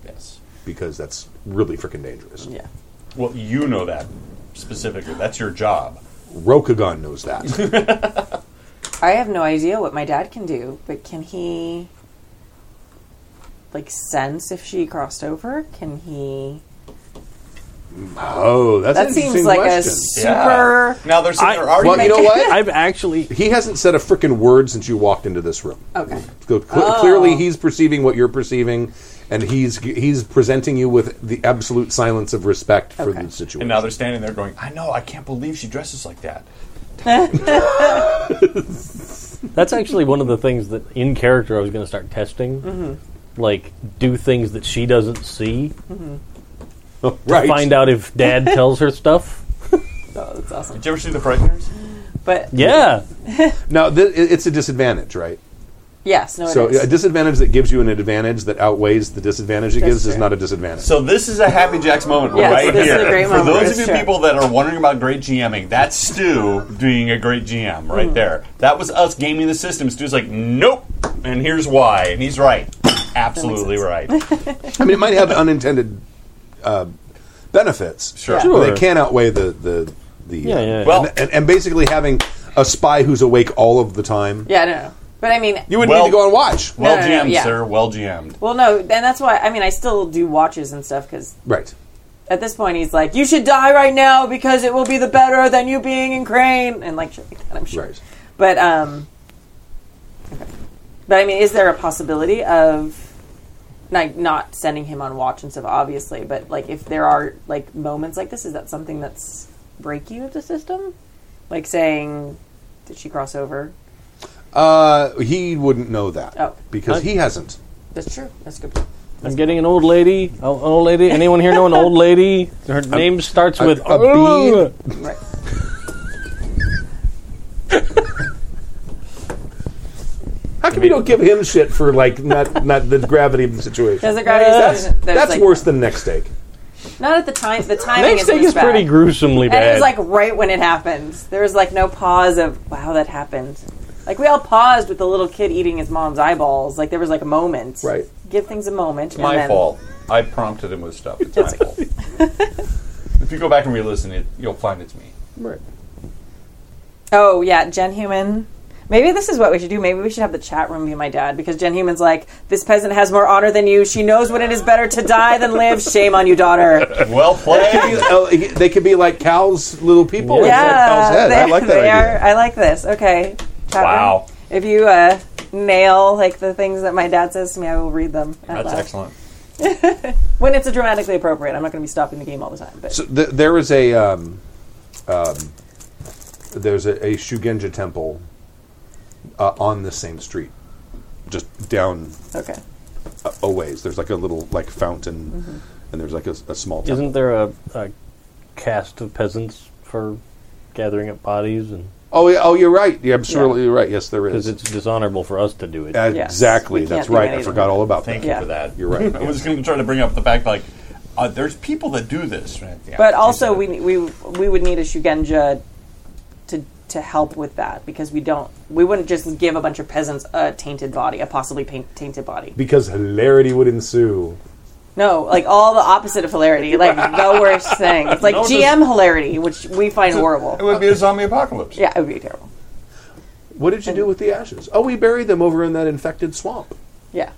yes because that's really freaking dangerous. Mm-hmm. Yeah. well you know that specifically that's your job Rokugan knows that. I have no idea what my dad can do, but can he like sense if she crossed over? Can he? oh, that's an That interesting seems like a question. super. now they're sitting I- there arguing Well, you know what? I've actually He hasn't said a freaking word since you walked into this room. Okay. Oh. So cl- Clearly, he's perceiving what you're perceiving, and he's he's presenting you with the absolute silence of respect for Okay. the situation. and now they're standing there going I know I can't believe she dresses like that That's actually one of the things that in character I was going to start testing. Like, do things that she doesn't see. right. Find out if dad tells her stuff. Oh, that's awesome. did you ever see the frighteners But Yeah. Now, th- it- it's a disadvantage, right? yes, no. it So is. a disadvantage that gives you an advantage that outweighs the disadvantage it That's gives is true. not a disadvantage. So this is a Happy Jacks moment Yes, right this is here. a great For moment. those It's of you true. people that are wondering about great GMing, that's Stu doing a great GM right Hmm. there. That was us gaming the system. Stu's like, nope, and here's why, and he's right, absolutely right. I mean, it might have unintended uh, benefits. Sure. but They can outweigh the the the. Yeah, yeah, yeah. Well- and, and basically having a spy who's awake all of the time. yeah, I don't know. But I mean, You would Well- need to go and watch. Well no, no, GM'd, yeah. sir. Well GM'd. well, no, and that's why. I mean, I still do watches and stuff because Right. at this point he's like, "You should die right now because it will be the better than you being in Crane," and like shit like that. I'm sure. Right. But um, okay. but I mean, is there a possibility of like not sending him on watch and stuff? Obviously, but like if there are like moments like this, is that something that's break you of the system? Like saying, "Did she cross over?" Uh, he wouldn't know that Oh. because I- he hasn't. That's true. That's good. I'm getting an old lady. Oh, An old lady. Anyone here know an old lady? Her name starts with a bean? Right. How come you don't give him shit for like not not the gravity of the situation? There's a gravity That's, station that's like- worse than next take. Not at the time. The timing Next thing was is pretty bad. gruesomely And it bad. was like right when it happened. There was like no pause of wow that happened. Like we all paused with the little kid eating his mom's eyeballs. Like there was like a moment. Right. Give things a moment. and My then- fault. I prompted him with stuff. It's my fault. if you go back and re-listen, it, you'll find it's me. Right. Oh yeah, Jen Human. Maybe this is what we should do. Maybe we should have the chat room be my dad because Jen Human's like, this peasant has more honor than you. She knows when it is better to die than live. Shame on you, daughter. Well played. Oh, he- they could be like Cal's little people Yeah. inside Cal's Yeah, head. I they- like that they idea. are- I like this. Okay. Chat Wow. room. If you uh, nail like the things that my dad says to me, I will read them. out That's loud. excellent. when it's a dramatically appropriate. I'm not going to be stopping the game all the time. But So th- there is a um, um, there's a, a Shugenja temple uh, on the same street, just down okay, a, a ways. There's like a little like fountain, Mm-hmm. and there's like a, s- a small temple. Isn't there a, a cast of peasants for gathering up bodies? And oh, yeah, oh, you're right. You're absolutely Yeah. right. Yes, there because is. it's dishonorable for us to do it. Uh, Yes. Exactly. We That's can't do right. I anything. forgot all about Thank that. Yeah. you for that. You're right. I was going to try to bring up the fact like uh, there's people that do this, right? Yeah, but she also said we it. we we would need a shugenja to to help with that because we don't we wouldn't just give a bunch of peasants a tainted body, a possibly paint, tainted body. Because hilarity would ensue. No, like all the opposite of hilarity, like the worst thing. It's like No, just- GM hilarity, which we find It horrible. would be a zombie apocalypse. Yeah, it would be terrible. What did you do with the ashes? Oh, we buried them over in that infected swamp. Yeah,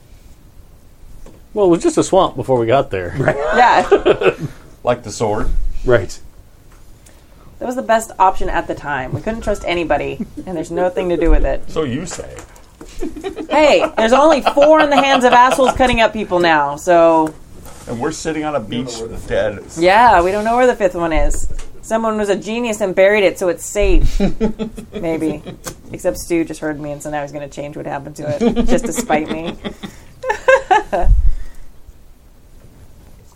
Well, it was just a swamp before we got there. yeah. that Like the sword. Right. was the best option at the time. We couldn't trust anybody, and there's nothing to do with it. So you say. Hey, there's only four in the hands of assholes cutting up people now. So And we're sitting on a beach dead. yeah, we don't know where the fifth one is. Someone was a genius and buried it, so it's safe. Maybe. Except Stu just heard me, and so now he's going to change what happened to it just to spite me.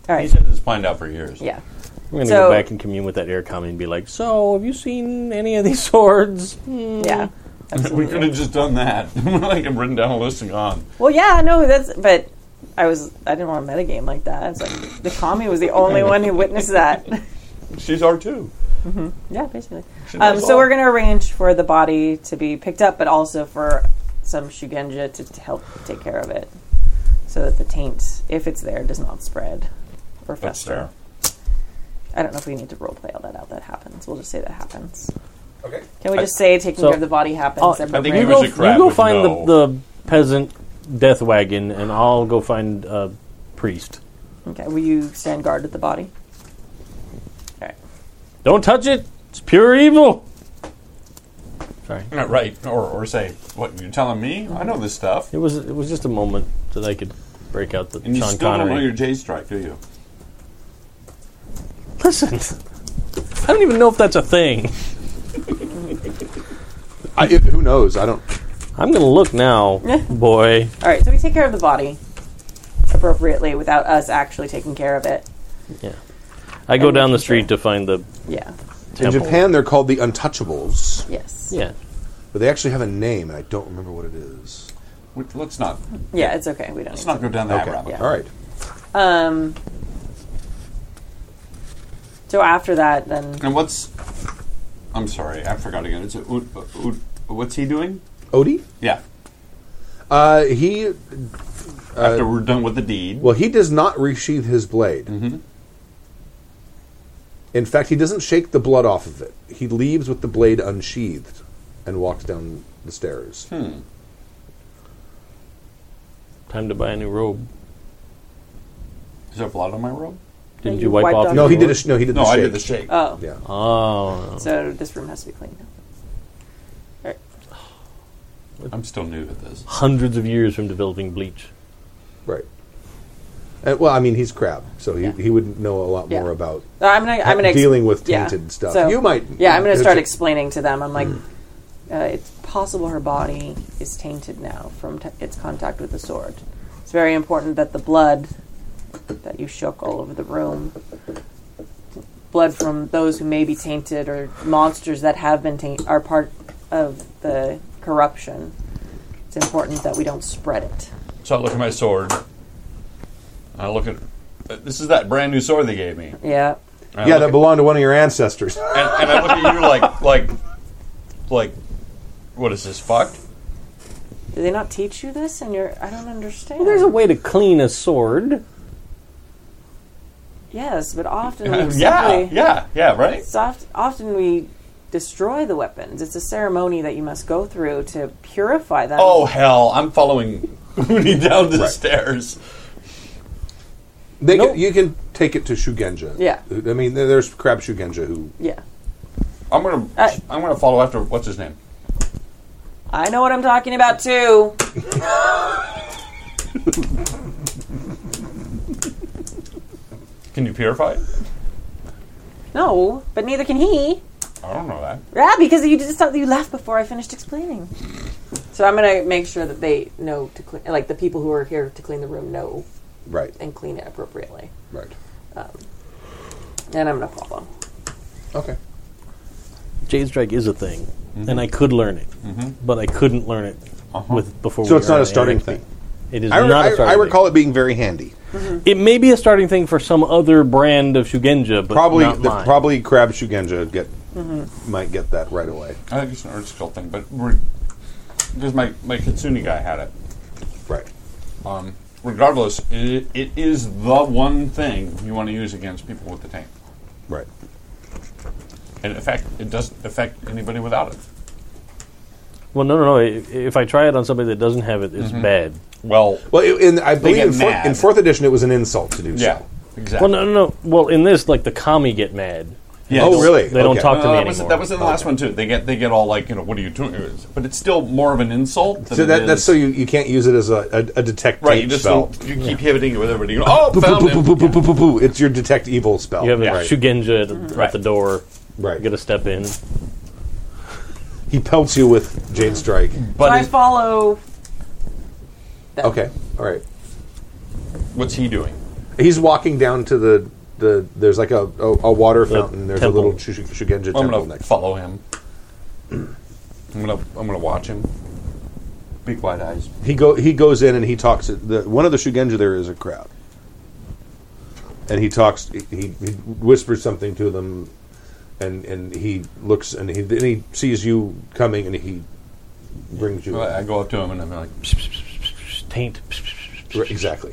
All He right. said it's planned out for years. Yeah. We're gonna So- go back and commune with that air commie and be like, "So, have you seen any of these swords?" Yeah. We could have just done that. like, and written down a list and gone. Well, yeah, no, that's but I was I didn't want to metagame like that. It's like the commie was the only one who witnessed that. She's R2. yeah, basically. Um, so we're gonna arrange for the body to be picked up, but also for some shugenja to, to help take care of it, so that the taint, if it's there, does not spread or That's fester. there. I don't know if we need to roleplay all that out. That happens. We'll just say that happens. Okay. Can we just say taking so- care of the body happens? I'll- and I think You He preparing- was go, a crab you go with find no- the, the peasant death wagon, and I'll go find a priest. okay. Will you stand guard with the body? All right. Don't touch it. It's pure evil. Sorry, Yeah, Uh, right. Or, or say, what, you're telling me? I know this stuff. it was it was just a moment that I could break out the And you Sean still don't know Connery. your J strike, do you? Listen, I don't even know if that's a thing. I, if, who knows? I don't. I'm gonna look now, boy. All right, so we take care of the body appropriately without us actually taking care of it. I go And down making the street sure. to find the Yeah. In temple. Japan, they're called the Untouchables, Yes. Yeah, but they actually have a name, and I don't remember what it is. We- Let's not, Yeah, it's okay. We don't. let's Need not to. go down that Okay. rabbit All right. Um. So after that, then And what's? I'm sorry, I forgot again. It's a, oot- oot- what's he doing? Odie. Yeah. Uh, he After we're done with the deed, well, he does not resheathe his blade. Mm-hmm. In fact, he doesn't shake the blood off of it. He leaves with the blade unsheathed and walks down the stairs. Hmm. time to buy a new robe. is there blood on my robe? Didn't you you wipe wiped off? off No, your he did. A robe? sh- no, he did. No, the I shake. did the shake. oh, Yeah. Oh, so this room has to be cleaned. now. I'm still new to this. hundreds of years from developing bleach. Right. And, well, I mean, he's crab, so he, he would know a lot Yeah. more about No, Uh, I'm gonna. I'm gonna ex- dealing with yeah. tainted stuff. So- you might. Yeah, I'm gonna start it's- explaining to them. I'm like, Hmm. uh, it's possible her body is tainted now from t- its contact with the sword. It's very important that the blood that you shook all over the room, blood from those who may be tainted or monsters that have been tainted, are part of the corruption. It's important that we don't spread it. So I look at my sword. I look at uh, this is that brand new sword they gave me. Yeah. And I Yeah, look that at- belonged to one of your ancestors. and, and I look at you like like like what is this fucked? Did they not teach you this? And you're, I don't understand. There's a way to clean a sword. yes, but often we Uh, yeah, simply- yeah, yeah, right. It's oft- often we destroy the weapons. It's a ceremony that you must go through to purify them. Oh hell, I'm following Uni down the stairs. They Nope. can, you can take it to Shugenja. Yeah. I mean, there- there's crab Shugenja who. yeah. I'm gonna Uh, I'm gonna follow after what's his name? I know what I'm talking about too. Can you purify it? No, but neither can he. I don't know that. Yeah, because you just you left before I finished explaining. So I'm gonna make sure that they know to clean, like the people who are here to clean the room know Right. and clean it appropriately. Right. And I'm gonna follow. Okay. Jade Strike is a thing, Mm-hmm. and I could learn it, but I couldn't learn it Uh-huh. with before. So we it's not earned a starting NXP. thing. It is I, re- not I, a starting I recall thing. it being very handy. It may be a starting thing for some other brand of Shugenja, but Probably, not the, mine. probably crab Shugenja get might get that right away. I think it's an earth skull thing, but we're because my my Kitsune guy had it. Right. Um, regardless, it, it is the one thing you want to use against people with the tank. Right. And in fact, it doesn't affect anybody without it. Well, no, no, no. i- If I try it on somebody that doesn't have it, it's Mm-hmm. bad. Well, Well, it, in, I believe get in, four, mad. in fourth edition it was an insult to do yeah, so. exactly. Well, no, no, no. Well, in this, like the commie get mad. Yeah, Oh, it's- really? They don't Okay. talk to No, me Uh, that anymore. was that was in the last one too. They get they get all like you know what are you doing? But it's still more of an insult. Than So it that, that's is- so you, you can't use it as a, a, a detect right. taint You just spell. don't, you keep hitting it with everybody. You go, oh, found Boo, boo, him. boo, boo, boo, boo, boo. It's your detect evil spell. You have a Yeah. shugenja at, at Right. the door. Right. You got to step in. He pelts you with Jade Strike. so I But is- follow. Okay, all right. what's he doing? He's walking down to the, the there's like a, a, a water fountain. There's temple. a little shu- shu- Shugenja I'm temple gonna next. follow him. I'm gonna I'm gonna watch him. Big wide eyes. He go he goes in and he talks. The, one of the Shugenja there is a crowd, and he talks. He, he whispers something to them, and and he looks and he then he sees you coming and he brings you I go up to him and I'm like, Taint. Right, exactly.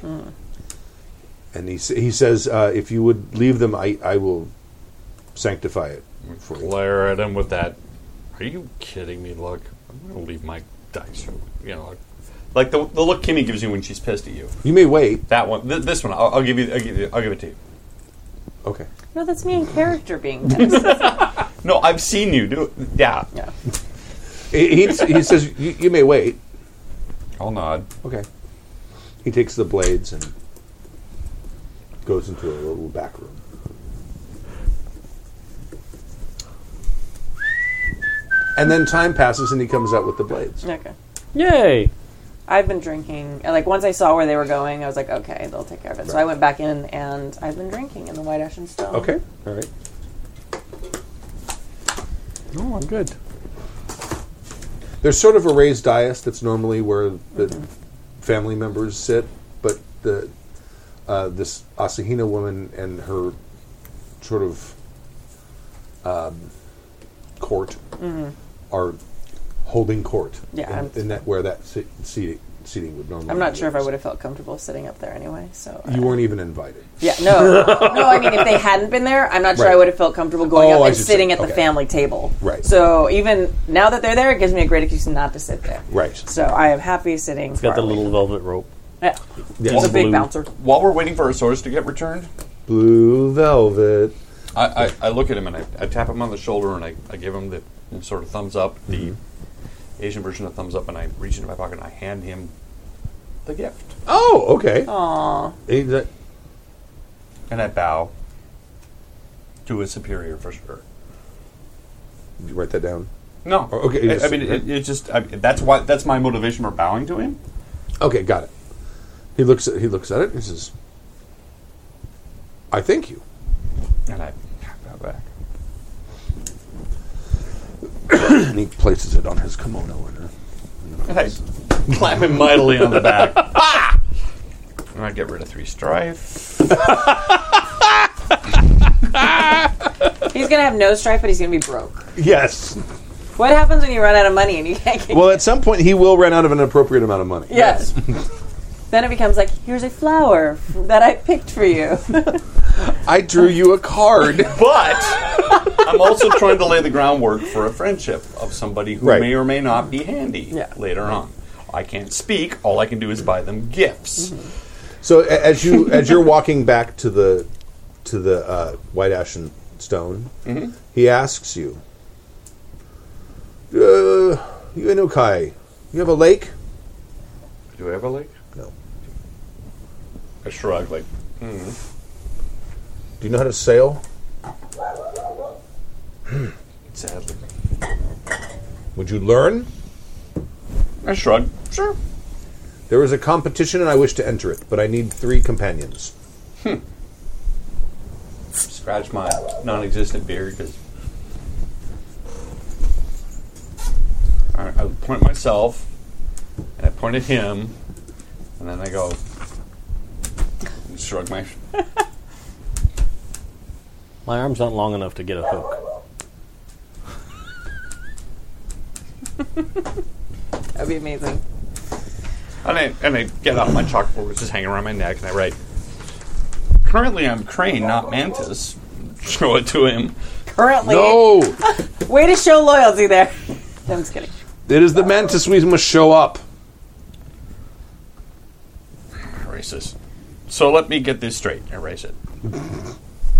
And he sa- he says, uh, if you would leave them, I I will sanctify it for you. glare at him with that. Are you kidding me? Look, I'm gonna leave my dice. You know, like, like the, the look Kimmy gives you when she's pissed at you. You may wait. That one, th- this one, I'll, I'll give you. I'll give you. I'll give it to you. Okay. No, that's me in character being. pissed. No, I've seen you do. it. Yeah, yeah. He, he, he says, you, you may wait. I'll nod. Okay. He takes the blades and goes into a little back room. And then time passes and he comes out with the blades. Okay. Yay! I've been drinking. and, Like once I saw where they were going, I was like, okay, they'll take care of it. So I went back in, and I've been drinking in the White Ashen Stone. Okay. All right. Oh, I'm good. There's sort of a raised dais that's normally where the family members sit, but the uh, this Asahina woman and her sort of um, court are holding court. Mm-hmm. Yeah, in, I'm- in that where that se- seating seating would normally. I'm not be sure if I raised. would have felt comfortable sitting up there anyway. So uh, You weren't even invited. yeah, no, no. I mean, if they hadn't been there, I'm not sure Right. I would have felt comfortable going Oh, up I and see what sitting you're at the saying. Okay. family table. Right. So even now that they're there, it gives me a great excuse not to sit there. Right. So I am happy sitting. Got the far away. little velvet rope. Yeah. Yes. It's a big Blue. bouncer. While we're waiting for our swords to get returned, Blue velvet. I, I, I look at him and I, I tap him on the shoulder and I, I give him the sort of thumbs up, the Asian version of thumbs up, and I reach into my pocket and I hand him the gift. Oh, okay. Aw. He's like, And I bow to a superior for sure. Did you write that down? No, Oh, okay, I- I, yes, mean, right. it, it just I, that's why that's my motivation for bowing to him. Okay, got it. He looks at he looks at it and he says, "I thank you." And I bow back. And he places it on his kimono and her. And I clap him mightily on the back. and I get rid of three strife. He's gonna have no strife, but he's gonna be broke. Yes. What happens when you run out of money and you can't get? Well, at some point he will run out of an appropriate amount of money. Yes. then it becomes like, here's a flower f- that I picked for you. I drew you a card. But I'm also trying to lay the groundwork for a friendship of somebody who Right. may or may not be handy Yeah. later on. I can't speak. All I can do is buy them gifts. so a- as you as you're walking back to the to the uh, White Ashen Stone, he asks you, uh, "You Inukai, you have a lake?" Do I have a lake? No. I shrug, like, Do you know how to sail? sadly. Would you learn? I shrug. Sure. There is a competition and I wish to enter it, but I need three companions. Scratch my non existent beard because. I I point at myself, and I point at him, and then I go, shrug my. My arm's not long enough to get a hook. That'd be amazing. And I, and I get out my chalkboard, which is hanging around my neck, and I write, Currently I'm Crane, not Mantis. Show it to him. Currently, No, way to show loyalty there. No, I'm just kidding. it is the mantis. We must show up. Racist. So let me get this straight. Erase it.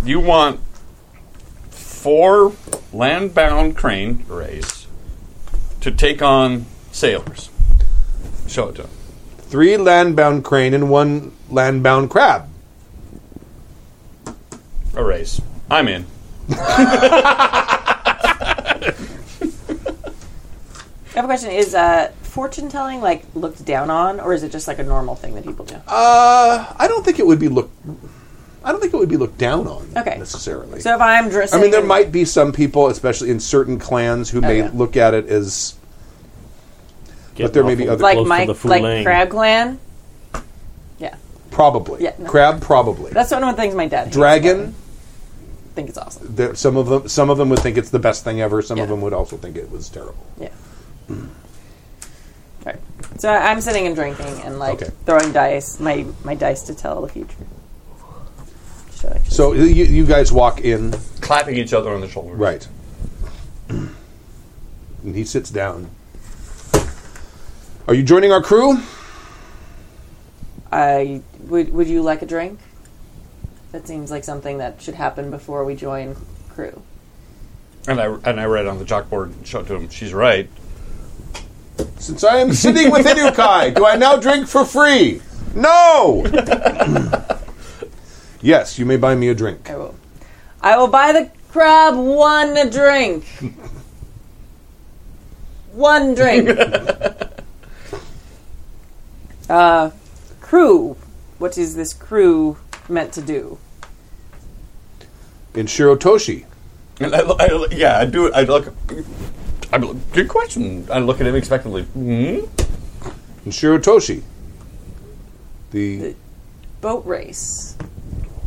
You want four land bound crane rays to take on sailors. Show it to him. Three land-bound crane and one land-bound crab. Erase. I'm in. I have a question: Is uh, fortune telling like looked down on, or is it just like a normal thing that people do? Uh, I don't think it would be looked. I don't think it would be looked down on Okay. necessarily. so if I'm dressed, I mean, there might be some people, especially in certain clans, who may Oh, yeah. look at it as. Getting there may be awful other- like close to Mike, the Fu like Lang. Crab Clan. Yeah, Probably. Yeah, no. Crab, probably. that's one of the things my dad. hates about Dragon, it. I think it's awesome. there, some of them some of them would think it's the best thing ever. Some of Yeah. them would also think it was terrible. Yeah. All right. So I'm sitting and drinking and like Okay. throwing dice, my my dice to tell the future. Should I just- So you, you guys walk in, Clapping each other on the shoulder. right? And he sits down. Are you joining our crew? I would. Would you like a drink? That seems like something that should happen before we join crew. And I and I read on the chalkboard and showed to him, she's right. Since I am sitting with Inukai, do I now drink for free? No. yes, you may buy me a drink. I will. I will buy the crab one a drink. one drink. uh, Uh, crew. What is this crew meant to do? In Shirotoshi, And I, lo- I lo- yeah, I do. I look. I look, good question. I look at him expectantly. Hmm? in Shirotoshi, the Boat race.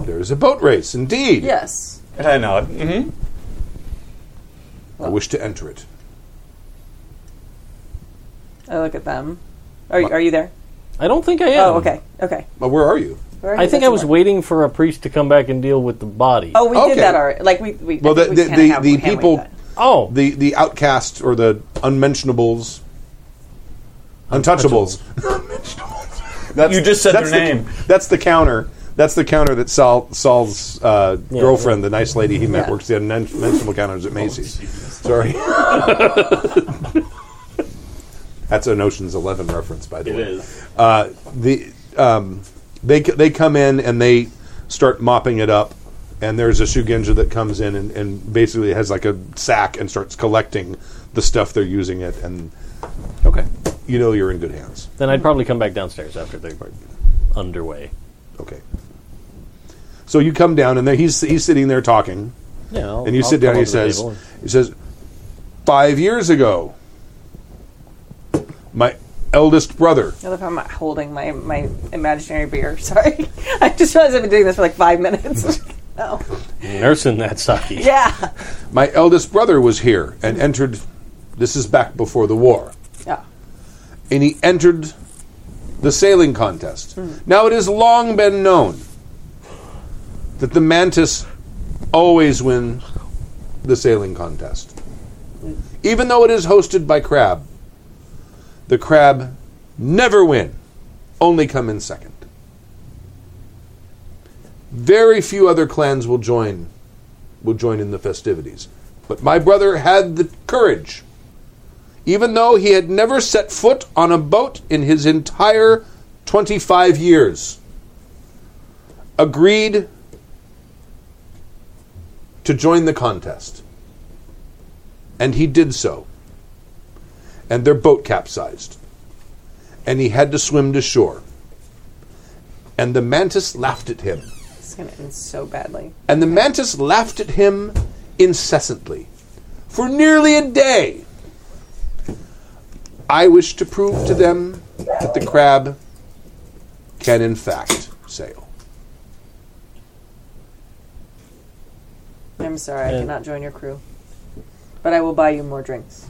there is a boat race. Indeed, Yes. And I nod. hmm I wish to enter it. I look at them. Are, are you there? I don't think I am. Oh, okay. Okay. Well, where are you? Where are um, I you? think That's I was the- waiting for a priest to come back and deal with the body. Oh, we Okay. did that already. Like we, we Well, I think the- the- we kinda the- have- the hand-waved people- that. Oh, the the outcasts or the unmentionables, untouchables. that's, You just said that's their the- name. That's the counter. That's the counter that Saul, Saul's uh, girlfriend, the nice lady he met, Yeah. works the unmentionable counters at Macy's. Sorry. that's an Ocean's Eleven reference, by the way. is. Uh, the um, they c- they come in and they start mopping it up, and there's a shugenja that comes in and, and basically has like a sack and starts collecting the stuff they're using it, and okay. you know you're in good hands. Then I'd probably come back downstairs after they're underway. Okay. So you come down and there he's he's sitting there talking, Yeah. I'll- and you I'll sit down. come and He up to the says, table and- he says, five years ago, my eldest brother. I love how I'm not holding my, my imaginary beer. Sorry. I just realized I've been doing this for like five minutes. oh. nursing that sake. Yeah. My eldest brother was here and entered. This is back before the war, Yeah. and he entered the sailing contest. Now it has long been known that the mantis always win the sailing contest, even though it is hosted by crab. The crab never win; only come in second. Very few other clans will join will join in the festivities. But my brother had the courage. Even though he had never set foot on a boat in his entire 25 years, agreed to join the contest. And he did so. And their boat capsized. And he had to swim to shore. And the mantis laughed at him. It's going to end so badly. And the mantis laughed at him incessantly for nearly a day. I wish to prove to them that the crab can, in fact, sail. I'm sorry. I cannot join your crew. But I will buy you more drinks.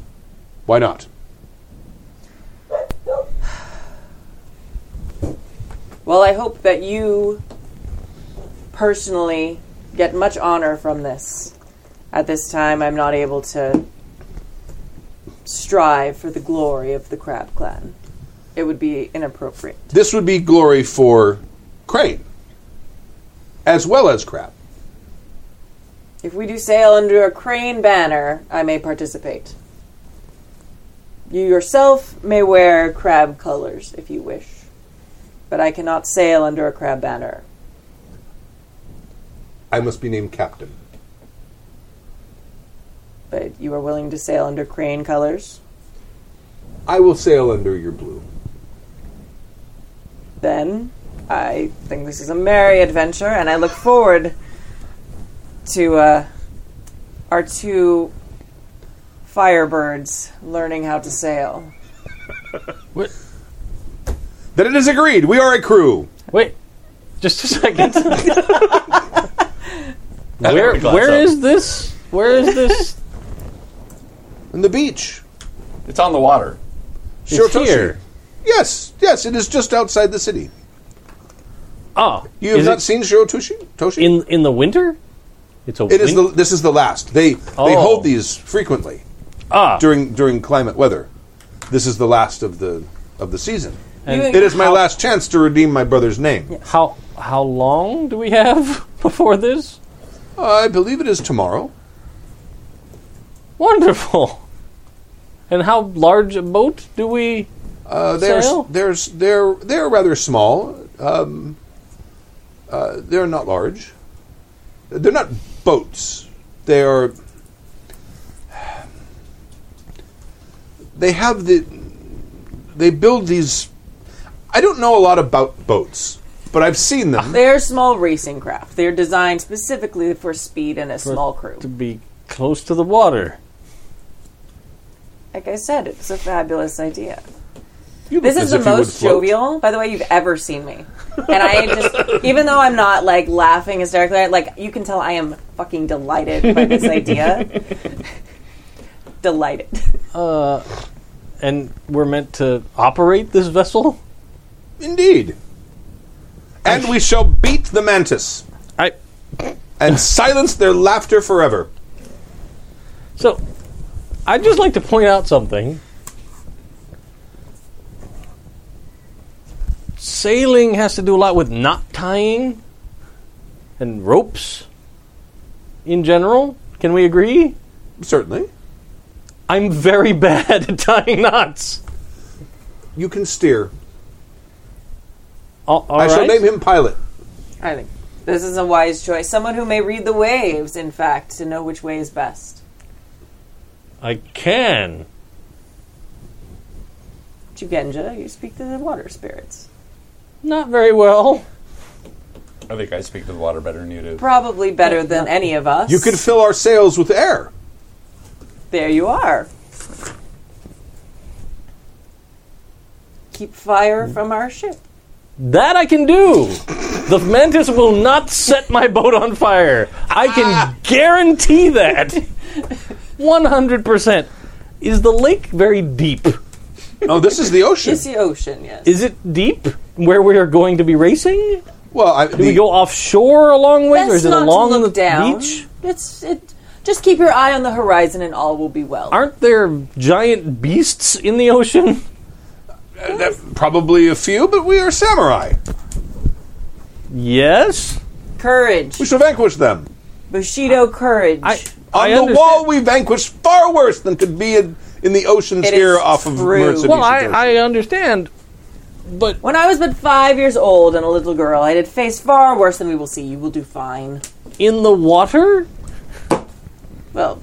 Why not? Well, I hope that you personally get much honor from this. At this time, I'm not able to strive for the glory of the Crab Clan. It would be inappropriate. This would be glory for Crane, as well as Crab. If we do sail under a crane banner, I may participate. You yourself may wear crab colors if you wish, but I cannot sail under a crab banner. I must be named captain. But you are willing to sail under crane colors? I will sail under your blue. Then I think this is a merry adventure, and I look forward to uh, our two firebirds learning how to sail. Then it is agreed. We are a crew. Wait, just a second. where already glass where up. is this? Where is this? On the beach. It's on the water. it's Shotoshi. here. Yes, yes, it is just outside the city. Ah, You have is not it seen Shotoshi? Toshi? in in the winter. It's a It is winter. the, this is the last. They they Oh. hold these frequently ah. during during climate weather. This is the last of the of the season. And It is my last chance to redeem my brother's name. how how long do we have before this? I believe it is tomorrow. Wonderful. And how large a boat do we? Uh, they're, Sail? they're they're they're rather small. Um, uh, they're not large. They're not boats. They are. They have the. They build these. I don't know a lot about boats, but I've seen them. They're small racing craft. They're designed specifically for speed and a small crew. to be close to the water. Like I said, it's a fabulous idea. You This look as is the if you would most float. jovial, by the way, you've ever seen me. And I just, even though I'm not like laughing hysterically, like you can tell I am fucking delighted by this idea. delighted. And we're meant to operate this Ah. vessel. Indeed. And we shall beat the mantis I and silence their laughter forever. so I'd just like to point out something. Sailing has to do a lot with knot tying and ropes in general. Can we agree? Certainly. I'm very bad at tying knots. You can steer. All, all I shall right. name him pilot. I think this is a wise choice. Someone who may read the waves, in fact, to know which way is best. I can. Chugenja, you speak to the water spirits. Not very well. I think I speak to the water better than you do. Probably better than any of us. You can fill our sails with air. There you are. Keep fire Mm. from our ship. That I can do. The mantis will not set my boat on fire. I Ah. can guarantee that. 100%. Is the lake very deep? Oh, this is the ocean. It's the ocean, yes. Is it deep where we are going to be racing? well, I, Do we the- go offshore a long ways or is Best it not along to look the down. beach? It's it. Just keep your eye on the horizon, and all will be well. Aren't there giant beasts in the ocean? uh, that- probably a few, but we are samurai. Yes. courage, We shall vanquish them. Bushido, courage. I On I the understand. wall, we vanquish far worse than could be in, in the oceans It here is off of true. Mercy. Well, I, I understand. But when I was but five years old and a little girl, I did face far worse than we will see. You will do fine. in the water? Well,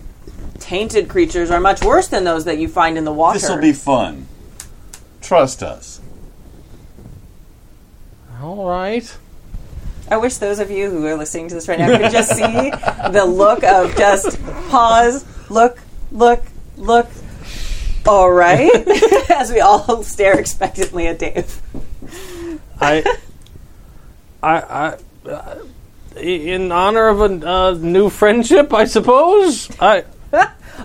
tainted creatures are much worse than those that you find in the water. This will be fun. Trust us. All right. I wish those of you who are listening to this right now could just see the look of just pause, look, look, look. All right, as we all stare expectantly at Dave. I, I, I, uh, in honor of a uh, new friendship, I suppose. I,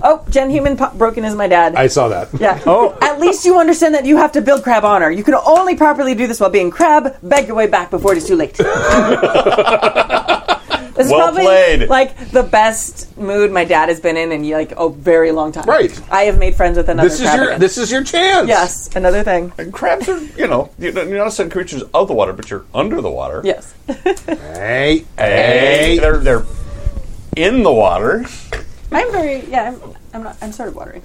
Oh, Jen Human po- broken is my dad. I saw that. yeah. Oh. At least you understand that you have to build crab honor. You can only properly do this while being crab. Beg your way back before it is too late. this is Well probably played. like the best mood my dad has been in in like a very long time. Right. I have made friends with another. This is crab your again. this is your chance. Yes, another thing. And crabs are, you know, you're not you're not sudden creatures of the water, but you're under the water. Yes. Hey, Hey, hey. they're they're in the water. I'm very yeah. I'm I'm not. I'm sort of watery.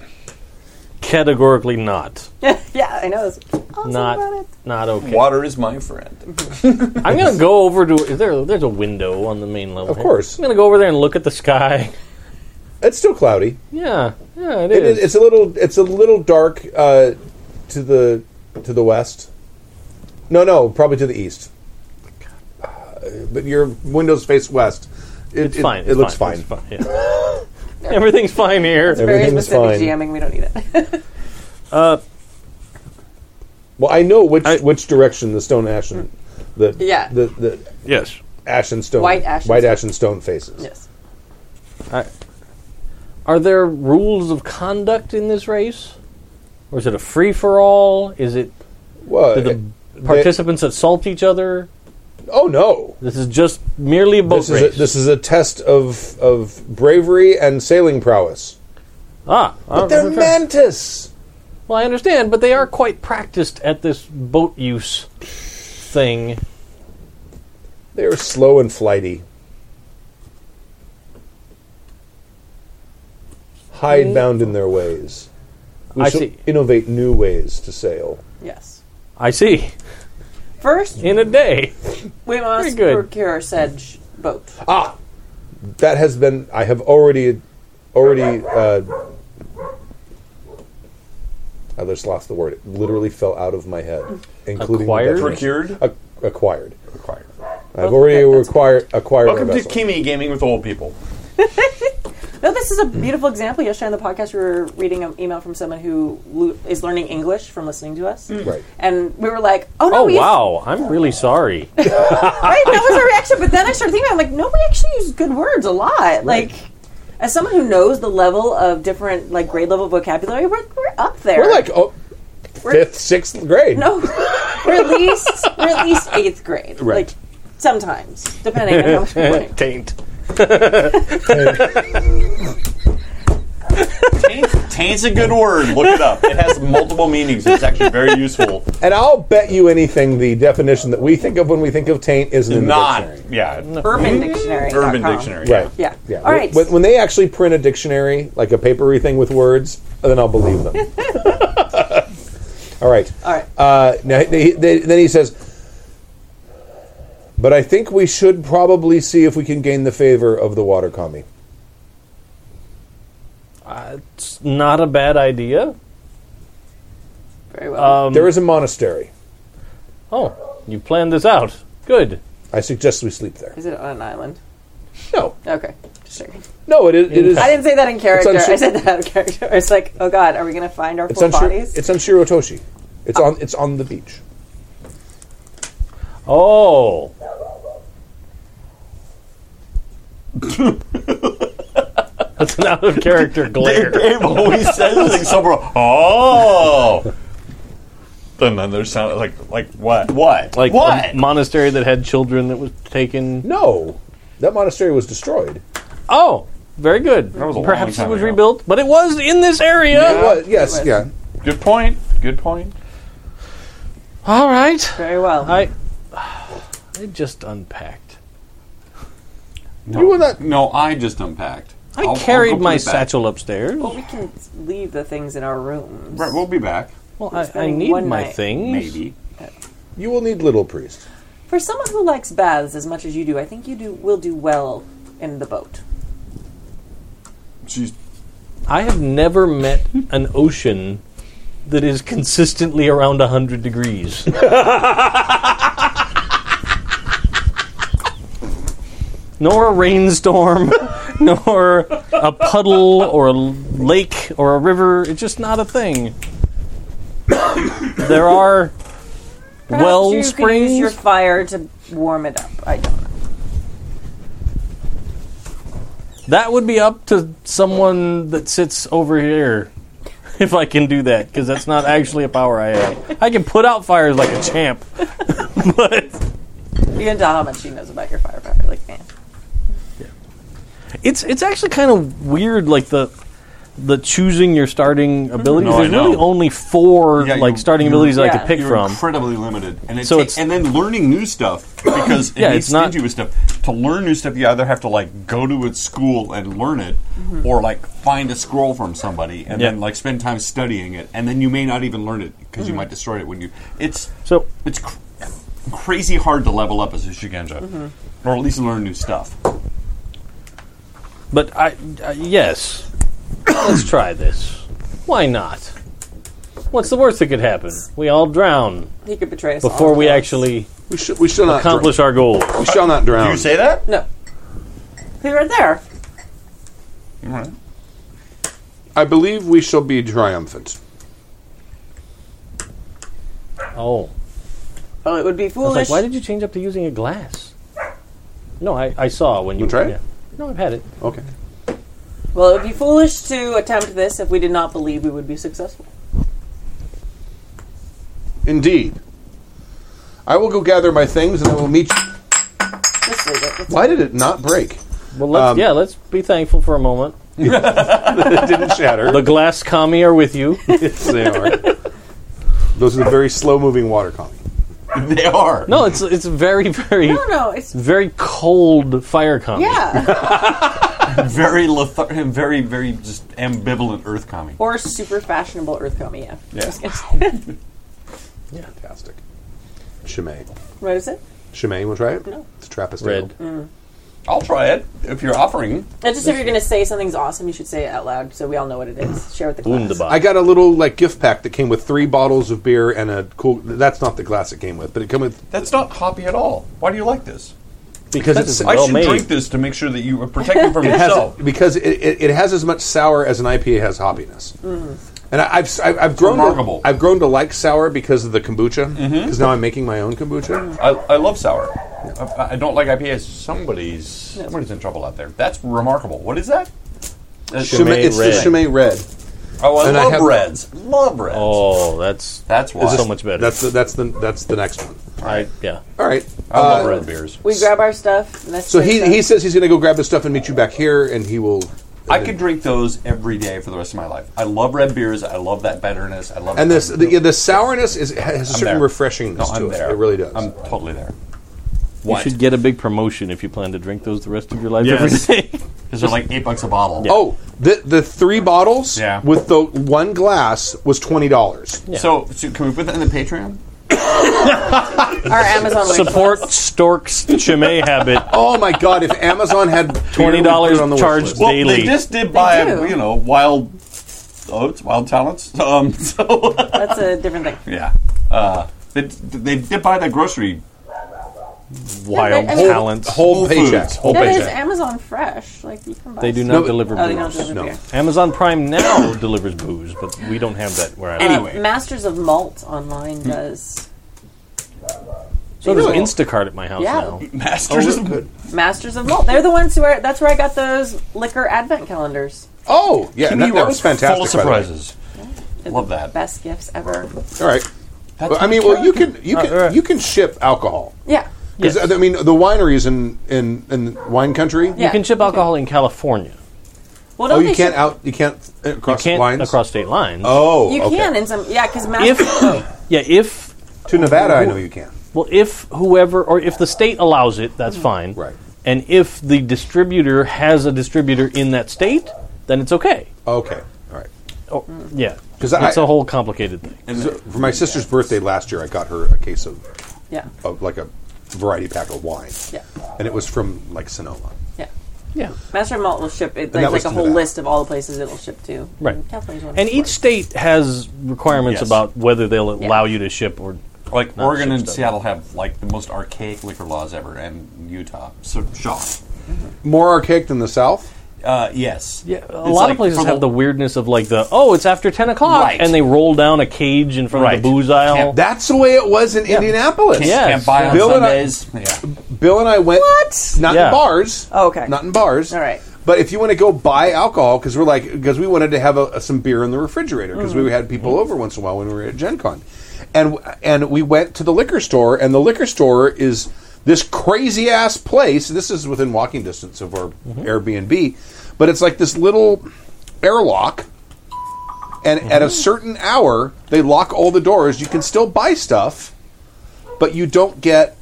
Categorically not. yeah, I know. That's awesome about Not it. not okay. Water is my friend. I'm gonna go over to is there there's a window on the main level. Of here. course. I'm gonna go over there and look at the sky. It's still cloudy. Yeah. Yeah, it It is. is. It's a little. It's a little dark uh, to the to the west. No, no, probably to the east. Uh, but your windows face west. It, It's fine. It, it's looks fine. It's yeah. Everything's fine here. Very Everything's specific fine. GMing. We don't need it. Well, I know which which direction the stone ashen, the Yeah. the, the Yes. ashen stone White ashen white stone. ashen stone faces. yes. Are there rules of conduct in this race? Or is it a free for all? Is it Well, do eh, the participants assault each other? oh no. This is just merely a boat This is, race. a, this is a test of, of bravery and sailing prowess. ah, But uh, they're okay. mantis. Well, I understand, but they are quite practiced at this boat use thing. They're slow and flighty. Hidebound in their ways. We I shall see. innovate new ways to sail. Yes. I see. First, In a day. we must good. procure a sedge boat. Uh, That has been. I have already, already. Uh, I just lost the word. It literally fell out of my head, including the Acquired? definition. Procured. Ac- acquired. Acquired. I've already Okay, that's acquired. Acquired. a Welcome to vessel. Kimi Gaming with Old People. No, this is a beautiful example. Yesterday on the podcast, we were reading an email from someone who lo- is learning English from listening to us. Right. And we were like, oh, no, Oh, we use- wow. I'm really sorry. right? That was our reaction. But then I started thinking, I'm like, no, we actually use good words a lot. Like, as someone who knows the level of different, like, grade level vocabulary, we're, we're up there. We're like oh, We're- fifth, sixth grade. No, we're at least, we're at least eighth grade. Right. Like, sometimes, depending on how much we're playing. Taint. Taint, taint's a good word. Look it up. It has multiple meanings. It's actually very useful. And I'll bet you anything the definition that we think of when we think of taint isn't in the Not. dictionary. Yeah. Urban Dictionary. Urban Dictionary. Right. Yeah. Yeah. All right. When, when they actually print a dictionary, like a papery thing with words, then I'll believe them. All right. All right. Uh, now, they, they, then he says, "But I think we should probably see if we can gain the favor of the water kami." Uh, It's not a bad idea. Very well. there is a monastery. Oh, you planned this out. Good. I suggest we sleep there. is it on an island? No, Okay. Just checking. no, it is. It is I didn't say that in character. unsure- I said that out of character. It's like, oh god, are we gonna find our it's full on Shiro, bodies? it's on Shirotoshi. It's on. It's on the beach. Oh. That's an out of character glare. Dave always says this like somewhere. Oh. And then there's sound like like um, what what Like what a monastery that had children that was taken. No, that monastery was destroyed. Oh, very good. was a long Perhaps time it was ago. rebuilt, but it was in this area. It was- yes, was. yeah. good point good point All right. Very well. I I just unpacked. No, You were not- no, I just unpacked. I I'll- I'll carried go put my it back. satchel upstairs. but we can leave the things in our rooms. Right, we'll be back. Well, we're I, I spending need one my night. things. Maybe. You will need little priest. For someone who likes baths as much as you do, I think you do will do well in the boat. she's I have never met an ocean that is consistently around 100 degrees. nor a rainstorm, nor a puddle or a l- lake or a river. It's just not a thing. there are Perhaps well you Can use springs. your fire to warm it up. I don't know. That would be up to someone that sits over here, if I can do that, because that's not actually a power I have. I can put out fires like a champ, but You can tell how much she knows about your firepower. Like, man. it's it's actually kind of weird, like the the choosing your starting abilities. No, I There's really know. only four Yeah, like you- starting you- abilities I Yeah. could pick You're from. incredibly limited, and it So ta- it's- and then learning new stuff because it Yeah, needs it's not- stingy with stuff. To learn new stuff, you either have to like go to a school and learn it, or like find a scroll from somebody and Yeah. then like spend time studying it, and then you may not even learn it because you might destroy it when you. It's So- it's cr- crazy hard to level up as a Shigenja, or at least learn new stuff. But I, uh, yes, let's try this. Why not? What's the worst that could happen? We all drown He could betray us all. before we actually We should. We shall not accomplish. accomplish our goal. we shall not drown. that? No. He's right there. I believe we shall be triumphant. Oh, Well, it would be I was foolish. like, why did you change up to using a glass? No, I, I saw when you Wanna try it? No, I've had it. Okay. well, it would be foolish to attempt this if we did not believe we would be successful. Indeed. I will go gather my things and I will meet you. Just leave it. It's- Why did it not break? Well, let's, Um, yeah, let's be thankful for a moment. It didn't shatter. The glass kami are with you. Yes, they are. Those are the very slow-moving water comic. They are. No, it's it's very very No, no, it's very cold fire kami. yeah, very lethar- very very just ambivalent Earth comic. or super fashionable Earth Comi, yeah. Yeah. Fantastic. Chimay. What is it? Chimay, you want to try it? No. Mm. It's a Trappist Red. ale. I'll try it if you're offering. Uh, just if you're going to say something's awesome, you should say it out loud so we all know what it is. Share with the class. Wunderbar. I got a little like gift pack that came with three bottles of beer and a cool. That's not the glass it came with, but it came with That's not hoppy at all. Why do you like this? because That's it's a- I Well should made. drink this to make sure that you are protected from it has yourself. because it, it, it has as much sour as an IPA has hoppiness. And I, I've, s- I've I've grown remarkable. to, I've grown to like sour because of the kombucha because now I'm making my own kombucha. I, I love sour. I, I don't like IPAs. Somebody's somebody's in trouble out there. That's remarkable. What is that? That's- Chimay, it's the Red. Chimay Red. oh, I and I love have- reds. Love reds. Oh, that's That's why. so much better. That's the, that's the that's the next one. I, yeah. All right. I love Uh, red beers. We grab our stuff. And that's So he he says he's going to go grab his stuff and meet you back here, and he will. I could drink those every day for the rest of my life. I love red beers. I love that bitterness. I love And that- this the, yeah, the sourness is has a I'm certain there. refreshingness No, I'm to there. it. It really does. I'm totally there. You should get a big promotion if you plan to drink those the rest of your life every day. Because they're like eight bucks a bottle. Oh, the the three bottles Yeah. with the one glass was twenty dollars. So, so can we put that in the Patreon? our Amazon wish Support list. Stork's Chimay habit. Oh my god! If Amazon had beer, Twenty we'd put dollars it on the wish charged list. Well, daily. they just did buy, do. you know, wild oats, wild talents. Um, so That's a different thing. yeah, uh, they they did buy that grocery. wild I mean- talents. whole Foods. paycheck. Whole That is paycheck. Amazon Fresh. Like you can buy. They do some- not but- deliver Oh, they don't booze. deliver No. beer. Amazon Prime now delivers booze, but we don't have that where I live. Anyway. Uh, Masters of Malt online does. So does Really? Instacart at my house Yeah. now. Masters, Masters of Malt. They're the ones who are. That's where I got those liquor advent calendars. Oh yeah, and that, You that are was fantastic. Full of by the way. surprises. Love that. Best gifts ever. All right. Well, I mean, well, you can you can you can ship alcohol Yeah. because I mean the wineries in in in wine country. Yeah. You can ship alcohol in California. Well, Oh, don't you they can't ship- out. You can't uh, You across can't lines. across state lines. Oh, You okay. can in some. Yeah, because If Masters. yeah, if to Nevada. I know you can. well, if whoever or if the state allows it, that's fine. Right. And if the distributor has a distributor in that state, then it's okay. Okay, all right. Oh, yeah, 'Cause I- it's a whole complicated thing. So for my sister's birthday last year, I got her a case of, yeah. of like a variety pack of wine, Yeah. and it was from like Sonoma. Yeah. Yeah. Master of Malt will ship it. that There's was like to a whole Nevada. list of all the places it'll ship to. Right. California's one. of And the each state has requirements Yes. about whether they'll allow you to ship or Like Not Oregon ship and stuff. Seattle have like the most archaic liquor laws ever, and Utah. So shock. More archaic than the South. Uh, yes. Yeah, It's a lot like of places for have the weirdness of like the oh, it's after ten o'clock, Right. and they roll down a cage in front Right. of the booze aisle. That's the way it was in Indianapolis. Can't, Yes. can't buy on Bill and I- Sundays. yeah. Bill and I went. What? Not Yeah. in bars. Oh, okay. Not in bars. All right. But if you want to go buy alcohol, because we're like, because we wanted to have a, some beer in the refrigerator, because Mm-hmm. we had people over once in a while when we were at Gen Con. And, and we went to the liquor store, and the liquor store is this crazy ass place. This is within walking distance of our Airbnb, but it's like this little airlock and at a certain hour they lock all the doors you can still buy stuff but you don't get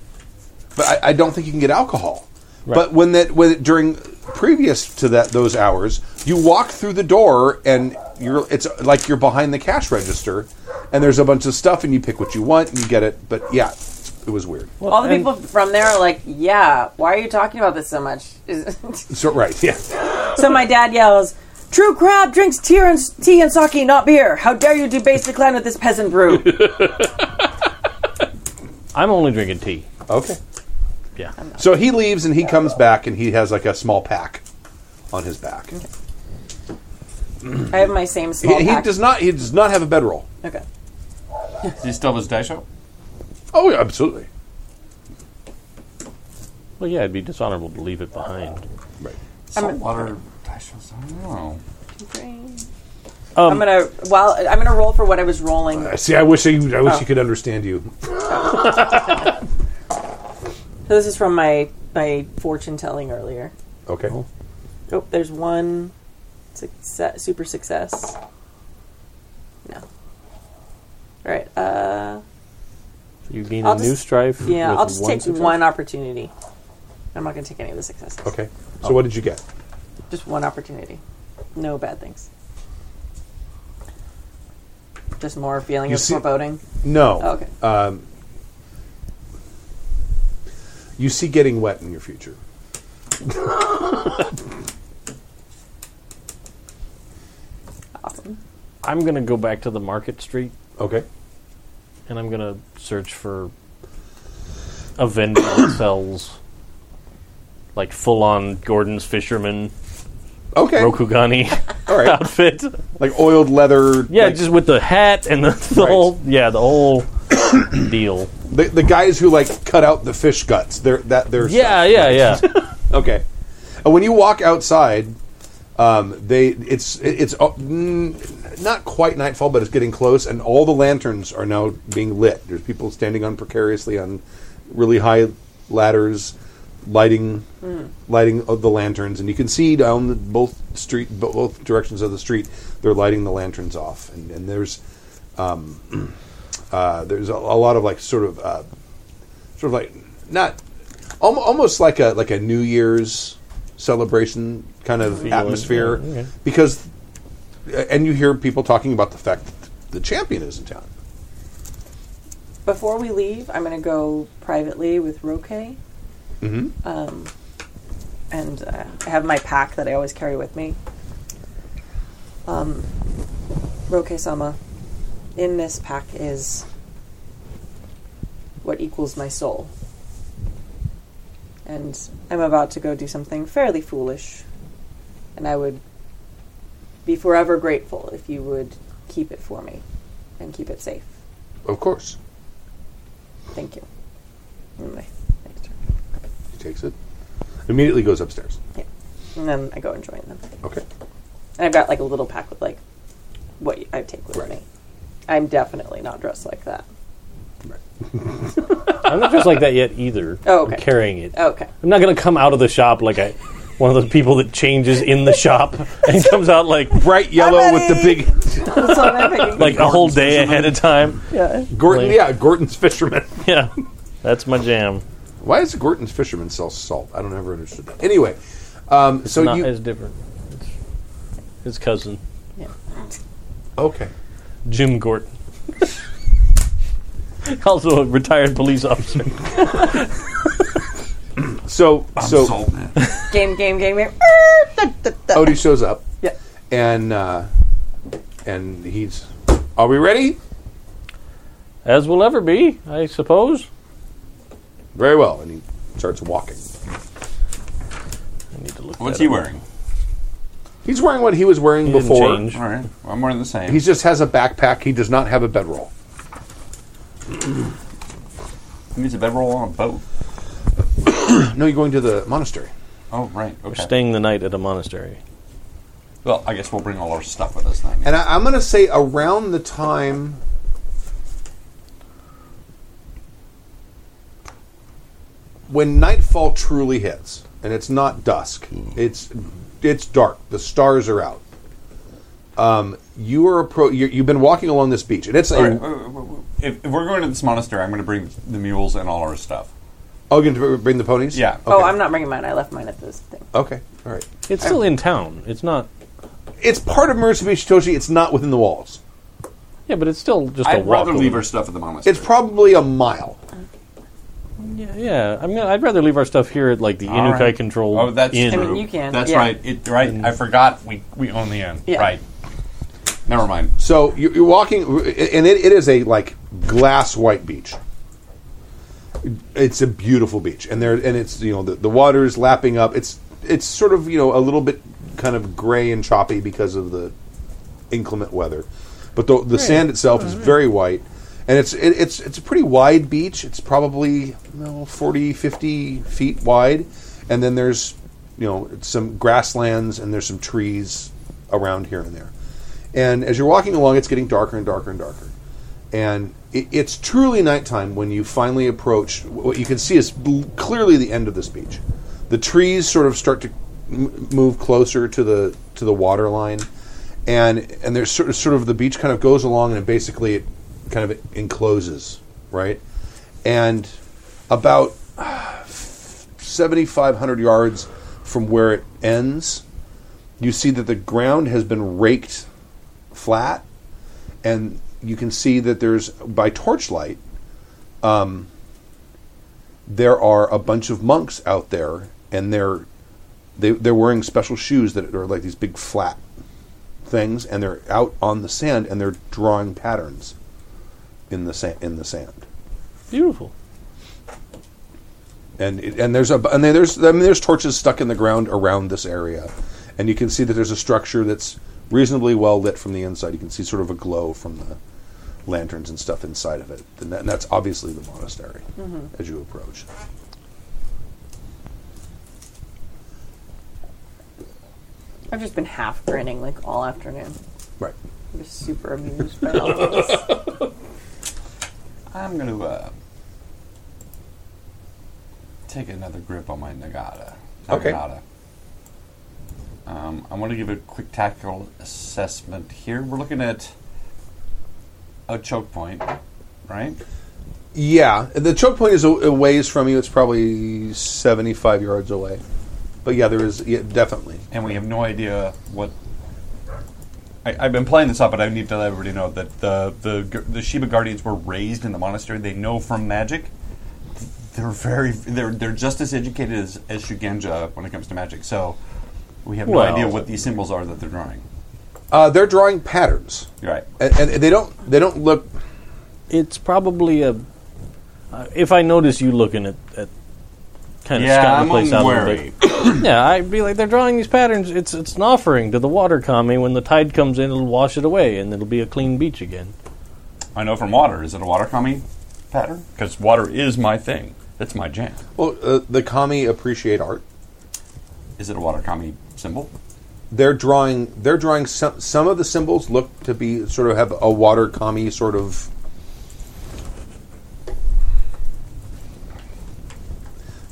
but i, I don't think you can get alcohol but when that when it, during previous to that those hours you walk through the door and you're it's like you're behind the cash register and there's a bunch of stuff and you pick what you want and you get it but yeah it was weird All the people from there are like, "Yeah, why are you talking about this so much?" so right yeah so my dad yells, "True crab drinks tea and tea and sake, not beer. How dare you debase the clan with this peasant brew?" I'm only drinking tea. okay Yeah. so he leaves and he comes back and he has like a small pack on his back I have my same small he, he pack. does not he does not have a bedroll okay. Do you still have his dice out? oh yeah absolutely Well, yeah, it'd be dishonorable to leave it behind. Saltwater dice shows. I don't know. I'm gonna while I'm gonna roll for what I was rolling. I See, I wish I, I wish Oh. he could understand you. So this is from my my fortune telling earlier. Okay. Oh, there's one success, super success. No. All right. Uh, You gain I'll a just- new strife. yeah, with I'll just one take success? one opportunity. I'm not going to take any of the successes. Okay. So what did you get? Just one opportunity. No bad things. Just more feeling You of see- foreboding. No. Oh, okay. You see getting wet in your future. awesome. I'm gonna go back to the Market Street Okay. and I'm gonna search for a vendor that sells like full-on Gordon's fisherman Okay. Rokugani All right. outfit. like oiled leather. Yeah, like just with the hat and the, the Right. whole yeah the whole deal. the, the guys who like cut out the fish guts. They're that they're Yeah, yeah, yeah. Okay. And when you walk outside, um, they it's it's uh, mm, not quite nightfall, but it's getting close, and all the lanterns are now being lit. There's people standing on precariously on really high ladders, lighting lighting of the lanterns, and you can see down the, both street bo- both directions of the street they're lighting the lanterns off, and, and there's um, uh, there's a, a lot of like sort of uh, sort of like not almo- almost like a like a New Year's celebration kind of atmosphere because uh, and you hear people talking about the fact that the champion is in town. Before we leave, I'm going to go privately with Roque. Mm-hmm. Um, and uh, I have my pack that I always carry with me. Um, Roque Sama, in this pack is what equals my soul. And I'm about to go do something fairly foolish. And I would be forever grateful if you would keep it for me and keep it safe. Of course, Thank you. Anyway, thanks, sir. he takes it. Immediately goes upstairs. And then I go and join them. Okay, And I've got like a little pack with like what I take with me. I'm definitely not dressed like that. I'm not dressed like that yet either. Oh, okay. I'm carrying it. Okay. I'm not gonna come out of the shop like I. One of those people that changes in the shop and comes out like bright yellow with the ready. big That's what I'm thinking. like a whole day ahead of time. yeah. Gorton. Like- Yeah, Gorton's fisherman. Yeah, that's my jam. Why is Gorton's fisherman sell salt? I don't ever understood that. Anyway, um, so not you as different. It's his cousin, yeah. okay. Jim Gorton. also a retired police officer. So so Game, game, game, game. Da, da, da. Odie shows up. Yeah. and uh, and he's. Are we ready? As will ever be, I suppose. Very well, and he starts walking. I need to look. What's that he up. wearing? He's wearing what he was wearing He didn't before. change. All right. Well, I'm wearing the same. He just has a backpack. He does not have a bedroll. he needs a bedroll on a boat. No, you're going to the monastery. Oh, right. Okay. Staying the night at a monastery. Well, I guess we'll bring all our stuff with us then. And I, I'm going to say around the time. When nightfall truly hits, and it's not dusk, it's it's dark. The stars are out. Um, you are appro- you You've been walking along this beach, and it's a. All right, w- w- w- if, if we're going to this monastery, I'm going to bring the mules and all our stuff. Oh, you're going to bring the ponies. Yeah. Oh, I'm not bringing mine. I left mine at this thing. Okay. All right. It's still in town. It's not. It's part of Mursa Beach Toshi. It's not within the walls. Yeah, but it's still just a I'd walk. rather leave over. our stuff at the monastery. It's probably a mile. Yeah, yeah. I mean, I'd rather leave our stuff here at like the All Inukai right. control. Oh, that's inn. I mean, true. you can, That's yeah. right. It, right. I forgot we, we own the inn. Yeah. Right. Never mind. So you- you're walking, and it, it is a like glass white beach. It's a beautiful beach, and there and it's you know the, the water is lapping up. It's it's sort of you know a little bit kind of gray and choppy because of the inclement weather, but the, the sand itself is very white, and it's it, it's it's a pretty wide beach. It's probably you know, 40, 50 feet wide, and then there's you know some grasslands and there's some trees around here and there. And as you're walking along, it's getting darker and darker and darker. And it, it's truly nighttime when you finally approach what you can see is bl- clearly the end of this beach. The trees sort of start to m- move closer to the to the water line, and and there's sort of, sort of the beach kind of goes along and it basically it kind of encloses, right? And about 7,500 yards from where it ends, you see that the ground has been raked flat, and you can see that there's by torchlight, um, there are a bunch of monks out there, and they're they, they're wearing special shoes that are like these big flat things, and they're out on the sand and they're drawing patterns in the sand in the sand. Beautiful. and it, and there's a and there's I mean there's torches stuck in the ground around this area, and you can see that there's a structure that's reasonably well lit from the inside. You can see sort of a glow from the lanterns and stuff inside of it, and, that, and that's obviously the monastery as you approach. I've just been half grinning like all afternoon. Right. I'm just super amused by all of this. I'm going to uh, take another grip on my Nagata. Okay. Nagata. Um, I want to give a quick tactical assessment here. We're looking at a choke point, right? Yeah, the choke point is a, a ways from you. It's probably seventy five yards away, but yeah, there is yeah, definitely. and we have no idea what. I, I've been playing this up, but I need to let everybody know that the the gu- the Shiba Guardians were raised in the monastery. They know from magic. They're very they're they're just as educated as, as Shugenja when it comes to magic. So we have no Well- idea what these symbols are that they're drawing. Uh, they're drawing patterns, You're right. and, and they don't they don't look It's probably a. Uh, if I notice you looking at, at kind of Yeah, scouting I'm the place out a little unwary. bit, yeah, I'd be like, they're drawing these patterns. It's it's an offering to the water kami. When the tide comes in, it'll wash it away, and it'll be a clean beach again. I know from water. Is it a water kami pattern? Because water is my thing. That's my jam. well. Uh, the kami appreciate art. Is it a water kami symbol? they're drawing they're drawing some some of the symbols look to be sort of have a water kami sort of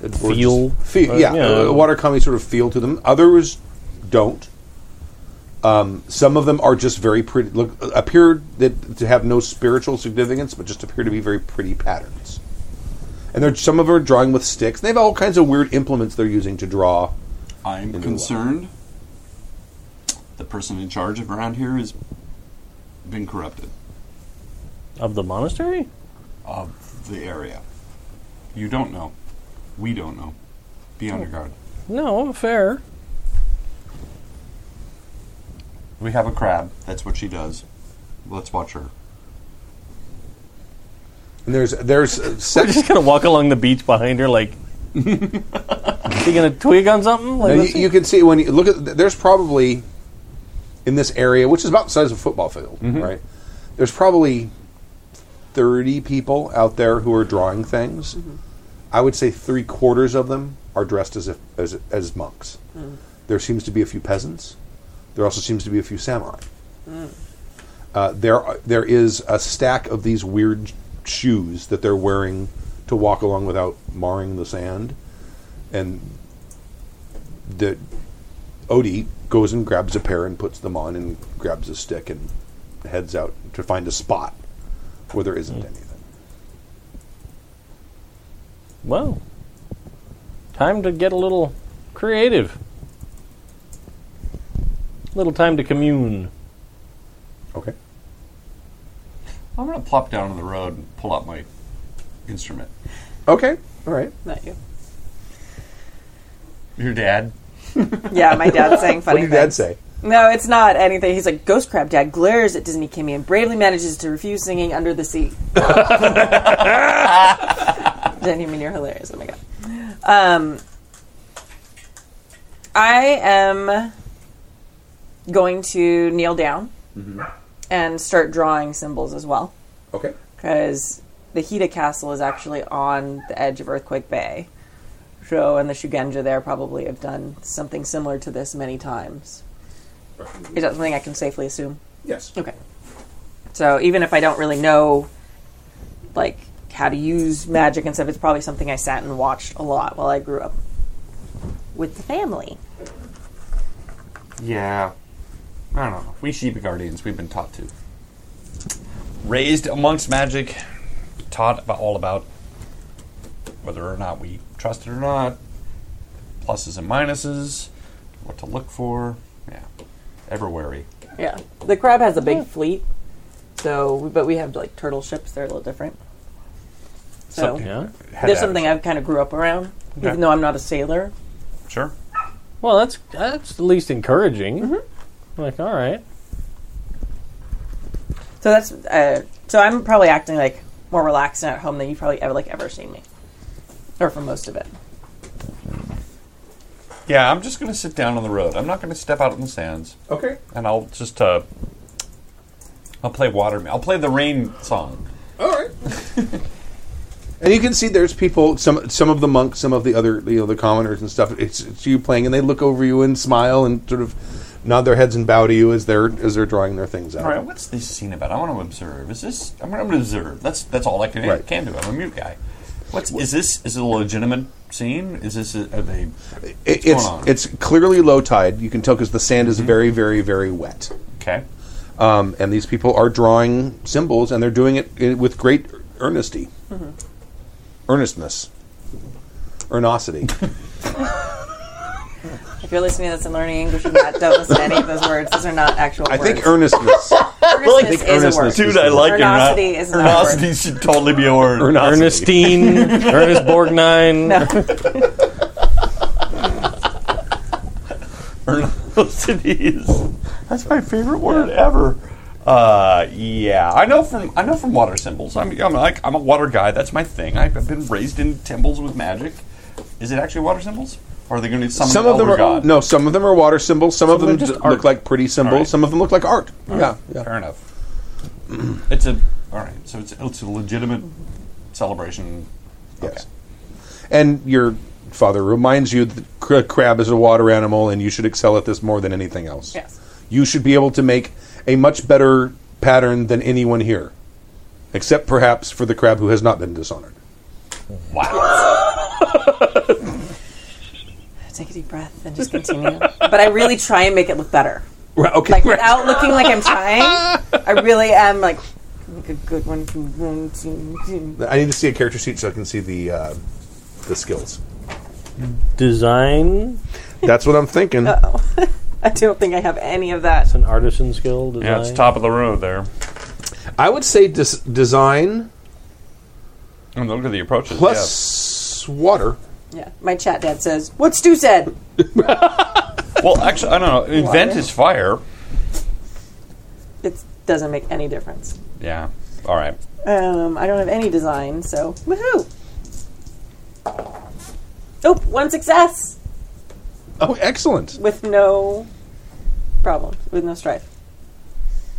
Feel? feel Uh, yeah, yeah. a water kami sort of feel to them others don't um, some of them are just very pretty look appear that to have no spiritual significance but just appear to be very pretty patterns and they're some of them are drawing with sticks they have all kinds of weird implements they're using to draw I'm Into the concerned. The person in charge of around here has been corrupted Of the monastery? of the area. You don't know. We don't know. Be on your guard. No, fair. We have a crab. That's what she does. Let's watch her. and there's there's uh, sex- Just gonna walk along the beach behind her, like. Is he gonna twig on something? Like, Now, let's you, see. you can see when you look at there's probably in this area, which is about the size of a football field, right? There's probably thirty people out there who are drawing things. I would say three quarters of them are dressed as if, as, as monks. There seems to be a few peasants. There also seems to be a few samurai. Uh, there are- there is a stack of these weird shoes that they're wearing to walk along without marring the sand, and the Odie goes and grabs a pair and puts them on and grabs a stick and heads out to find a spot where there Hmm. isn't anything. Well, time to get a little creative. Little time to commune. Okay. I'm going to plop down on the road and pull out my instrument. Okay. All right. Not you. Your dad? Yeah, my dad's saying What funny did Dad things. say? No, it's not anything. He's like, Ghost Crab Dad glares at Disney Kimmy and bravely manages to refuse singing Under the Sea. Jen, you mean you're hilarious. Oh my god. Um, I am going to kneel down and start drawing symbols as well Okay. because the Hida Castle is actually on the edge of Earthquake Bay. So, and the Shugenja there probably have done something similar to this many times. Is that something I can safely assume? Yes. Okay. So, even if I don't really know, like, how to use magic and stuff, it's probably something I sat and watched a lot while I grew up with the family. Yeah. I don't know. We Sheba Guardians, we've been taught to. Raised amongst magic, taught about all about whether or not we trust it or not, pluses and minuses, what to look for. Yeah. Ever wary. Yeah. The crab has a big fleet. So, but we have like turtle ships, they're a little different. So, Yeah. Head There's at it. something I've kind of grew up around, even though I'm not a sailor. Sure. Well, that's that's at least encouraging. Like, all right. So that's uh, so I'm probably acting like more relaxed and at home than you've probably ever like ever seen me, or for most of it. Yeah, I'm just going to sit down on the road. I'm not going to step out on the sands. Okay. And I'll just, uh, I'll play water. I'll play the rain song. All right. and you can see there's people. Some some of the monks, some of the other you know the commoners and stuff. It's, it's you playing, and they look over you and smile and sort of nod their heads and bow to you as they're as they're drawing their things out. All right, what's this scene about? I want to observe. Is this? I'm going to observe. That's that's all I can Right. can do. I'm a mute guy. What's is this? Is it a legitimate scene? Is this? A, are they? It, it's What's going on? Mm-hmm. it's clearly low tide. You can tell because the sand is very very very wet. Okay. Um, and these people are drawing symbols, and they're doing it i- with great earnesty, Mm-hmm. earnestness, earnosity. If you're listening to this and learning English, and that, don't listen to any of those words. Those are not actual I words. think earnestness. think earnestness is a word. earnestness Dude, I like Earnestity it. is not a word. should totally be a word. Earnestity. Ernestine, Ernest Borgnine. Ernestinities. That's my favorite word ever. Uh, yeah, I know from I know from water symbols. I'm I'm, like, I'm a water guy. That's my thing. I've I've been raised in temples with magic. Is it actually water symbols? Or are they going to summon Some of them Elder are God? no. Some of them are water symbols. Some, of them, just d- art. look like pretty symbols. right. Some of them look like art. Yeah, yeah. Fair enough. it's a all right. So it's it's a legitimate celebration. Yes. And your father reminds you that cra- crab is a water animal, and you should excel at this more than anything else. Yes. You should be able to make a much better pattern than anyone here, except perhaps for the crab who has not been dishonored. Wow. Take a deep breath and just continue. but I really try and make it look better, Right, okay. like right. without looking like I'm trying. I really am like make a good one. two, one, two, two. I need to see a character sheet so I can see the uh, the skills. Design. That's what I'm thinking. I don't think I have any of that. It's an artisan skill. Design. Yeah, it's top of the road there. I would say dis- design Oh, And look at the approaches. plus water. Yeah, my chat dad says, "What's Stu said?" yeah. Well, actually, I don't know. Invent Water. is fire. It doesn't make any difference. yeah. All right. Um, I don't have any design, so woohoo! Oh, one success Oh, excellent. with no problems, with no strife.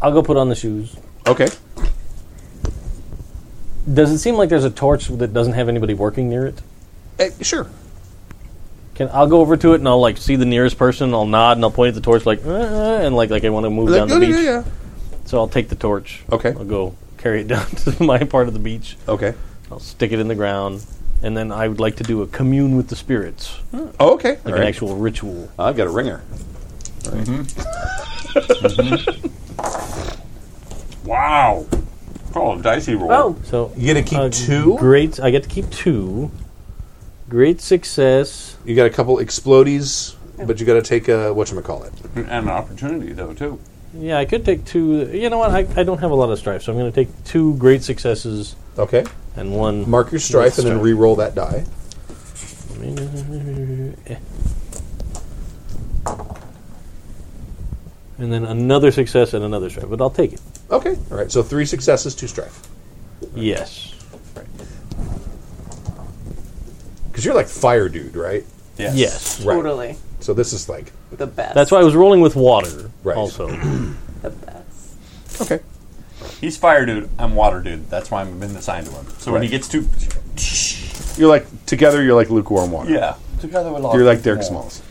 I'll go put on the shoes. Okay. Uh, Does it seem like there's a torch that doesn't have anybody working near it? Eh, sure. Can I'll go over to it and I'll like see the nearest person. I'll nod and I'll point at the torch like uh, uh, and like like I want to move down the beach. yeah. So I'll take the torch. Okay. I'll go carry it down to my part of the beach. Okay. I'll stick it in the ground, and then I would like to do a commune with the spirits, like Oh, okay. All an right. Uh, actual ritual. I've got a ringer. Mm-hmm. Mm-hmm. Mm-hmm. Wow. Oh, dicey roll. Oh, So You get to keep uh, two. Great. I get to keep two. Great success. you got a couple explodies, but you got to take a whatchamacallit. And an opportunity, though, too. Yeah, I could take two. You know what? I, I don't have a lot of strife, so I'm going to take two great successes Okay. and one. Mark your strife and then re-roll that die. eh. And then another success and another strife, but I'll take it. Okay. All right. So three successes, two strife. Yes. Because you're like fire dude, right? Yes. Yes. Right. totally. So this is like The best. That's why I was rolling with water. Right. Also, the best. okay. He's fire dude. I'm water dude. That's why I've been assigned to him. So when he gets to, You're like together. You're like lukewarm water. yeah, together with You're like Derek Smalls.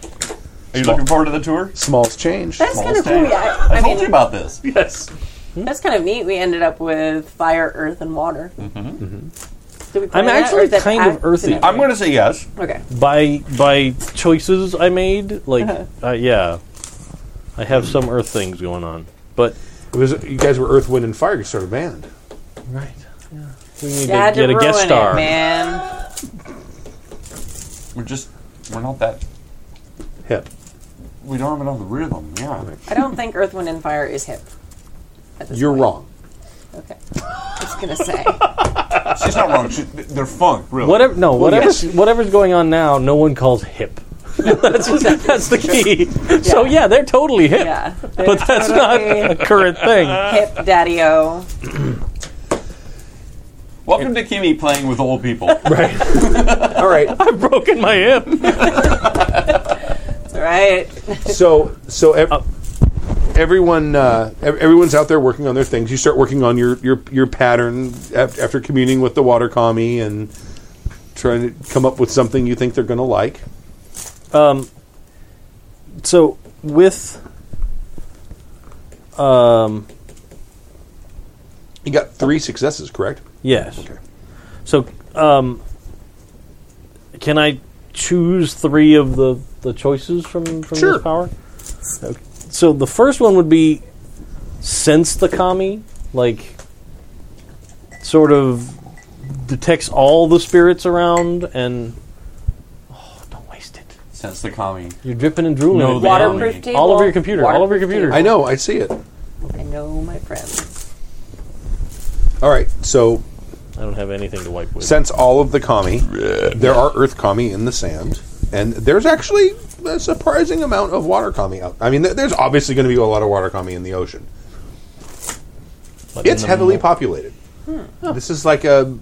Are you looking forward to the tour? Smalls change. That's kind of cool. Smalls. Yeah, I, I I told you mean, about this. Yes. that's kind of neat. We ended up with fire, earth, and water. Mm-hmm. Mm-hmm. Did we plan I'm that, or actually is that kind of earthy. accident? I'm going to say yes. Okay. by by choices I made, like uh, yeah, I have some earth things going on, but It was, you guys were Earth, Wind, and Fire. You started a band. right. We need You had to get a ruin guest star. It, man. We're just we're not that Hip. we don't have enough rhythm. Yeah. I don't think Earth, Wind, and Fire is hip. at this You're point. wrong. Okay. I was gonna say. She's not wrong. She, they're funk, really. Whatever, no, whatever, whatever's going on now, no one calls hip. that's that's the key. So yeah, they're totally hip, Yeah. but that's not a current thing. hip daddy-o. Welcome to Kimmy playing with old people. All right. I've broken my hip. Right. So so ev- everyone uh, ev- everyone's out there working on their things. You start working on your your, your pattern af- after communing with the water kami and trying to come up with something you think they're going to like. So with um You got three successes, correct? Yes. So, um, can I choose three of the, the choices from, from Sure. this power? Okay. So the first one would be sense the kami, like sort of detects all the spirits around and oh, don't waste it. Since the commie. You're dripping and drooling. No, they all are. Waterproof table. over your computer. All over your Waterproof computer. I know. I see it. table. I know my friends. All right. So I don't have anything to wipe with. sense all of the kami. There are earth kami in the sand, and there's actually a surprising amount of water kami out. I mean, there- there's obviously going to be a lot of water kami in the ocean. But in It's the heavily mo- populated. This is like a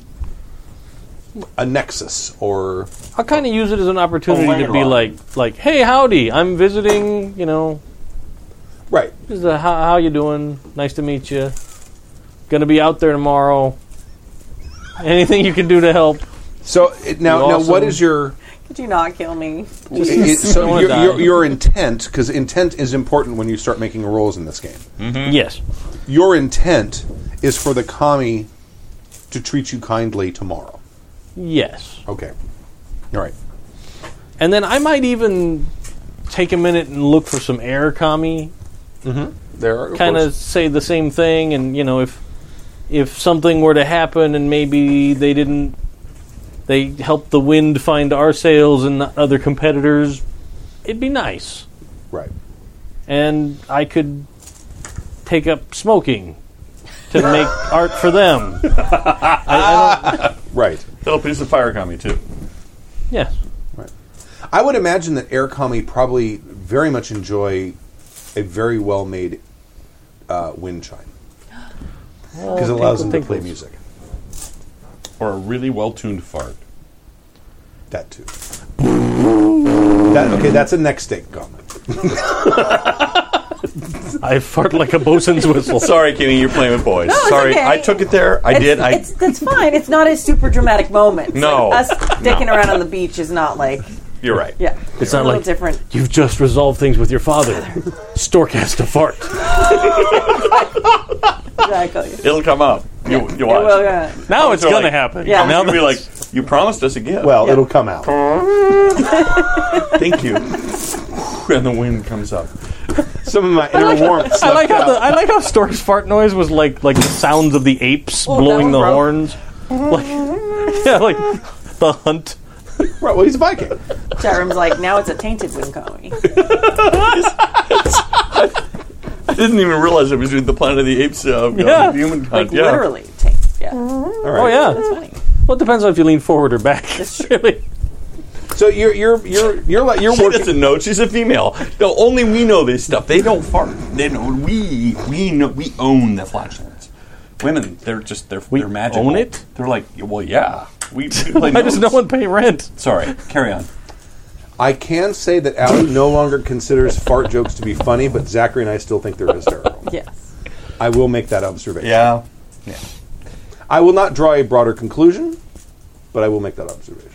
a nexus, or I'll kind of use it as an opportunity to later be on. like, like, hey, howdy, I'm visiting. You know, right? this is a, how, how you doing? Nice to meet you. Gonna be out there tomorrow. Anything you can do to help? So it, now, now, what also- is your Could you not kill me? it- it- don't so wanna your, die. your, your intent? Because intent is important when you start making roles in this game. Hmm. Yes. Your intent is for the kami to treat you kindly tomorrow. Yes. Okay, all right. And then I might even take a minute and look for some air kami. There are of Kind course- of say the same thing, and you know, if if something were to happen, and maybe they didn't, they helped the wind find our sails and not other competitors. It'd be nice. Right. and I could take up smoking to make art for them. Right. They'll piece the fire commie too. Yes. I would imagine that air kami probably very much enjoy a very well made uh, wind chime because it allows them to play tinkles. music. Or a really well tuned fart. That too. That, okay, that's a next date comment. I fart like a bosun's whistle. Sorry, Kenny, you're playing with boys. it's Sorry, okay. I took it there. I It's, did. I it's, that's fine. It's not a super dramatic moment. No. Like, us dicking around on the beach is not like You're right. Yeah. It's a not little like different. you've just resolved things with your father. Stork has to fart. Exactly. It'll come up. You, you watch. Well, uh, Now it's So, gonna like, happen. Yeah. Now Now be that- like, you promised us a gift. Well, it'll come out. thank you. and the wind comes up. Some of my inner warmth. I like slipped how out. the, I like how Stork's fart noise was like like the sounds of the apes Oh, that blowing was the rough. horns. Like yeah, like the hunt. Right, well, he's Viking. chat room's like, now it's a tainted wing commie. I didn't even realize it was the Planet of the Apes. Uh, Yeah. yeah. Human kind. Like, yeah. literally tainted. Yeah. Oh yeah. Funny. Well it depends on if you lean forward or back. Really. So you're you're you're you're like you're She working. doesn't know. She's a female. No, only we know this stuff. They don't fart. They know we we know we own the flashlights. Women, they're just they're We they're magical. own it? They're like, well, yeah. We, we play Why does no notes. one pay rent? Sorry, carry on. I can say that Alec no longer considers fart jokes to be funny, but Zachary and I still think they're hysterical. Yes. I will make that observation. Yeah, I will not draw a broader conclusion, but I will make that observation.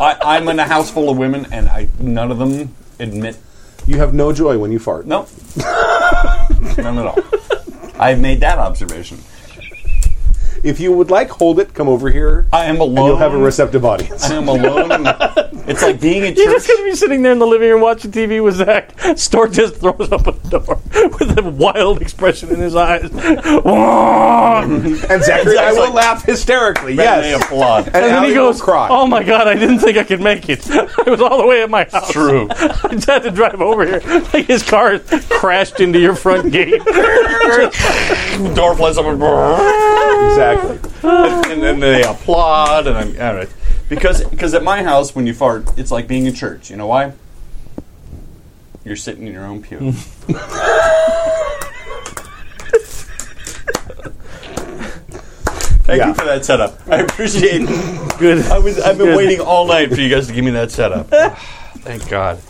I, I'm in a house full of women, and I none of them admit You have no joy when you fart. no, none at all. I've made that observation. If you would like, hold it. Come over here. I am alone. and you'll have a receptive audience. I am alone. it's like being in You're just church. gonna be sitting there in the living room watching TV with Zach. Stork just throws up a door with a wild expression in his eyes. and And Zachary, I will Zach's like- laugh hysterically. They Yes. applaud. And, then Alec he goes, will cry. "Oh my god, I didn't think I could make it. I was all the way at my house. True. I just had to drive over here. Like his car crashed into your front gate. Door flies up and. Exactly. and then they applaud, and I'm all right. Because because at my house, when you fart, it's like being in church. You know why? You're sitting in your own pew. Thank Yeah. you for that setup. I appreciate. it. Good. I was I've been waiting all night for you guys to give me that setup. Thank God.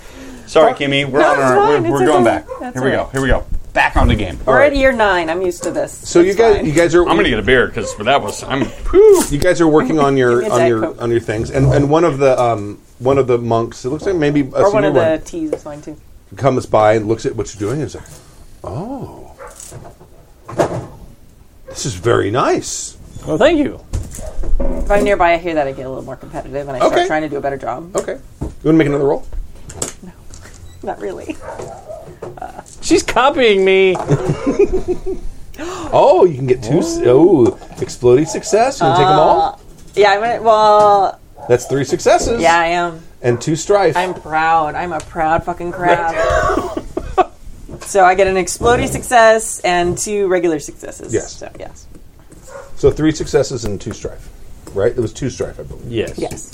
Sorry, Kimmy. We're No, on it's our. fine. We're, we're It's going okay. back. That's Here we all go. right. Here we go. Back on the game. We're at year nine. I'm used to this. So you It's guys, fine. you guys are I'm gonna get a beer because that was I'm. you guys are working on your Give me a on Diet your Coke. on your things, and and one of the um one of the monks. It looks like maybe a or senior one of the one teas is fine too. comes by and looks at what you're doing and is like, "Oh, this is very nice." Well, thank you. If I'm nearby, I hear that I get a little more competitive, and I Okay. Oh. start trying to do a better job. Okay, you want to make another roll? Not really. She's copying me. Oh, you can get two. s- Oh, exploding success. You want to take them all? Yeah, I'm. Gonna, well, That's three successes. Uh, yeah, I am. and two strife. I'm proud. I'm a proud fucking crab. so I get an exploding success and two regular successes. Yes. So, yes. so three successes and two strife. Right? It was two strife, I believe. Yes. Yes.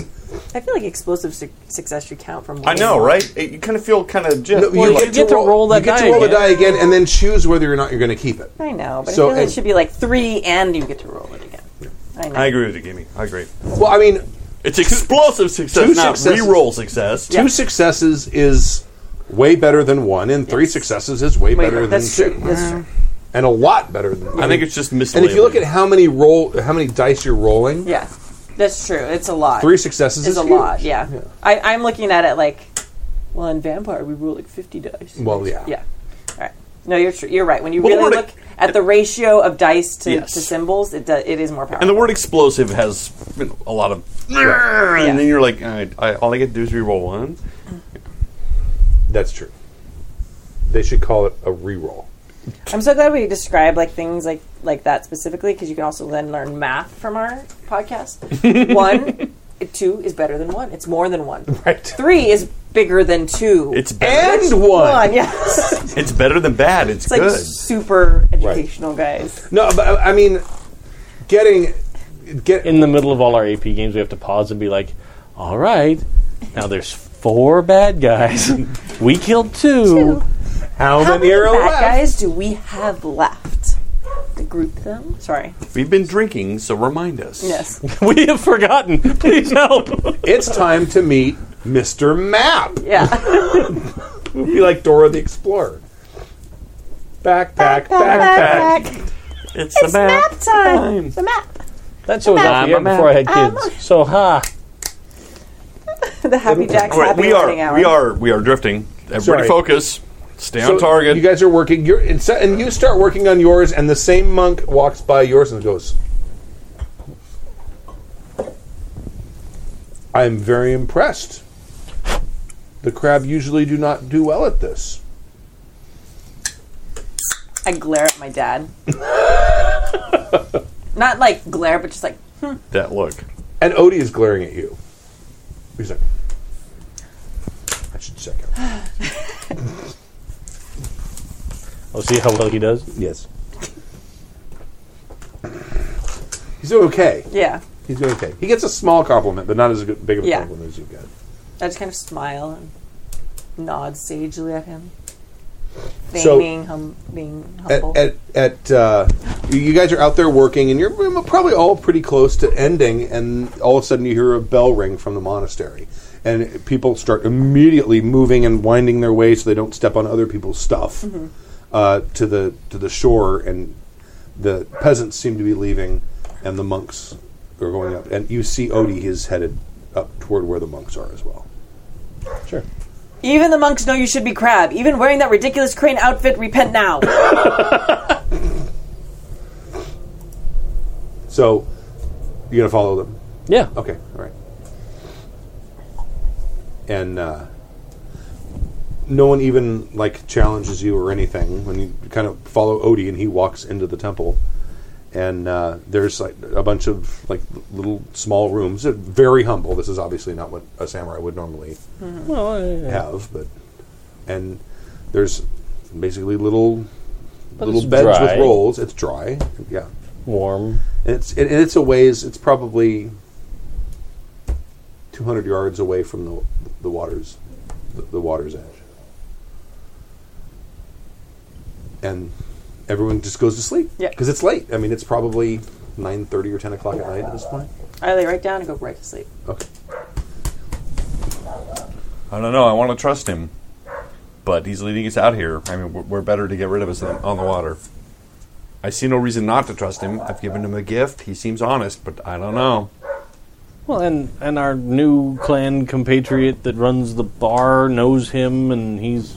I feel like explosive su- success should count from. I know, right? It- you kind of feel kind of just. No, you get to roll that you get die to roll the again. die again, and then choose whether or not you're going to keep it. I know, So, but I feel like and- it should be like three, and you get to roll it again. I know. I agree with you, Gimme. I agree. Well, I mean, It's explosive success, two not successes. re-roll success. two successes is way better than one, and three successes is way Wait, better than that's two, true. That's true. and a lot better than. I think it's just And if you look mislabeled. at how many roll, how many dice you're rolling, Yeah, that's true. It's a lot. three successes is, is, a huge. lot. Yeah, I, I'm looking at it like, well, in vampire we roll like 50 dice. Well, yeah. yeah. All right. No, you're tr- you're right. When you Well, the really word- look at the ratio of dice to, Yes. to symbols, it do, it is more powerful. And the word explosive has you know, a lot of. And then you're like, all right, I, all I get to do is re-roll one. That's true. They should call it a re-roll. I'm so glad we describe like things like like that specifically because you can also then learn math from our podcast. one, two is better than one. It's more than one. Right. Three is bigger than two. It's better. And one. one. Yes. it's It's better than bad. It's, like good. super educational, guys. No, but I- I mean, getting get In the middle of all our AP games, we have to pause and be like, "All right, now there's four bad guys. We killed two. how, How many many are bad left? guys do we have left? To group them? Sorry. We've been drinking, so remind us. Yes. We have forgotten. Please help." It's time to meet Mr. Map. Yeah. It would be like Dora the Explorer. Backpack, backpack. It's, the map. time. The map. That show was off the air before I had kids. So ha. the Happy Jack's All right, Happy we are Hour. we are we are drifting. Everybody Sorry. focus. Stay So on target. You guys are working. You're and, so, and you start working on yours, and the same monk walks by yours and goes, "I am very impressed. The crab usually do not do well at this." I glare at my dad. Not like glare, but just like that look. And Odie is glaring at you. He's like, "I should check out." I'll Oh, see how well he does. yes. He's doing okay. yeah. He's doing okay. He gets a small compliment, but not as good, big of a Yeah. compliment as you got. I just kind of smile and nod sagely at him, being, So- being, hum- being humble. at, at, at uh, you- you guys are out there working, and you're probably all pretty close to ending. And all of a sudden, you hear a bell ring from the monastery, and people start immediately moving and winding their way so they don't step on other people's stuff uh, to the to the shore. And the peasants seem to be leaving, and the monks are going up. And you see Odie is headed up toward where the monks are as well. Sure. Even the monks know you should be crab. Even wearing that ridiculous crane outfit, repent now. So you're gonna follow them. Yeah. Okay, all right. And uh, no one even like challenges you or anything when you kind of follow Odie and he walks into the temple. And uh, there's like a bunch of like little small rooms. They're very humble. This is obviously not what a samurai would normally Oh, have, but and there's basically little little it's beds dry. with rolls. It's dry, yeah. Warm. And it's and it's a ways. It's probably two hundred yards away from the the waters, the, the water's edge. And everyone just goes to sleep. Yeah. because it's late. I mean, it's probably nine thirty or ten o'clock at night at this point. I lay right down and go right to sleep. Okay. I don't know. I want to trust him, but he's leading us out here. I mean, we're, we're better to get rid of us than on the water. I see no reason not to trust him. I've given him a gift. He seems honest, but I don't know. Well, and and our new clan compatriot that runs the bar knows him, and he's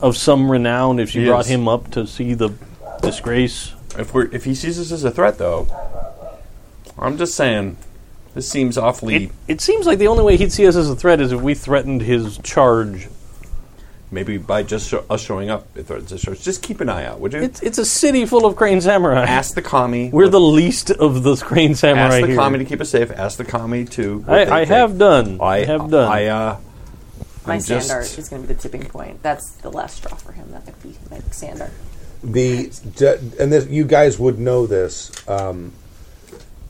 of some renown. If she He brought is. him up to see the disgrace, If we're if he sees us as a threat, though, I'm just saying, this seems awfully. it it seems like the only way he'd see us as a threat is if we threatened his charge. maybe by just sho- us showing up, it threatens the church. Just keep an eye out, would you? It's it's a city full of crane samurai. ask the commie. We're the least of the crane ask samurai the here. commie to keep us safe. Ask the commie to. what they I, I think. have done. I I have done. I uh, My I'm sand just- art is going to be the tipping point. That's the last straw for him. That would be like sand art. the de- and this, you guys would know this. Um,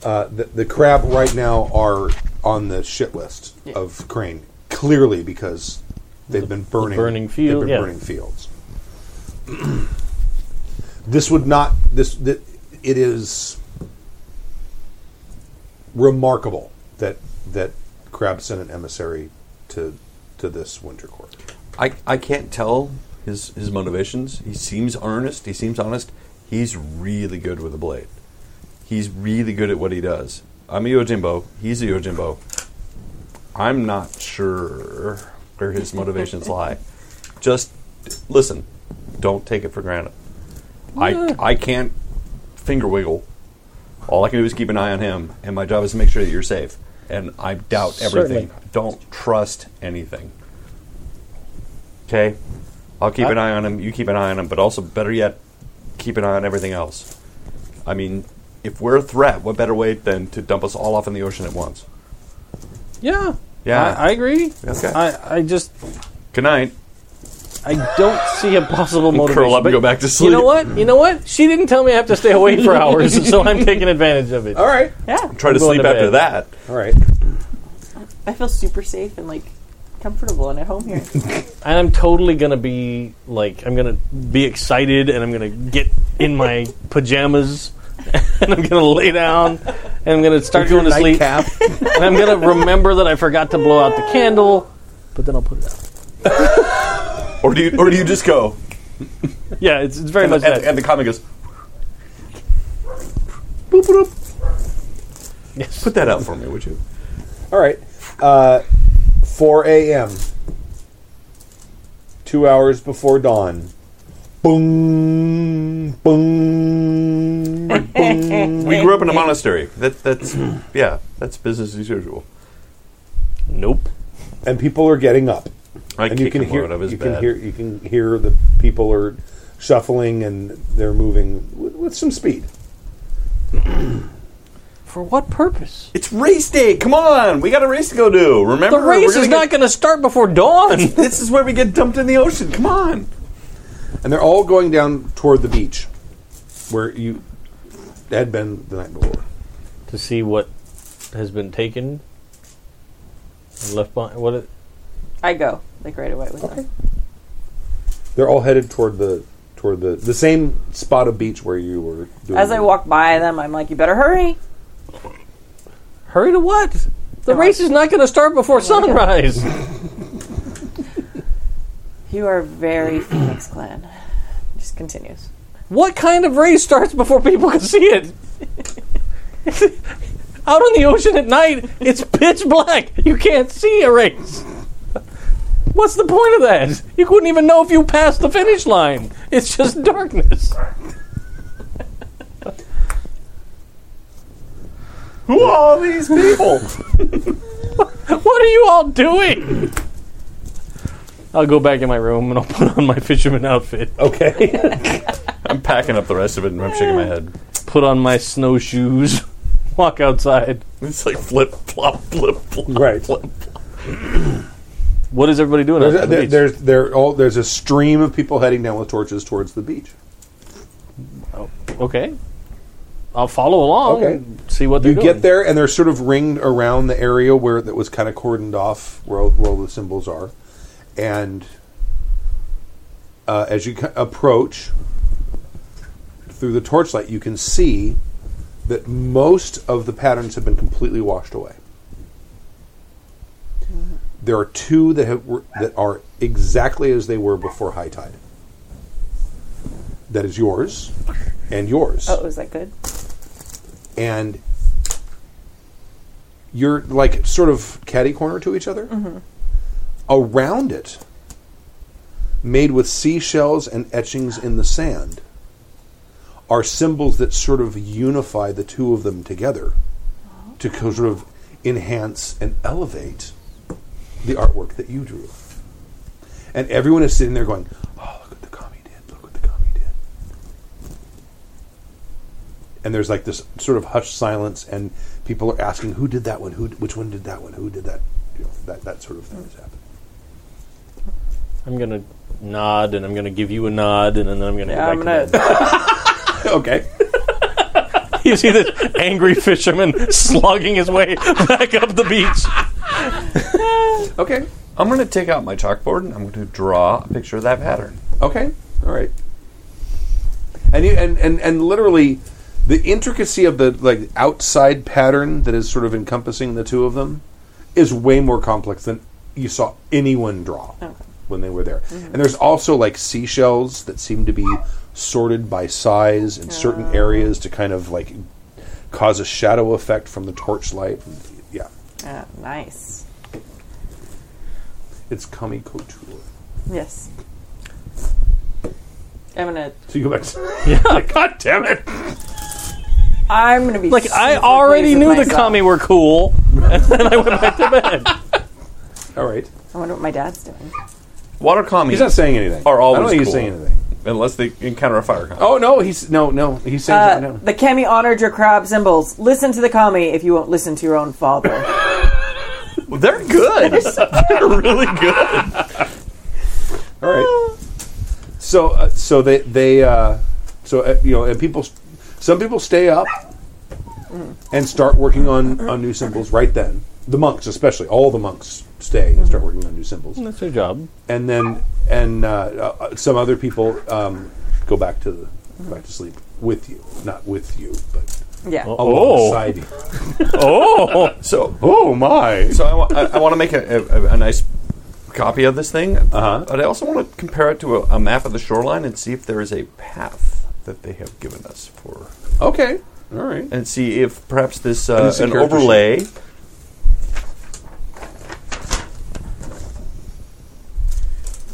uh, the, the crab right now are on the shit list Yeah. of crane clearly because they've been burning burning They've field, been yeah. burning fields. this would not this that it is remarkable that that crab sent an emissary to to this winter court. I I can't tell his his motivations. He seems earnest. He seems honest. He's really good with a blade. He's really good at what he does. I'm a Yojimbo. He's a Yojimbo. I'm not sure where his motivations lie. Just listen. Don't take it for granted. I I can't finger wiggle. All I can do is keep an eye on him, and my job is to make sure that you're safe. And I doubt everything. Certainly. Don't trust anything. Okay? I'll keep an eye on him. You keep an eye on him, but also, better yet, keep an eye on everything else. I mean, if we're a threat, what better way than to dump us all off in the ocean at once? yeah. Yeah. I, I agree. Okay. I, I just Good night. I don't see a possible motivation. Curl up and but go back to You sleep. know what? You know what? She didn't tell me I have to stay awake for hours, so I'm taking advantage of it. All right, Yeah. Try to I'm going sleep to after bed. that. all right. I feel super safe and like comfortable and at home here. And I'm totally gonna be like, I'm gonna be excited, and I'm gonna get in my pajamas, and I'm gonna lay down, and I'm gonna start going to sleep, Nightcap. and I'm gonna remember that I forgot to blow out the candle, but then I'll put it out. Or do you, or do you just go? Yeah, it's, it's very And, much and, that. and the comic goes, Yes. put that out for me, would you? All right. 4 a.m. Two hours before dawn. Boom, boom, boom. We grew up in a monastery. That, that's yeah, that's business as usual. Nope. and people are getting up. I and you kick can him hear out of his you bed. can hear you can hear the people are shuffling and they're moving with, with some speed. For what purpose? It's race day. Come on, we got a race to go do. Remember, The race We're is gonna not going to start before dawn. get- this is where we get dumped in the ocean. Come on. And they're all going down toward the beach where you had been the night before. to see what has been taken and left behind. What? It, I go like right away with them. They're all headed toward the toward the the same spot of beach where you were doing As I your- walk by them, I'm like, "You better hurry." hurry to what? The Come race on. is not going to start before sunrise. You are very Phoenix Clan. Just continues. what kind of race starts before people can see it? Out on the ocean at night, it's pitch black. You can't see a race. What's the point of that? You couldn't even know if you passed the finish line. It's just darkness. Who are all these people? What are you all doing? I'll go back in my room and I'll put on my fisherman outfit, Okay. I'm packing up the rest of it, and I'm shaking my head. put on my snowshoes, walk outside. It's like flip flop, flip flop. right. What is everybody doing? out There's, there on the there, beach? there's there all there's a stream of people heading down with torches towards the beach. okay. I'll follow along Okay. and see what they're You doing. get there, and they're sort of ringed around the area where that was kind of cordoned off, where all, where all the symbols are. And uh, as you ca- approach through the torchlight, you can see that most of the patterns have been completely washed away. There are two that have, were, that are exactly as they were before high tide. That is yours, and yours Oh, is that good? and you're like sort of catty corner to each other. Around it, made with seashells and etchings in the sand, are symbols that sort of unify the two of them together to co- sort of enhance and elevate the artwork that you drew. And everyone is sitting there going, Oh, look what the commie did, look what the commie did and there's like this sort of hushed silence, and people are asking, "Who did that one? Who? Which one did that one? Who did that?" You know, that that sort of thing is happening. I'm gonna nod and I'm gonna give you a nod and then I'm gonna. Yeah, go I'm back gonna. To bed. okay, you see this angry fisherman slogging his way back up the beach. okay, I'm going to take out my chalkboard and I'm going to draw a picture of that pattern. okay, all right. And you and and and literally, the intricacy of the like outside pattern that is sort of encompassing the two of them is way more complex than you saw anyone draw when they were there. And there's also like seashells that seem to be sorted by size in certain areas to kind of like cause a shadow effect from the torchlight. Yeah, Ah, nice. it's kami couture. Yes. I'm gonna. So you go back. To God damn it! I'm gonna be Like I super already pleased with knew the myself. commie were cool, and then I went back to bed. All right. I wonder what my dad's doing. Water commies, He's not saying anything. Are I don't always think he's cool. saying anything. unless they encounter a fire commie. Oh no, he's no no. He's saying Uh, something. the Kemi honored your crab symbols. Listen to the commie if you won't listen to your own father. They're good. They're really good. All right. So uh, so they they uh, so uh, you know and people some people stay up and start working on on new symbols right then. The monks especially, all the monks stay and start working on new symbols, That's their job. and then and uh, uh, some other people um, go back to the back to sleep with you, not with you, but Yeah. alongside you. Oh, So, Oh my! so I, wa- I, want to make a, a, a nice copy of this thing, Uh-huh. but I also want to compare it to a, a map of the shoreline and see if there is a path that they have given us for, Okay, all right. and see if perhaps this And uh, it's a an character overlay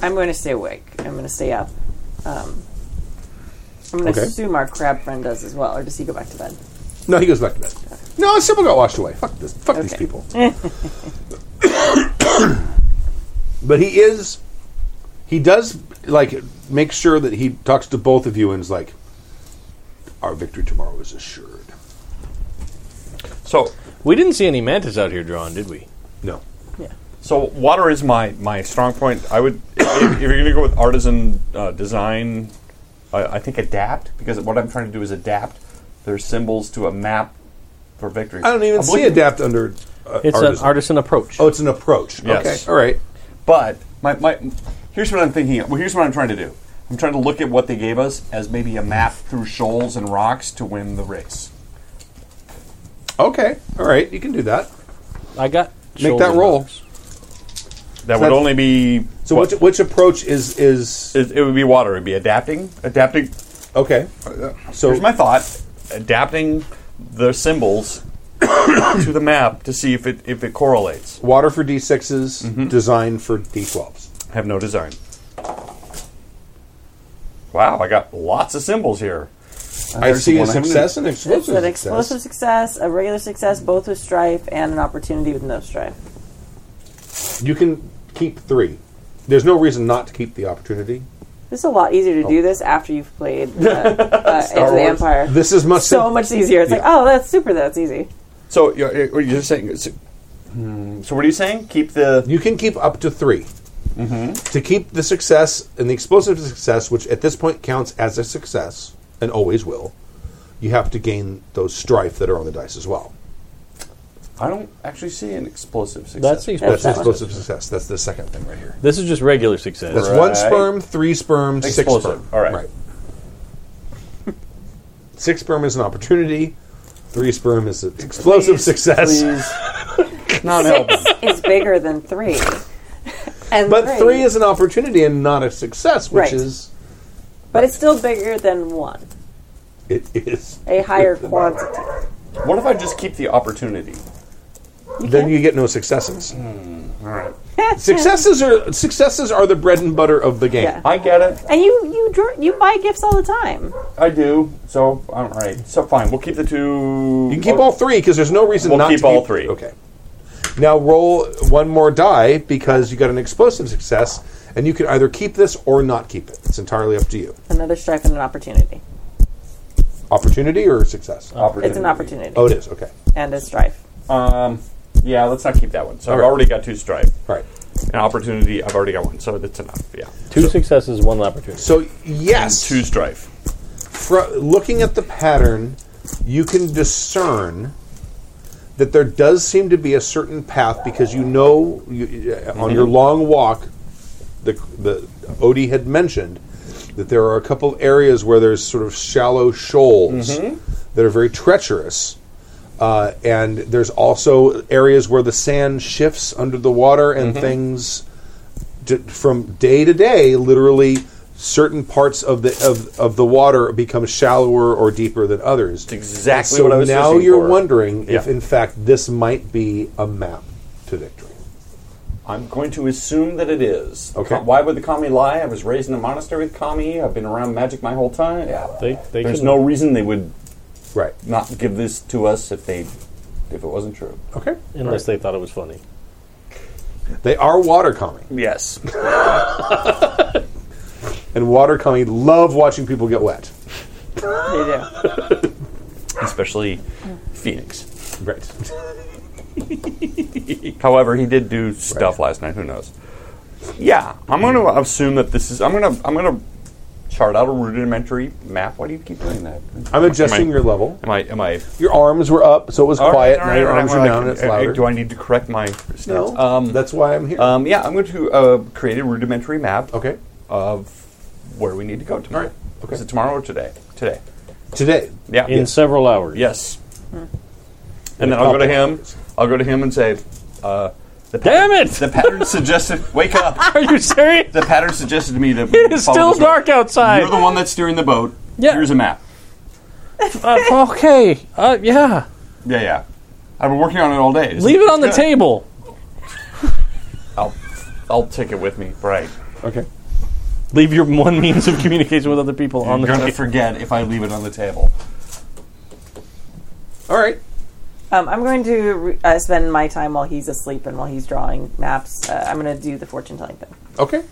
I'm going to stay awake. I'm going to stay up. Um, I'm going to Okay. assume our crab friend does as well, or does he go back to bed? No, he goes back to bed. No, his symbol got washed away. Fuck this. Fuck these Okay. people. but he is. He does like make sure that he talks to both of you and is like, "Our victory tomorrow is assured." So, We didn't see any mantis out here drawn, did we? No, so water is my, my strong point. I would, if, if you're going to go with artisan uh, design, I, I think adapt because what I'm trying to do is adapt their symbols to a map for victory. I don't even I'm see looking- adapt under. Uh, It's artisan. an artisan approach. Oh, it's an approach. Yes. Okay, all right. But my, my here's what I'm thinking. Well, here's what I'm trying to do. I'm trying to look at what they gave us as maybe a map through shoals and rocks to win the race. Okay, all right. You can do that. I got Make shoulder that roll. knots. That would That's- only be So which which approach is is it, it would be water. It would be adapting, adapting. okay? So Here's my thought: adapting the symbols to the map to see if it if it correlates. water for d 6s design for d twelves. Have no design. Wow, I got lots of symbols here. I see a one I'm success and It's explosive an success. explosive success, a regular success, both with strife, and an opportunity with no strife. You can keep three. There's no reason not to keep the opportunity. This is a lot easier Oh. to do this after you've played uh, uh, Age of the Wars. Empire. This is much so sim- much easier. It's like, oh, that's super. That's easy. So you're, you're you're saying. So, hmm, so what are you saying? Keep the You can keep up to 3 To keep the success and the explosive success, which at this point counts as a success and always will, you have to gain those strife that are on the dice as well. I don't actually see an explosive success. That's the That's explosive. the that one. explosive success. That's the second thing right here. This is just regular success. That's one sperm, three sperm, Explosive. six sperm. All right. six sperm is an opportunity. Three sperm is an explosive success. not helping. Six is bigger than three, and But three. is an opportunity and not a success, which Right. is but it's still bigger than one, it is. a higher quantity. What if I just keep the opportunity? then you get no successes. Hmm. Successes are successes are the bread and butter of the game. Yeah. I get it. And you you dr- you buy gifts all the time. I do. So all right. So fine. We'll keep the two. You can keep all three because there's no reason We'll not keep to all three. Okay. Now roll one more die because you got an explosive success, and you can either keep this or not keep it. It's entirely up to you. Another strife and an opportunity. Opportunity or success? Opportunity. It's an opportunity Oh, it is. Okay. and a strife. Um, yeah. Let's not keep that one. So I've right. already got two stripe. All right. An opportunity. I've already got one. So that's enough. Yeah. Two successes, one opportunity. So yes, Two strife. fro- looking at the pattern, you can discern that there does seem to be a certain path because you know you, uh, on your Mm-hmm. long walk, the, the Odie had mentioned that there are a couple of areas where there's sort of shallow shoals Mm-hmm. that are very treacherous. Uh, and there's also areas where the sand shifts under the water Mm-hmm. and things d- from day to day, literally certain parts of the of, of the water become shallower or deeper than others. exactly so what I was now fishing you're for. wondering if Yeah. in fact this might be a map to victory. I'm going to assume that it is. Okay. Why would the kami lie? I was raised in a monastery with kami. I've been around magic my whole time. Yeah. They, they There's can- no reason they would Right. not give this to us if they if it wasn't true. Okay. unless they thought it was funny. They are water kami. Yes. And water kami love watching people get wet. They do. Especially Phoenix. Right. However, he did do stuff last night. Who knows? Yeah, I'm going to assume that this is. I'm going to. I'm going to chart out a rudimentary map. Why do you keep doing that? I'm adjusting I- your level. Am I? Am I? Your arms were up, so it was All quiet. right, all now right, your all right, arms well, are I down, can- and it's louder. Do I need to correct my? stance? no, Um, that's why I'm here. um, yeah, I'm going to uh, create a rudimentary map. okay. Of where we need to go tomorrow. All right, okay. Is it tomorrow or today? Today. Today. Yeah. In several hours. Yes. Hmm. And then I'll go to him. I'll go to him and say, uh, the Damn it! The pattern suggested. Wake up! Are you serious? The pattern suggested to me that we It is follow still this road. dark outside. You're the one that's steering the boat. Yeah. Here's a map. Uh, okay. Uh, yeah. Yeah, yeah. I've been working on it all day. It's- Leave it on the it's good. table. I'll, I'll take it with me. Right. Okay. Leave your one means of communication with other people on I'm the gonna forget if I leave it on the table. All right. Um, I'm going to re- uh, spend my time while he's asleep and while he's drawing maps. Uh, I'm going to do the fortune telling thing. Okay.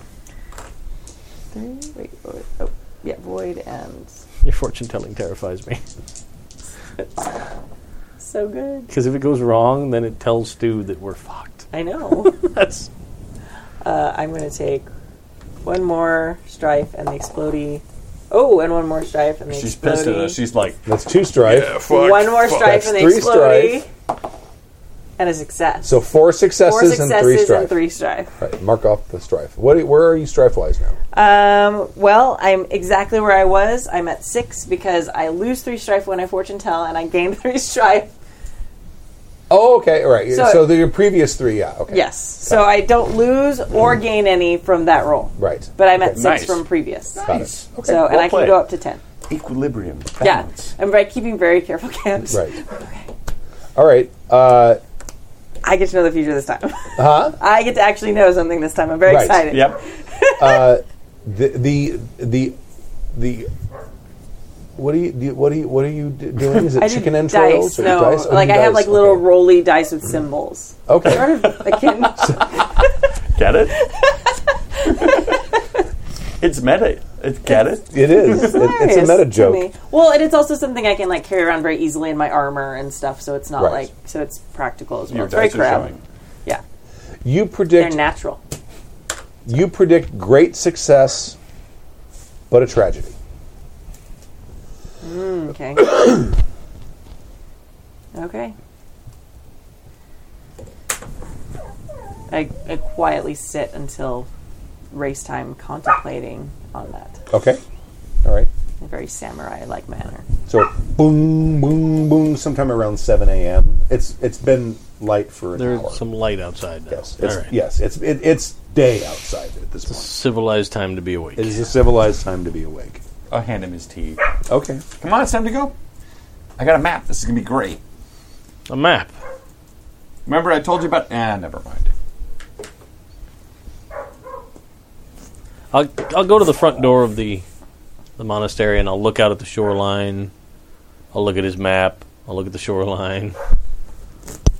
Three, wait, void, oh, yeah, void and Your fortune telling terrifies me so good. because if it goes wrong, then it tells Stu that we're fucked. I know. That's uh, I'm going to take one more strife and the explodey. Oh, and one more strife and the She's explodey. pissed at us. She's like, That's two strife. one more strife That's and the three explodey. And a success. So four successes, four successes and three strife. and three strife. All right, mark off the strife. What? do- Where are you strife wise now? Um, well, I'm exactly where I was. I'm at six because I lose three strife when I fortune tell, and I gain three strife. Oh, okay. All right. So- So, the, your previous three, yeah. Okay. Yes, so I don't lose or gain any from that roll. Mm-hmm. Right. But I'm at six Nice. from previous. Got it. Okay. So, and well I can played. go up to ten. equilibrium. Yeah, balance. I'm very, keeping very careful count. Right. All right. Uh, Uh-huh. I get to know the future this time. Huh? I get to actually know something this time. I'm very Right. excited. Yep. the the the the what are you do you- what are you what are you d- doing? Is it I do chicken dice, entrails? or no. dice? Oh, you like I dice. have like okay. little roly dice with symbols. Okay. Sort of akin. Get it? it's meta. It's, get it? It is. It- it's a hilarious meta to me. joke. Well, and it's also something I can like carry around very easily in my armor and stuff. So it's not Right. like so it's practical as well. Your it's very dice are crab. showing. Yeah, You they're predict natural. you predict great success, but a tragedy. Okay. okay. I, I quietly sit until race time, contemplating on that Okay. All right. in a very samurai-like manner. So boom, boom, boom. Sometime around seven a.m. It's it's been light for an hour. There's some light outside now. yes. It's, All right. Yes. It's it, it's day outside at this point. Civilized time to be awake. It is a civilized time to be awake. I'll hand him his tea. Okay. Come on, it's time to go. I got a map. This is gonna be great. A map. Remember I told you about? Ah, never mind. I'll, I'll go to the front door of the the monastery and I'll look out at the shoreline. I'll look at his map. I'll look at the shoreline.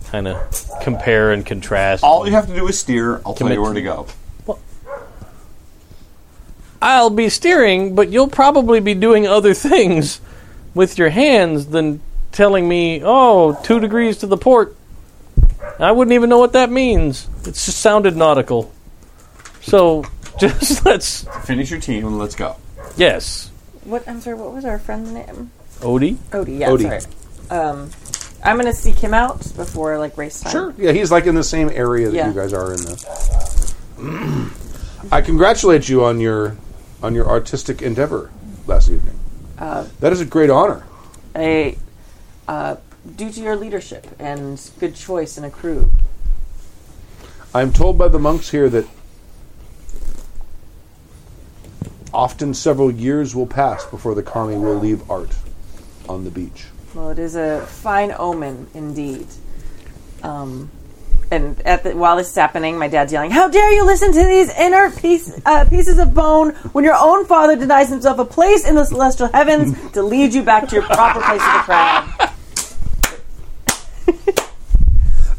Kind of compare and contrast. All you have to do is steer. I'll tell Commit- you where to go. I'll be steering, but you'll probably be doing other things with your hands than telling me, oh, two degrees to the port. I wouldn't even know what that means. It's just sounded nautical. So just let's. Finish your tea and let's go. Yes. What I'm sorry. What was our friend's name? Odie? Odie. Yeah. Odie. Sorry. Um, I'm gonna seek him out before like race time. Sure. Yeah, he's like in the same area that Yeah. you guys are in. The I congratulate you on your on your artistic endeavor last evening. Uh, that is a great honor. a uh, due to your leadership and good choice in a crew. I'm told by the monks here that often several years will pass before the kami will leave art on the beach. Well, it is a fine omen indeed. Um, and at the, while this is happening, my dad's yelling, "How dare you listen to these inert piece, uh, pieces of bone when your own father denies himself a place in the celestial heavens to lead you back to your proper place in the crowd."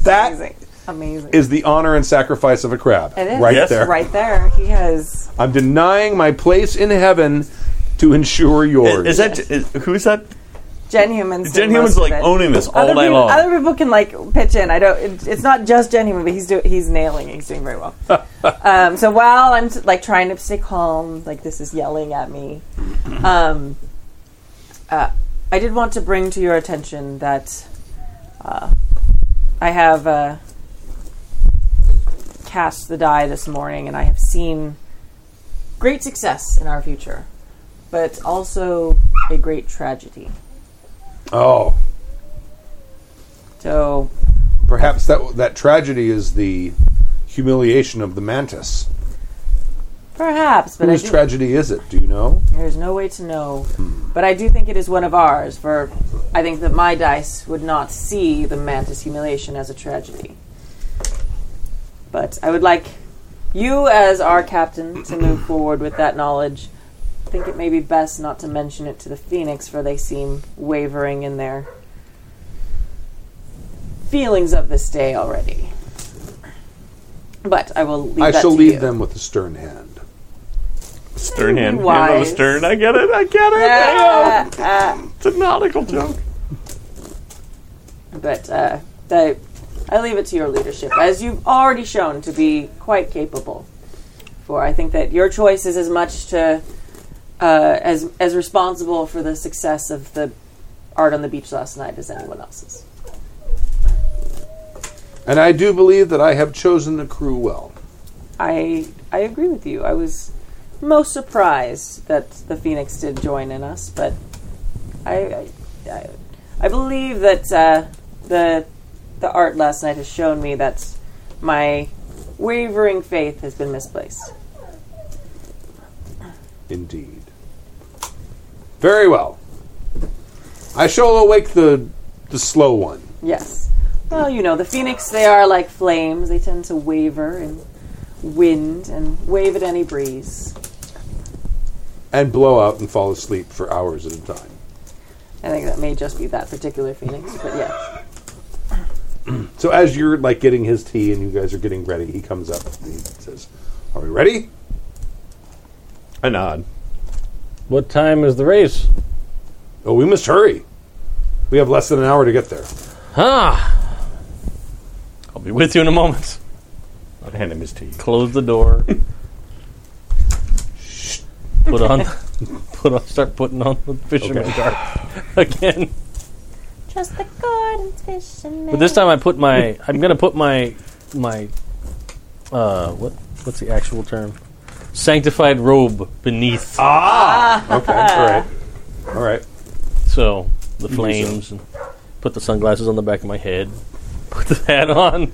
That Amazing, amazing. is the honor and sacrifice of a crab. It is. Right Yes. there. right there. He has I'm denying my place in heaven to ensure yours. Is that is, who's that? Jen Humans. Jen Human's like owning this all other day people, long. Other people can like pitch in. I don't. It, it's not just Jen Human, but he's do, he's nailing it. He's doing very well. um, so while I'm like trying to stay calm, like this is yelling at me. Um, uh, I did want to bring to your attention that uh, I have uh, cast the die this morning, and I have seen great success in our future, but also a great tragedy. oh, So perhaps that that tragedy is the humiliation of the mantis. Perhaps, but I Whose do- tragedy is it? Do you know? there's no way to know. But I do think it is one of ours. For I think that my dice would not see the mantis humiliation as a tragedy. But I would like you as our captain to move forward with that knowledge. I think it may be best not to mention it to the Phoenix, for they seem wavering in their feelings of this day already. But I will leave I that shall to leave you. them with a stern hand. Stern hand. Hand on the Wise. stern. I get it. I get it. Ah, I know. ah, It's a nautical joke. but uh, I, I leave it to your leadership, as you've already shown to be quite capable. For I think that your choice is as much to uh, as as responsible for the success of the art on the beach last night as anyone else's. And I do believe that I have chosen the crew well. I I agree with you. I was most surprised that the Phoenix did join in us, but I I, I, I believe that uh, the the art last night has shown me that my wavering faith has been misplaced. Indeed. Very well. I shall awake the the slow one. Yes. Well, you know, the Phoenix, they are like flames. They tend to waver in wind and wave at any breeze. And blow out and fall asleep for hours at a time. I think that may just be that particular Phoenix, but yes. So as you're like getting his tea and you guys are getting ready, he comes up and he says, Are we ready? I nod. What time is the race? Oh, we must hurry. We have less than an hour to get there. Ah, I'll be with you in a moment. I'll hand him his tea. Close the door. put on, put on, start putting on the fisherman garb again. Trust the Gordon's fishing But this time I put my I'm gonna put my my uh what what's the actual term? Sanctified robe beneath. Okay, all right. All right. So the flames and put the sunglasses on the back of my head. Put the hat on.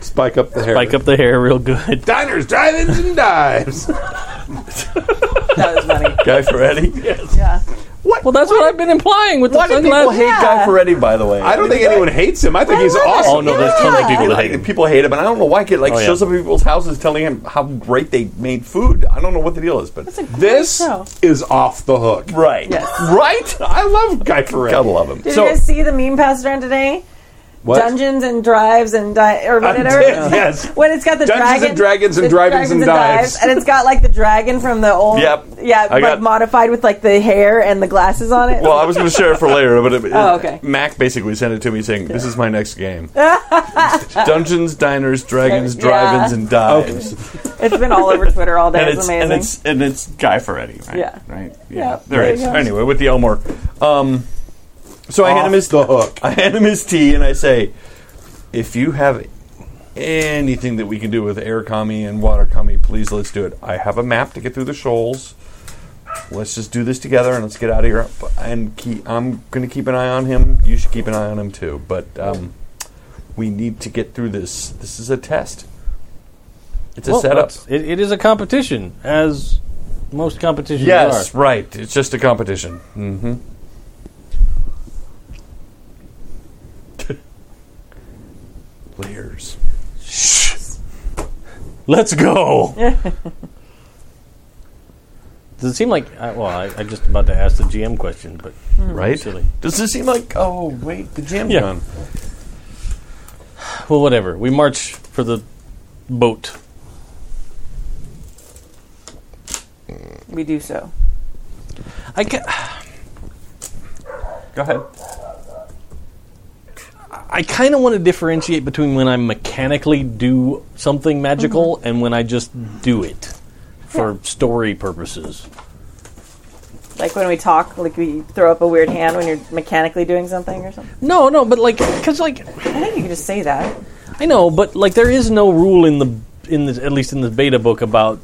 Spike up the hair. Spike up the hair real good. Diners, drive-ins, and dives. That was funny. Guy Ferretti. Yeah. Well that's what I've been implying with the Why do people sunglasses. hate Guy Ferretti? By the way, I don't think anyone hates him. I think he's awesome. Oh no, there's tons of people that Like, hate him. people hate him, and I don't know why. Kid like Oh, yeah. shows up at people's houses telling him how great they made food. I don't know what the deal is, but This show. is off the hook. right, right. I love Guy Ferretti. Gotta love him. Did So- you guys see the meme passed around today? What? Dungeons and drives and di- or I whatever. did, yes. When it's got the Dungeons dragon, and Dragons and the Drive-ins and Dives. and it's got like the dragon from the old, Yep. yeah, I like got- modified with like the hair and the glasses on it. Well, I was going to share it for later, but it, Oh, okay. Mac basically sent it to me saying, "This is my next game: Dungeons, Diners, Dragons, Yeah. Drive-ins, and Dives." it's been all over Twitter all day. And It's, it's amazing. and it's and it's Guy Ferretti, right? Yeah. right. Yeah, Yeah, there there it is. you go. Anyway, with the Elmore. Um, so I hand him Off his the hook. I hand him his tea and I say, if you have anything that we can do with air kami and water kami, please let's do it. I have a map to get through the shoals. Let's just do this together and let's get out of here. And keep, I'm going to keep an eye on him. You should keep an eye on him too. But um, we need to get through this. This is a test. It's a Well, setup. that's- It, it is a competition, as most competitions Yes, are. right. It's just a competition. Mm-hmm. Layers. Let's go. Does it seem like? I, well, I, I just about to ask the GM question, but right? Silly. Does this seem like? Oh wait, the gym Yeah. gun. well, whatever. We march for the boat. we do so. I can Go ahead. I kind of want to differentiate between when I mechanically do something magical and when I just do it for story purposes. Like when we talk, like we throw up a weird hand when you're mechanically doing something or something. No, no, but like, because like, I think you can just say that. I know, but like, there is no rule in the in this at least in the beta book about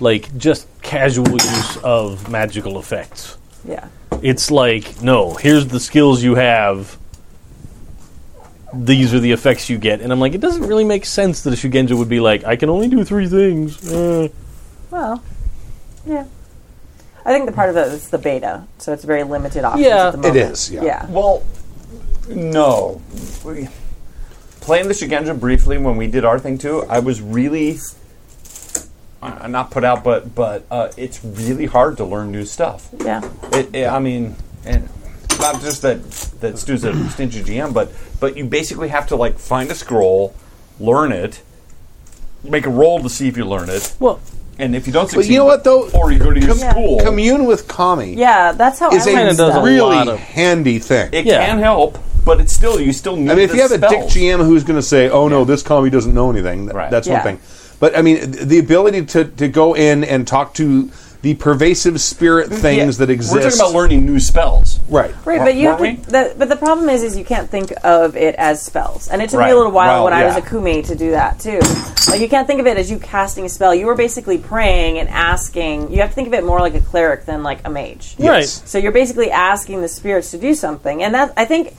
like just casual use of magical effects. Yeah. It's like, no, here's the skills you have. These are the effects you get, and I'm like, it doesn't really make sense that a Shugenja would be like, I can only do three things. Uh, Well. Yeah. I think the part of it is the beta, so it's very limited options. Yeah. at the It moment. is, yeah. Yeah. Well, no. We- Playing the Shigenja briefly when we did our thing too, I was really uh, not put out, but but uh, it's really hard to learn new stuff. Yeah. It, it, I mean, and not just that that Stu's a stingy GM, but but you basically have to like find a scroll, learn it, make a roll to see if you learn it. Well, and if you don't But succeed, you know what though? or you go to your Yeah. school, Commune with Kami Yeah, that's how is I learned does a stuff. a lot really of- handy thing. it Yeah. can help, but it's still you still need. I mean, if the you have a dick spells. GM who's going to say, "Oh no, this commie doesn't know anything," th- Right. that's Yeah. one thing. But I mean, th- the ability to, to go in and talk to the pervasive spirit things that exist. We're talking about learning new spells. right? Right, but you have Weren't to, the, but the problem is is you can't think of it as spells, and it took me Right. a little while Well, when I was yeah. a kumi to do that too. Like you can't think of it as you casting a spell. You were basically praying and asking. You have to think of it more like a cleric than like a mage. Yes. So you're basically asking the spirits to do something, and that I think,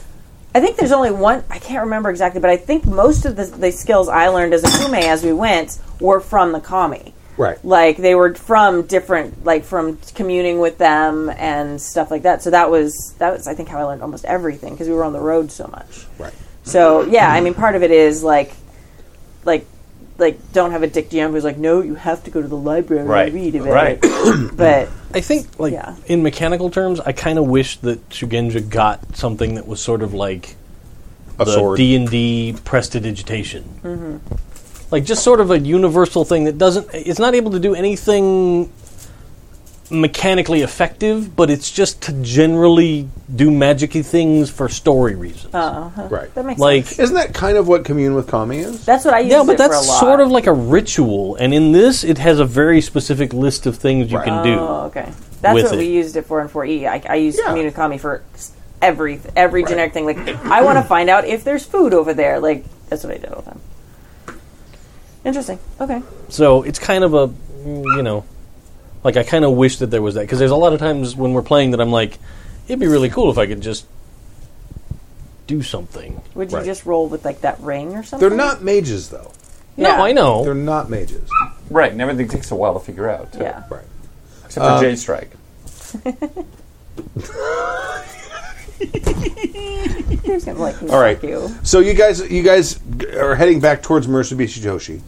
I think there's only one. I can't remember exactly, but I think most of the, the skills I learned as a kume as we went were from the kami. Right. Like they were from different, like from communing with them and stuff like that. So that was that was I think how I learned almost everything because we were on the road so much. Right. So yeah, I mean, part of it is like, like, like don't have a dick GM who's like, no, you have to go to the library Right. and read of it. Right. But I think, like Yeah. in mechanical terms, I kind of wish that Shugenja got something that was sort of like A the sword. D and D prestidigitation, Mm-hmm. like just sort of a universal thing that doesn't. It's not able to do anything mechanically effective, but it's just to generally do magicy things for story reasons. Oh, right. that makes like sense. Isn't that kind of what commune with Kami is? that's what I used. yeah, but it for that's a lot. sort of like a ritual, and in this, it has a very specific list of things you Right. can do. Oh, okay. That's with what it. we used it for in 4E. I, I used Yeah. Communicami for every every generic thing. Like, I want to find out if there's food over there. Like, that's what I did all the time. Interesting. Okay. So it's kind of a, mm, you know, like I kind of wish that there was that because there's a lot of times when we're playing that I'm like, it'd be really cool if I could just do something. Would you Right. just roll with like that ring or something? They're not mages though. Yeah. No, I know. They're not mages. Right, and everything takes a while to figure out. too. Yeah. Right. Except for Um, Jade Strike. They're just gonna like fuck All right. you. So you guys, you guys g- are heading back towards Mitsubishi Joshi,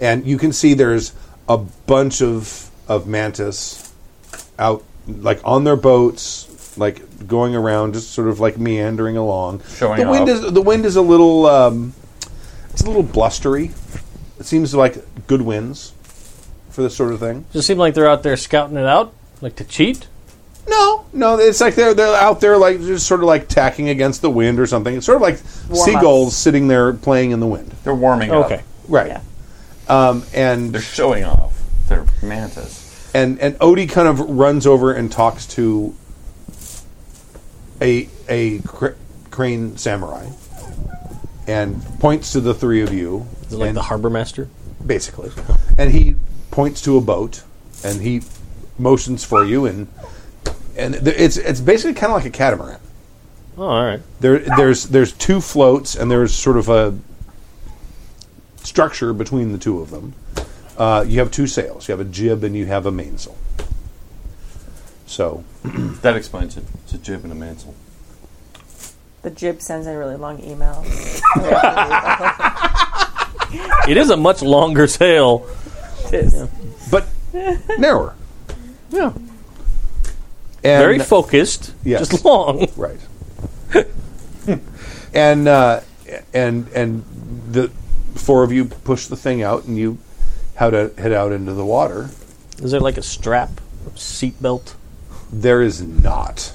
and you can see there's a bunch of of mantis out, like on their boats, like going around, just sort of like meandering along. Showing the wind off. is the wind is a little um, it's a little blustery. It seems like good winds for this sort of thing. Does it seem like they're out there scouting it out, like to cheat? No, no, it's like they're they're out there like just sort of like tacking against the wind or something. It's sort of like Warm-ups. seagulls sitting there playing in the wind. They're warming up. Okay. Right. Yeah. Um, and They're showing off. They're mantis. and and Odie kind of runs over and talks to a a cr- crane samurai and points to the three of you Is it like and- the harbor master? basically and he points to a boat and he motions for you and and th- it's it's basically kind of like a catamaran Oh, all right. there there's there's two floats and there's sort of a structure between the two of them. Uh, you have two sails. You have a jib and you have a mainsail. So That explains it. It's a jib and a mantle. The jib sends in really long email. It is a much longer sail. but narrower. Yeah. And Very focused. Yes. Just long. Right. and uh, and and the four of you push the thing out and you how to head out into the water. Is there like a strap, seat belt? There is not.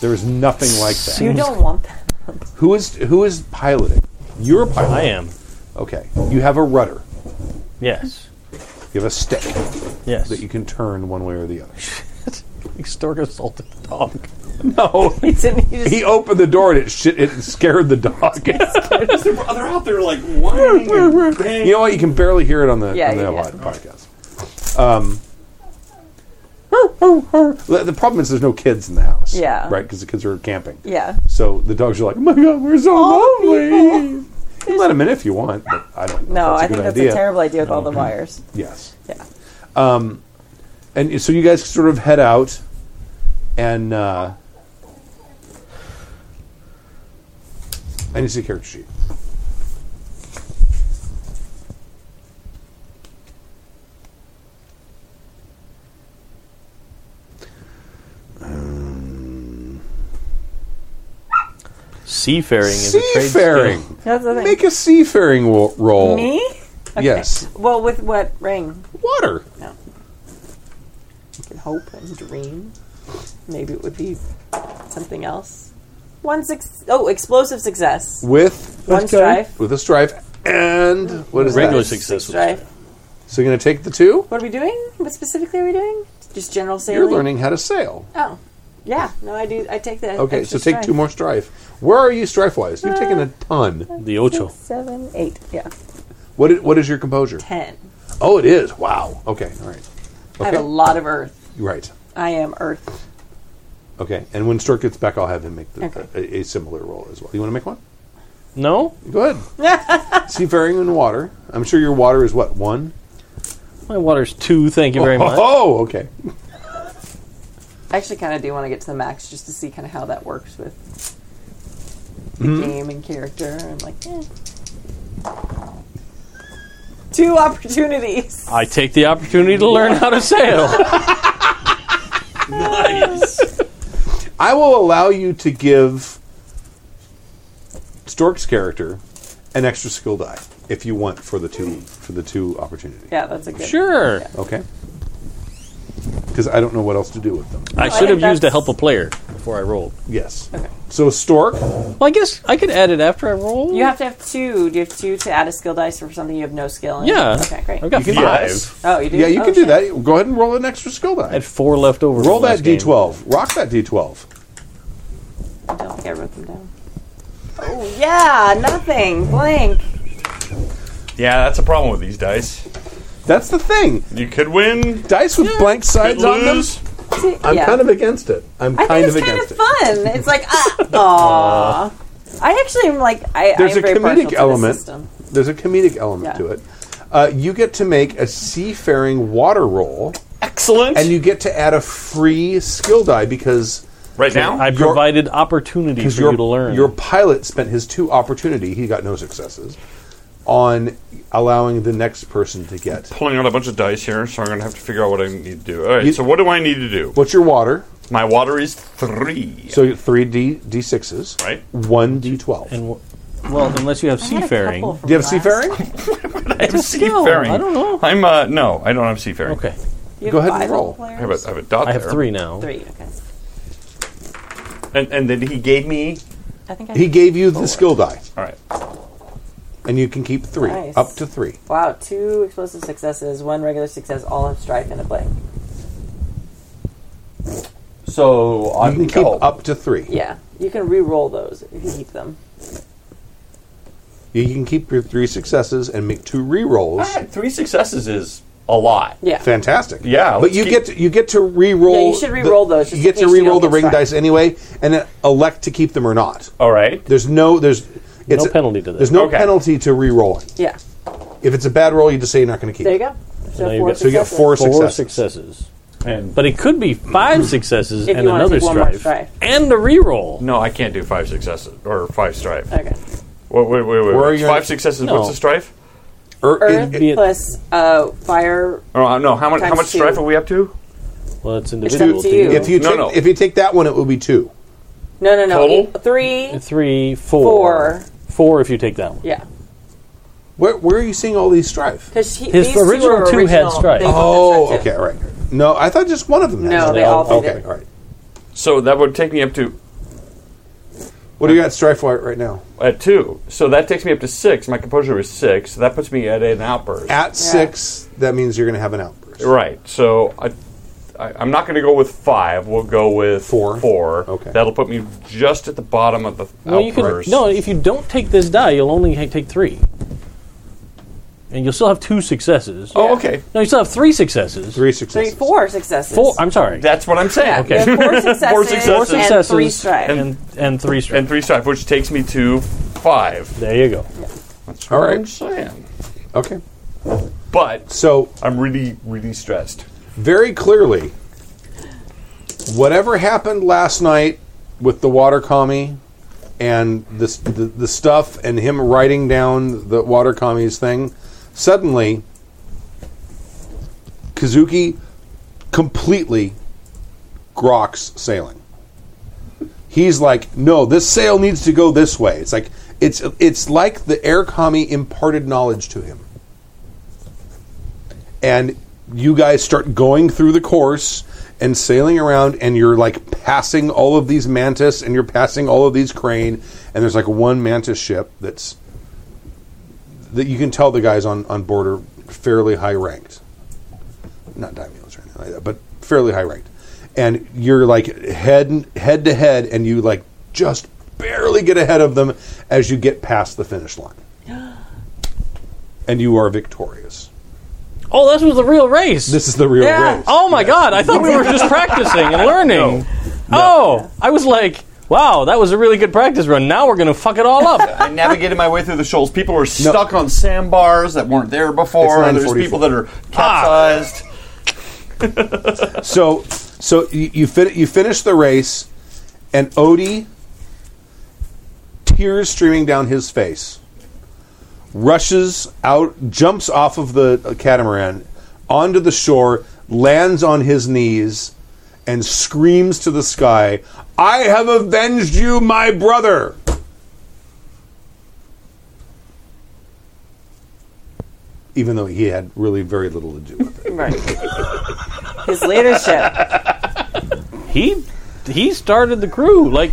There is nothing like that. you don't want that. Who is who is piloting? You're a pilot. I am. Okay. You have a rudder. Yes. You have a stick Yes. that you can turn one way or the other. Like Stork assaulted the dog. No. It's in, you just, He opened the door and it shit, it scared the dog. They're out there like whining and banging. you know what? You can barely hear it on the Yeah, on the yeah, li- yeah. podcast. Um, the problem is there's no kids in the house. Yeah. Right, because the kids are camping. yeah. So the dogs are like, "Oh my god, we're so lonely." You can let them in if you want, but I don't. Know No, if I that's a think good that's idea. a terrible idea with all the wires. Yes. Um, Yeah. and so you guys sort of head out and uh, I need to see a character sheet. seafaring is a trade skill. Seafaring. That's the thing. Make a seafaring wo- roll. Me? Yes. Well, with what ring? Water. No. I can hope and dream. Maybe it would be something else. One six. Oh, explosive success. With One strife. with a strife and what is Regular that? success was Strife. So you're going to take the two. What are we doing? What specifically are we doing? Just general sailing. You're learning how to sail. Oh, yeah. No, I do. I take that. Okay, so extra take strife. two more strife. Where are you strife wise? You've taken a ton. the ocho. Six, seven, eight. Yeah, What is, what is your composure? ten. Oh, it is. Wow. Okay. All right. I have a Okay. lot of earth. Right. I am earth. Okay. And when Stork gets back, I'll have him make the, Okay. a, a similar roll as well. You want to make one? No, Go ahead. Seafaring and water. I'm sure your water is what one. my water's two. Thank you very much. Oh, okay. I actually kind of do want to get to the max just to see kind of how that works with the Mm-hmm. game and character. I'm like, eh. two opportunities. I take the opportunity to learn how to sail. I will allow you to give Stork's character an extra skill die if you want for the two for the two opportunity. Yeah, that's a good. sure, Okay. Because I don't know what else to do with them. I think should have used to that's- help a player before I rolled. Yes. Okay. So Stork, Well, I guess I could add it after I roll. You have to have two. Do you have two to add a skill dice for something you have no skill in? Yeah. Okay, great. I've got You can- five. Yes. oh, you do. yeah, you Oh, can do shit. that. Go ahead and roll an extra skill die. I had four left over. roll from that last game. d12. Rock that d12. I don't think I wrote them down. Oh yeah, nothing. Blank. Yeah, that's a problem with these dice. That's the thing. You could win, Dice with blank could sides on them. lose. See, I'm yeah. kind of against it. I'm I kind think of it's kind against of fun. It's like ah, aw. I actually am like I. There's I am a very comedic partial to this element. system. it. There's a comedic element Yeah. to it. Uh, you get to make a seafaring water roll, Excellent. and you get to add a free skill die because right now, I Your- provided opportunity because for your you to learn. your pilot spent his two opportunity. He got no successes on allowing the next person to get pulling out a bunch of dice here, so I'm going to have to figure out what I need to do. All right, You- so what do I need to do? what's your water. My water is three. So you're three D D sixes, Right. One D twelve. and w- well, unless you have I had a seafaring. couple from Do you have last- seafaring? I have seafaring. I don't know. I'm uh no, I don't have seafaring. Okay, You have Go ahead and five roll. little I have players? a, I have a dot. I have there. three now. Three. Okay. And, and then he gave me. I think I. He gave you the skill die, All right. and you can keep three Nice. up to three. wow, two explosive successes, one regular success, all have strife and a blank. So I You can keep up to three. Yeah, you can re-roll those if you keep them. You can keep your three successes and make two re rolls. Ah, three successes is a lot. Yeah. Fantastic. Yeah, but let's you keep- get to, you get to re-roll. Yeah, you should re-roll those, just You get in to case you re-roll the don't get ring struck. dice anyway, and then elect to keep them or not. All right. There's no there's it's No penalty to this. There's no Okay. penalty to re-rolling. Yeah, If it's a bad roll, you just say you're not going to keep. there you it. go. So, now you four got- So you got successes. four four successes. successes. and But it could be Hmm. five successes If and you want to another take one more strife. strife. And a reroll. No, I can't do five successes or five strife. Okay. Wait, wait, wait, wait. Where are It's your- five successes. No. What's the strife? Or Earth it- it- it- plus uh, fire. Oh uh, no. How much? How Times much two. strife are we up to? Well, it's up individual. to to you. if you No, take, no. if you take that one, it will be two. No, no, no. Total? Three. Three, four. Four. Four if you take that one. Yeah. Where, where are you seeing all these strife? Because His these original two, two were had original. strife. They both had Oh, strife, too. okay, all right. No, I thought just one of them. had No, strife. they all did. Okay, all right. So that would take me up to What do you got strife for right now? at two. So that takes me up to six. My composure is six. So that puts me at an outburst. At six, that means you're going to have an outburst. Right. So I, I, I'm not going to go with five. We'll go with Four. Four. Okay. That'll put me just at the bottom of the Well, you could, outburst. no, if you don't take this die, you'll only ha- take three. And you'll still have two successes. Oh, okay. No, you still have three successes. Three Three, successes. four successes. Four. I'm sorry. That's what I'm Yeah, saying. you have Four successes. Four successes. And three strife. and and three strikes. and three strife, which takes me to five. there you go. That's All what right. I'm saying. Okay. But So I'm really, really stressed. very clearly whatever happened last night with the water commie and this the, the stuff and him writing down the water commie's thing suddenly kazuki completely groks sailing He's like, no, this sail needs to go this way. It's like it's it's like the air commie imparted knowledge to him, and you guys start going through the course and sailing around, and you're like passing all of these mantis, and you're passing all of these crane, and there's like one mantis ship that's that you can tell the guys on, on board are fairly high ranked. Not daimyos or anything like that, but fairly high ranked. And you're like head head to head, and you like just barely get ahead of them as you get past the finish line, and you are victorious. Oh, this was the real race. This is the real race. Oh my god, I thought we were just practicing and learning. Oh, I was like, wow, that was a really good practice run. Now we're going to fuck it all up. I navigated my way through the shoals. People are stuck on sandbars that weren't there before. It's There's 9:44. people that are capsized. so so you you, fin- you finish the race, and Odie, tears streaming down his face, rushes out, jumps off of the uh, catamaran onto the shore, lands on his knees, and screams to the sky, "I have avenged you, my brother!" Even though he had really very little to do with it. Right. His leadership. he he started the crew. Like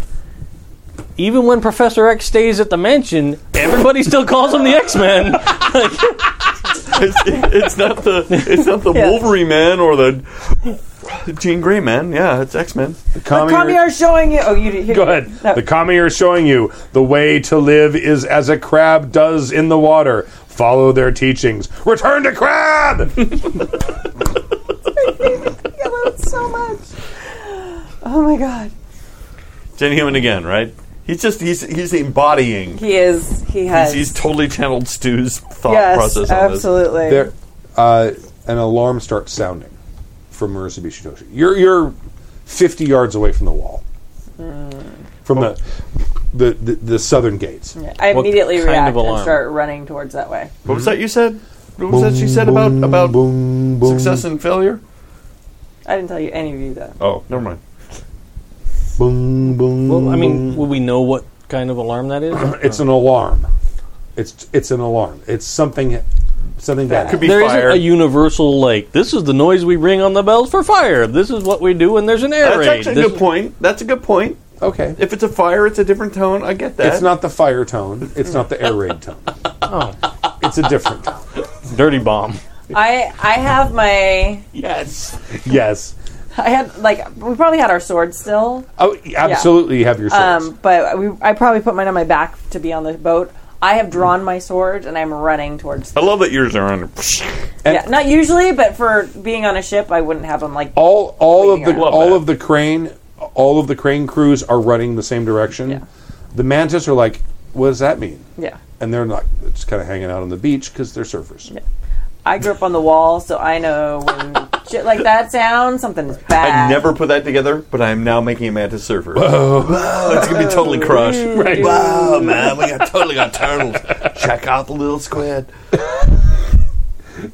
even when Professor X stays at the mansion, everybody still calls him the X-Men. it's, it's not the it's not the Yeah. Wolverine man or the Jean Grey man. Yeah, it's X Men. Commie- Come here, showing you. Oh, you didn't hear Go ahead. No. The commie are showing you the way to live is as a crab does in the water. Follow their teachings. Return to crab. so much. Oh my god. Genuine again, right? He's just he's he's embodying. He is. He He's, has. he's totally channeled Stu's thought yes, process on absolutely. there, uh, an alarm starts sounding from Marisa Bishinoshi. You're you're 50 yards away from the wall, Hmm. from the, the the the southern gates. I immediately kind react of and alarm? start running towards that way. this. What was that you said? What was that she said about about Boom, boom, success and failure? I didn't tell you any of you that. Oh, never mind. boom, boom. well, I mean, will we know what kind of alarm that is? it's an alarm. It's it's an alarm. It's something something bad. Could be There fire. not a universal like this is the noise we ring on the bells for fire. This is what we do when there's an air That's raid. actually a This- good point. That's a good point. okay. If it's a fire, it's a different tone. I get that. It's not the fire tone. It's not the air raid tone. It's a different tone. dirty bomb. I I have my. Yes. Yes. I had like we probably had our swords still, Oh, absolutely. You have your swords. um, but we, I probably put mine on my back to be on the boat. I have drawn my sword and I'm running towards. I love that yours are on. yeah, not usually, but for being on a ship, I wouldn't have them like. all all of Waiting the around. all that. of the crane all of the crane crews are running the same direction. Yeah. The mantis are like, what does that mean? Yeah, And they're not just kind of hanging out on the beach because they're surfers. I grew up on the wall, so I know when shit like that sounds something is bad. I never put that together, but I am now making a mantis surfer. Wow, it's gonna be totally crushed. Right. Wow, man, we got totally got turtled. Check out the little squid.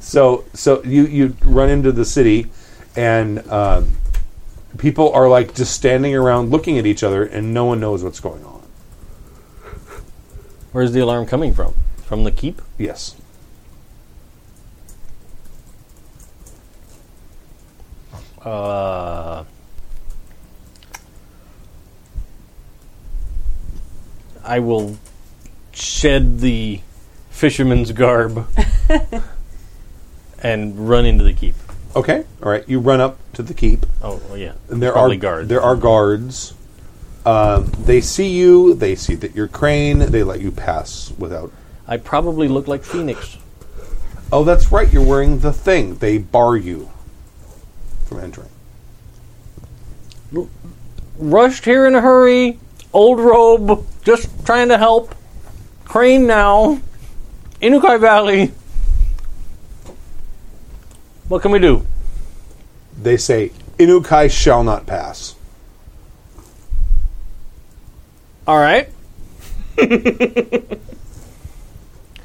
So so you you run into the city, and um, people are like just standing around looking at each other, and no one knows what's going on. Where's the alarm coming from? From the keep? Yes. Uh, I will shed the fisherman's garb and run into the keep. Okay. All right. You run up to the keep. Oh well, yeah, And there Probably are guards. There are guards. Um, they see you. They see that you're Crane. They let you pass without. I probably look like Phoenix. Oh, that's right. You're wearing the thing. They bar you from entering. Rushed here in a hurry. Old robe, just trying to help. Crane now. Inukai Valley. What can we do? They say Inukai shall not pass. All right.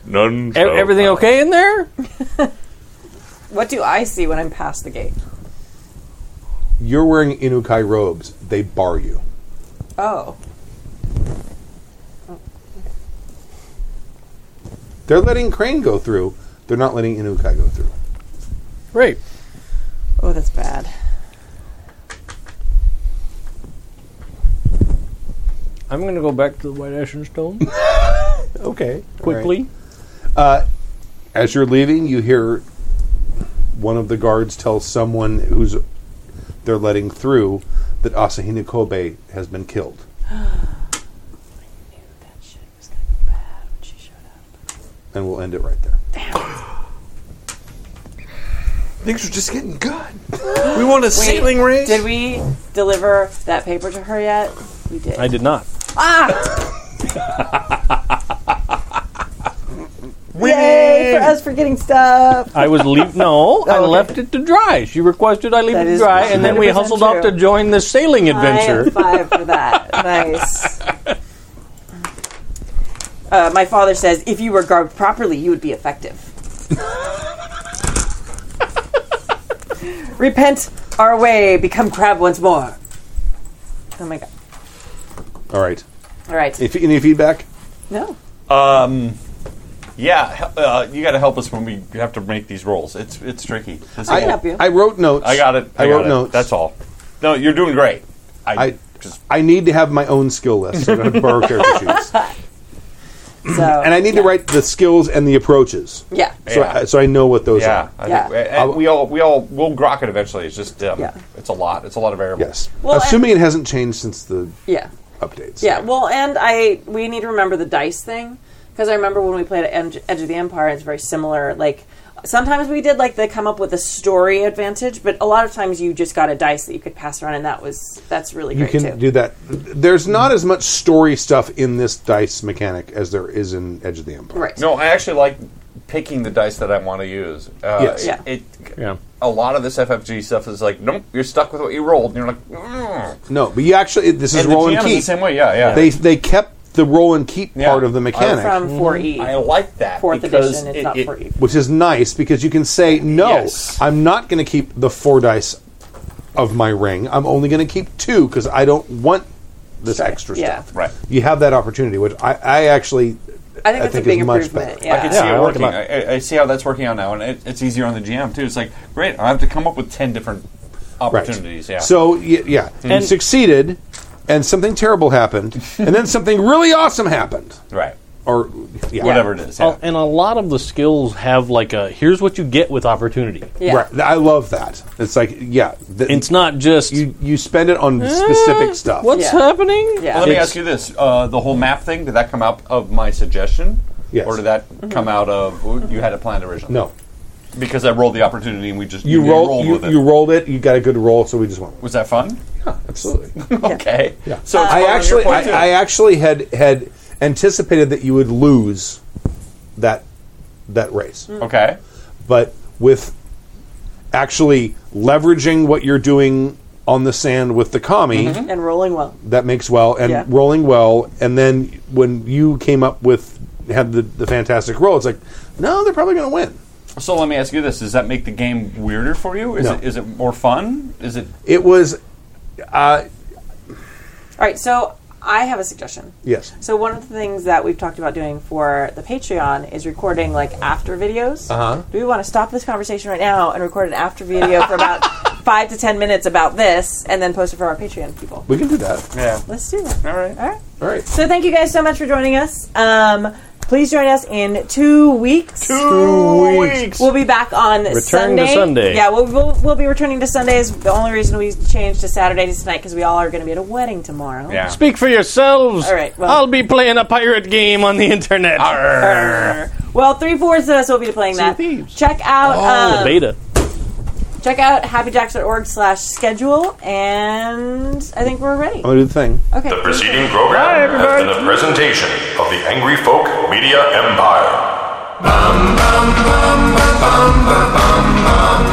None. E- everything okay in there? What do I see when I'm past the gate? You're wearing Inukai robes. They bar you. Oh. They're letting Crane go through. They're not letting Inukai go through. Right. Oh, that's bad. I'm going to go back to the White Ashen Stone Okay. quickly. As you're leaving, you hear one of the guards tell someone who's they're letting through that Asahina Kobe has been killed. That shit was gonna go bad when she showed up. And we'll end it right there. Things are just getting good. We want a sailing race. Did we deliver that paper to her yet? We did. Ah! I did not. Yay for us for getting stuff. I was leave. No, I okay. left it to dry. She requested I leave That it to is dry, and then we 100% hustled off true. to join the sailing I am adventure. five for that. nice. Uh, my father says if you were garbed properly, you would be effective. Repent our way, become crab once more. Oh my god. All right. All right. If, any feedback? No. Um, yeah, he- uh, you got to help us when we have to make these rolls. It's it's tricky. This I whole- can help you. I wrote notes. I got it. I, got wrote it. notes. That's all. No, you're doing great. I, I- just I need to have my own skill list. so I don't have to borrow character sheets. so And I need to write the skills and the approaches. yeah. So, Yeah. I, so I know what those yeah. are. I Yeah. Think, and we all we all will grok it eventually. It's just um, Yeah. it's a lot. It's a lot of variables. Yes. Well, Assuming it hasn't changed since the Yeah. updates. Yeah, well, and I we need to remember the dice thing because I remember when we played at Edge, Edge of the Empire, it's very similar. Like sometimes we did like they come up with a story advantage, but a lot of times you just got a dice that you could pass around, and that was that's really You great can too. do that. There's not as much story stuff in this dice mechanic as there is in Edge of the Empire. right? No, I actually like picking the dice that I want to use. Uh, Yes. Yeah. It, A lot of this FFG stuff is like, nope, you're stuck with what you rolled, and you're like, mm. No, but you actually it- this is and the roll and GM keep. is the same way. Yeah, yeah. They they kept the roll and keep Yeah. part of the Or mechanic, From four E, Mm-hmm. I like that fourth because edition, it's it- not it- four E. which is nice because you can say no. Yes. I'm not going to keep the four dice of my ring. I'm only going to keep two because I don't want this Sure. extra Yeah. stuff. Right. You have that opportunity, which I, I actually I think I that's think a big is much improvement. better. Yeah, I can see it working. I, I- I see how that's working out now, and it, it's easier on the GM too. It's like, great, I have to come up with ten different Right. opportunities. Yeah. So y- yeah, you succeeded, and something terrible happened, and then something really awesome happened, right, or yeah. whatever it is. Yeah. Oh, and a lot of the skills have like a here's what you get with opportunity. yeah. Right. I love that. It's like yeah, th- It's not just you you spend it on specific stuff. what's Yeah. happening. Yeah. Well, let me It's- ask you this: uh, the whole map thing did that come out of my suggestion, Yes. or did that Mm-hmm. come out of you had it planned originally? No, because I rolled the opportunity and we just you, rolled, with you, it. you rolled it. You got a good roll, so we just went. Was that fun? Absolutely. Okay. Yeah. So it's I fun on actually, your point, too. I, I actually had had anticipated that you would lose that that race, okay. but with actually leveraging what you're doing on the sand with the kami, Mm-hmm. and rolling well. that makes well and Yeah. rolling well, and then when you came up with had the, the fantastic roll, it's like no, they're probably going to win. So let me ask you this: Does that make the game weirder for you? Is No. it is it more fun? Is it It was All right, so I have a suggestion. yes, So one of the things that we've talked about doing for the Patreon is recording like after videos. Uh-huh. Do we want to stop this conversation right now and record an after video for about five to ten minutes about this, and then post it for our Patreon people? we can do that. Let's do that. all right? All right. All right. So thank you guys so much for joining us. Um, please join us in two weeks. Two weeks. We'll be back on Return to Sunday. Sunday. Yeah, we'll, we'll, we'll be returning to Sundays. The only reason we changed to Saturdays tonight because we all are going to be at a wedding tomorrow. Yeah. Speak for yourselves. All right, well- I'll be playing a pirate game on the internet. Well, three fourths of us will be playing that. thieves. Check out um, Beta. check out happyjacks.org slash schedule, and I think we're ready. Oh, I'm going to do the thing. Okay. The preceding program has been a presentation of the Angry Folk Media Empire.